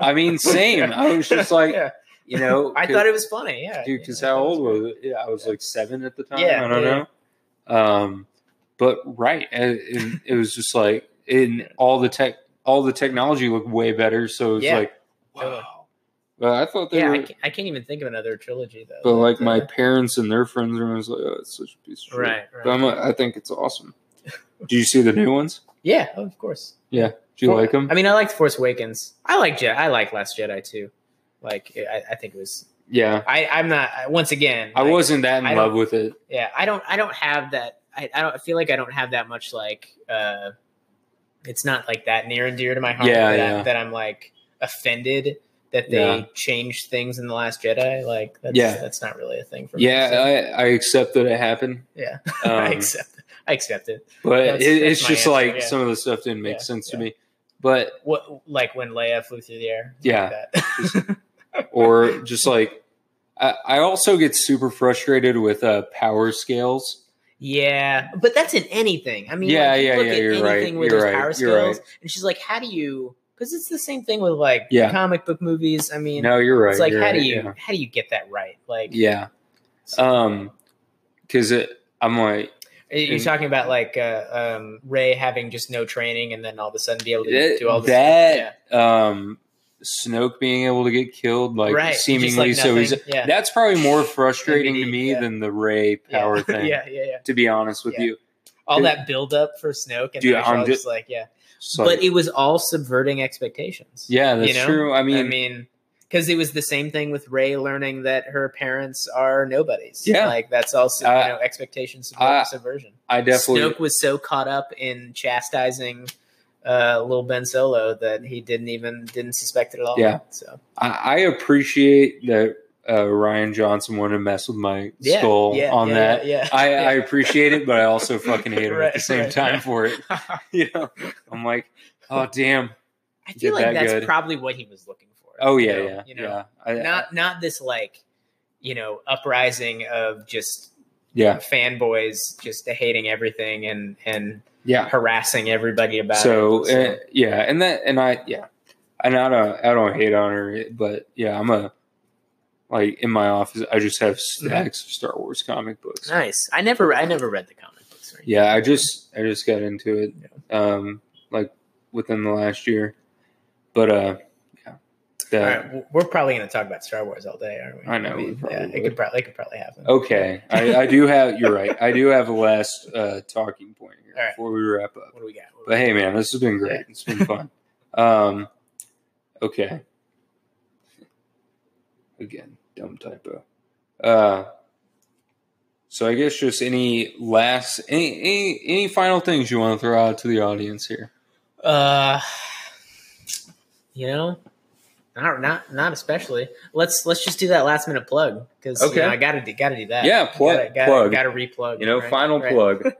[SPEAKER 1] I mean, same. I was just like,
[SPEAKER 2] Yeah.
[SPEAKER 1] you know,
[SPEAKER 2] I thought it was funny. Yeah,
[SPEAKER 1] dude.
[SPEAKER 2] Yeah,
[SPEAKER 1] Because
[SPEAKER 2] I thought
[SPEAKER 1] how
[SPEAKER 2] it
[SPEAKER 1] old
[SPEAKER 2] funny.
[SPEAKER 1] was it? Yeah, I was like seven at the time.
[SPEAKER 2] Yeah,
[SPEAKER 1] I don't
[SPEAKER 2] yeah.
[SPEAKER 1] know. Um, but right, and, and it was just like in all the tech, all the technology looked way better. So it was
[SPEAKER 2] Yeah.
[SPEAKER 1] like, wow. Well, I thought they
[SPEAKER 2] Yeah,
[SPEAKER 1] were.
[SPEAKER 2] I can't, I can't even think of another trilogy though.
[SPEAKER 1] But like my
[SPEAKER 2] Uh,
[SPEAKER 1] parents and their friends are always like, oh, it's such a piece of shit.
[SPEAKER 2] right,
[SPEAKER 1] But
[SPEAKER 2] right.
[SPEAKER 1] I'm a, I think it's awesome. Do you see the new ones?
[SPEAKER 2] yeah, oh, of course.
[SPEAKER 1] Do you like 'em? like
[SPEAKER 2] I
[SPEAKER 1] them?
[SPEAKER 2] mean, I liked Force Awakens. I like Je- I like Last Jedi too. Like, I, I think it was.
[SPEAKER 1] Yeah,
[SPEAKER 2] I, I'm not. I- Once again,
[SPEAKER 1] I
[SPEAKER 2] like,
[SPEAKER 1] wasn't that in
[SPEAKER 2] I don't-
[SPEAKER 1] love with it.
[SPEAKER 2] yeah i don't i don't have that i, I don't I feel like i don't have that much like uh it's not like that near and dear to my heart
[SPEAKER 1] Yeah,
[SPEAKER 2] that,
[SPEAKER 1] yeah.
[SPEAKER 2] I, that i'm like offended that they
[SPEAKER 1] Yeah.
[SPEAKER 2] changed things in the last jedi like that's
[SPEAKER 1] Yeah.
[SPEAKER 2] that's not really a thing for me so,
[SPEAKER 1] Yeah, I, I accept that it happened.
[SPEAKER 2] yeah
[SPEAKER 1] Um,
[SPEAKER 2] i accept i accept it
[SPEAKER 1] But
[SPEAKER 2] That's-
[SPEAKER 1] it,
[SPEAKER 2] that's
[SPEAKER 1] it's
[SPEAKER 2] my
[SPEAKER 1] just
[SPEAKER 2] answer,
[SPEAKER 1] like
[SPEAKER 2] yeah.
[SPEAKER 1] some of the stuff didn't make
[SPEAKER 2] Yeah,
[SPEAKER 1] sense to
[SPEAKER 2] yeah.
[SPEAKER 1] me. But
[SPEAKER 2] what like when leia flew through the air like
[SPEAKER 1] Yeah.
[SPEAKER 2] that.
[SPEAKER 1] or just like I, I also get super frustrated with uh, power scales.
[SPEAKER 2] yeah but that's in anything i mean
[SPEAKER 1] Yeah,
[SPEAKER 2] like, you
[SPEAKER 1] yeah,
[SPEAKER 2] look
[SPEAKER 1] yeah,
[SPEAKER 2] at
[SPEAKER 1] you're right,
[SPEAKER 2] anything where
[SPEAKER 1] you're
[SPEAKER 2] there's
[SPEAKER 1] right,
[SPEAKER 2] power
[SPEAKER 1] you're
[SPEAKER 2] skills and she's like how do you because it's the same thing with like
[SPEAKER 1] Yeah.
[SPEAKER 2] comic book movies i mean
[SPEAKER 1] No, you're right.
[SPEAKER 2] it's like
[SPEAKER 1] you're
[SPEAKER 2] how
[SPEAKER 1] right,
[SPEAKER 2] do you
[SPEAKER 1] Yeah.
[SPEAKER 2] how do you get that right like
[SPEAKER 1] Yeah. Um, because I'm like
[SPEAKER 2] are you
[SPEAKER 1] and-
[SPEAKER 2] talking about like uh, um ray having just no training and then all of a sudden be able to
[SPEAKER 1] That-
[SPEAKER 2] do all this
[SPEAKER 1] that um Snoke being able to get killed
[SPEAKER 2] yeah.
[SPEAKER 1] like
[SPEAKER 2] right just
[SPEAKER 1] seemingly
[SPEAKER 2] like
[SPEAKER 1] so easy.
[SPEAKER 2] nothing. yeah.
[SPEAKER 1] That's probably more frustrating to me
[SPEAKER 2] Yeah.
[SPEAKER 1] than the Ray
[SPEAKER 2] yeah.
[SPEAKER 1] power thing.
[SPEAKER 2] yeah yeah yeah
[SPEAKER 1] To be honest with
[SPEAKER 2] Yeah.
[SPEAKER 1] you,
[SPEAKER 2] all
[SPEAKER 1] Dude.
[SPEAKER 2] that build up for snoke and
[SPEAKER 1] Dude,
[SPEAKER 2] then it's
[SPEAKER 1] I'm
[SPEAKER 2] all
[SPEAKER 1] ju-
[SPEAKER 2] just like yeah
[SPEAKER 1] So-
[SPEAKER 2] but it was all subverting expectations
[SPEAKER 1] yeah, that's
[SPEAKER 2] you know?
[SPEAKER 1] true. I mean,
[SPEAKER 2] i mean because it was the same thing with ray learning that her parents are nobodies
[SPEAKER 1] Yeah.
[SPEAKER 2] like that's also
[SPEAKER 1] Uh,
[SPEAKER 2] you know expectation subver-
[SPEAKER 1] I-
[SPEAKER 2] subversion
[SPEAKER 1] I definitely
[SPEAKER 2] Snoke was so caught up in chastising uh, little Ben Solo that he didn't even didn't suspect it at all.
[SPEAKER 1] Yeah.
[SPEAKER 2] So
[SPEAKER 1] I, I appreciate that uh, Ryan Johnson wanted to mess with my
[SPEAKER 2] yeah,
[SPEAKER 1] skull
[SPEAKER 2] yeah,
[SPEAKER 1] on
[SPEAKER 2] yeah,
[SPEAKER 1] that.
[SPEAKER 2] Yeah.
[SPEAKER 1] I,
[SPEAKER 2] yeah.
[SPEAKER 1] I appreciate it, but I also fucking hate him at
[SPEAKER 2] Right,
[SPEAKER 1] the same
[SPEAKER 2] right,
[SPEAKER 1] time
[SPEAKER 2] yeah.
[SPEAKER 1] for it. You know, I'm like, oh damn,
[SPEAKER 2] I
[SPEAKER 1] did
[SPEAKER 2] feel like
[SPEAKER 1] that
[SPEAKER 2] that's
[SPEAKER 1] good.
[SPEAKER 2] probably what he was looking for.
[SPEAKER 1] oh
[SPEAKER 2] you
[SPEAKER 1] yeah,
[SPEAKER 2] know,
[SPEAKER 1] yeah,
[SPEAKER 2] You know,
[SPEAKER 1] yeah, I,
[SPEAKER 2] not not this like, you know, uprising of just
[SPEAKER 1] yeah,
[SPEAKER 2] fanboys just hating everything and and
[SPEAKER 1] yeah.
[SPEAKER 2] harassing everybody about
[SPEAKER 1] so,
[SPEAKER 2] it.
[SPEAKER 1] uh, yeah and that and i yeah and i don't i don't hate on her but yeah i'm a like in my office i just have stacks of star wars comic books
[SPEAKER 2] nice. I never I never read the comic books. Or anything.
[SPEAKER 1] yeah i just i just got into it um like within the last year but uh
[SPEAKER 2] All
[SPEAKER 1] That,
[SPEAKER 2] right, w- we're probably going to talk about Star Wars all day, aren't we?
[SPEAKER 1] I know, we
[SPEAKER 2] mean,
[SPEAKER 1] probably
[SPEAKER 2] yeah, it could
[SPEAKER 1] would. Oh.
[SPEAKER 2] probably, it could probably happen.
[SPEAKER 1] Okay, I, I do have. You're right. I do have a last uh, talking point here
[SPEAKER 2] All right.
[SPEAKER 1] before we wrap up.
[SPEAKER 2] What do we got? What do we
[SPEAKER 1] But hey, man, this has been great.
[SPEAKER 2] Yeah.
[SPEAKER 1] It's been fun. um, okay. Again, dumb typo. Uh, so I guess just any last, any, any, any final things you want to throw out to the audience here?
[SPEAKER 2] Uh, you know, not not not especially. Let's let's just do that last minute plug because
[SPEAKER 1] Okay.
[SPEAKER 2] I gotta do, gotta do that.
[SPEAKER 1] Yeah, plug,
[SPEAKER 2] gotta, gotta,
[SPEAKER 1] plug.
[SPEAKER 2] gotta replug.
[SPEAKER 1] you know,
[SPEAKER 2] right?
[SPEAKER 1] final
[SPEAKER 2] Right.
[SPEAKER 1] plug.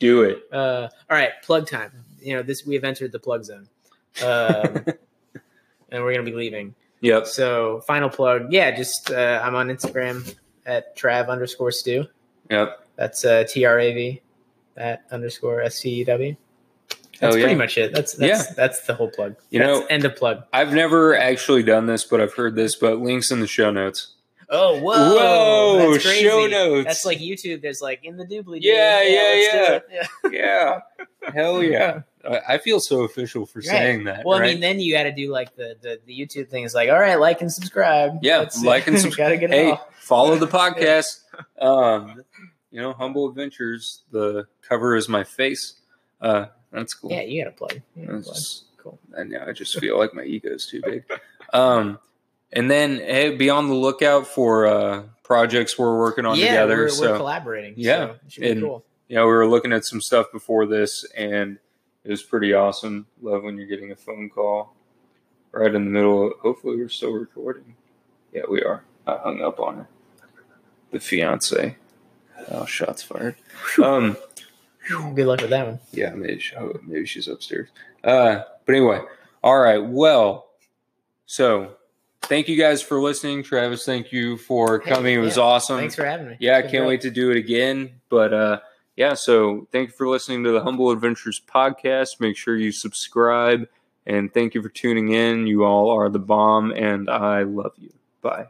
[SPEAKER 1] Do it.
[SPEAKER 2] Uh, all right, plug time. You know, this we have entered the plug zone, um, and we're gonna be leaving.
[SPEAKER 1] Yep.
[SPEAKER 2] So, final plug. Yeah, just uh, I'm on Instagram at trav underscore stew.
[SPEAKER 1] Yep.
[SPEAKER 2] That's uh, T R A V at underscore S T U W. That's
[SPEAKER 1] Hell Oh, yeah.
[SPEAKER 2] pretty much it. That's that's that's the whole plug.
[SPEAKER 1] You
[SPEAKER 2] That's
[SPEAKER 1] know-
[SPEAKER 2] end of plug.
[SPEAKER 1] I've never actually done this, but I've heard this. But links in the show notes.
[SPEAKER 2] Oh, whoa.
[SPEAKER 1] Whoa,
[SPEAKER 2] That's crazy.
[SPEAKER 1] show notes.
[SPEAKER 2] That's like YouTube. There's like in the doobly.
[SPEAKER 1] Yeah, yeah, yeah.
[SPEAKER 2] yeah.
[SPEAKER 1] Yeah. Hell yeah. I- I feel so official for
[SPEAKER 2] Right.
[SPEAKER 1] saying that.
[SPEAKER 2] Well,
[SPEAKER 1] right?
[SPEAKER 2] I mean, then you got to do like the, the the YouTube thing. It's like, all right, like and subscribe.
[SPEAKER 1] Yeah, like and subscribe.
[SPEAKER 2] Gotta get it
[SPEAKER 1] hey,
[SPEAKER 2] all.
[SPEAKER 1] follow the podcast. Um, you know, Humble Adventures. The cover is my face. Uh, that's cool.
[SPEAKER 2] Yeah, you got to plug. You gotta
[SPEAKER 1] That's
[SPEAKER 2] plug.
[SPEAKER 1] just-
[SPEAKER 2] Cool.
[SPEAKER 1] I know. I just feel like my ego's too big. Um, and then hey, be on the lookout for uh, projects we're working on
[SPEAKER 2] yeah,
[SPEAKER 1] together.
[SPEAKER 2] we're,
[SPEAKER 1] so
[SPEAKER 2] we're collaborating.
[SPEAKER 1] Yeah,
[SPEAKER 2] so it should be
[SPEAKER 1] and-
[SPEAKER 2] cool.
[SPEAKER 1] you know, we were looking at some stuff before this, and it was pretty awesome. Love when you're getting a phone call right in the middle. Of, hopefully, we're still recording. Yeah, we are. I hung up on her. The fiance. Oh, shots fired. Um,
[SPEAKER 2] Good luck with that one.
[SPEAKER 1] yeah, maybe she, oh, maybe she's upstairs. Uh, but anyway, all right. Well, so thank you guys for listening, Travis. Thank you for
[SPEAKER 2] Hey,
[SPEAKER 1] coming. It was
[SPEAKER 2] yeah.
[SPEAKER 1] awesome.
[SPEAKER 2] Thanks for having me.
[SPEAKER 1] Um, Yeah, I
[SPEAKER 2] It's been
[SPEAKER 1] can't
[SPEAKER 2] great.
[SPEAKER 1] wait to do it again. But uh, yeah, so thank you for listening to the Humble Adventures podcast. Make sure you subscribe and thank you for tuning in. You all are the bomb, and I love you. Bye.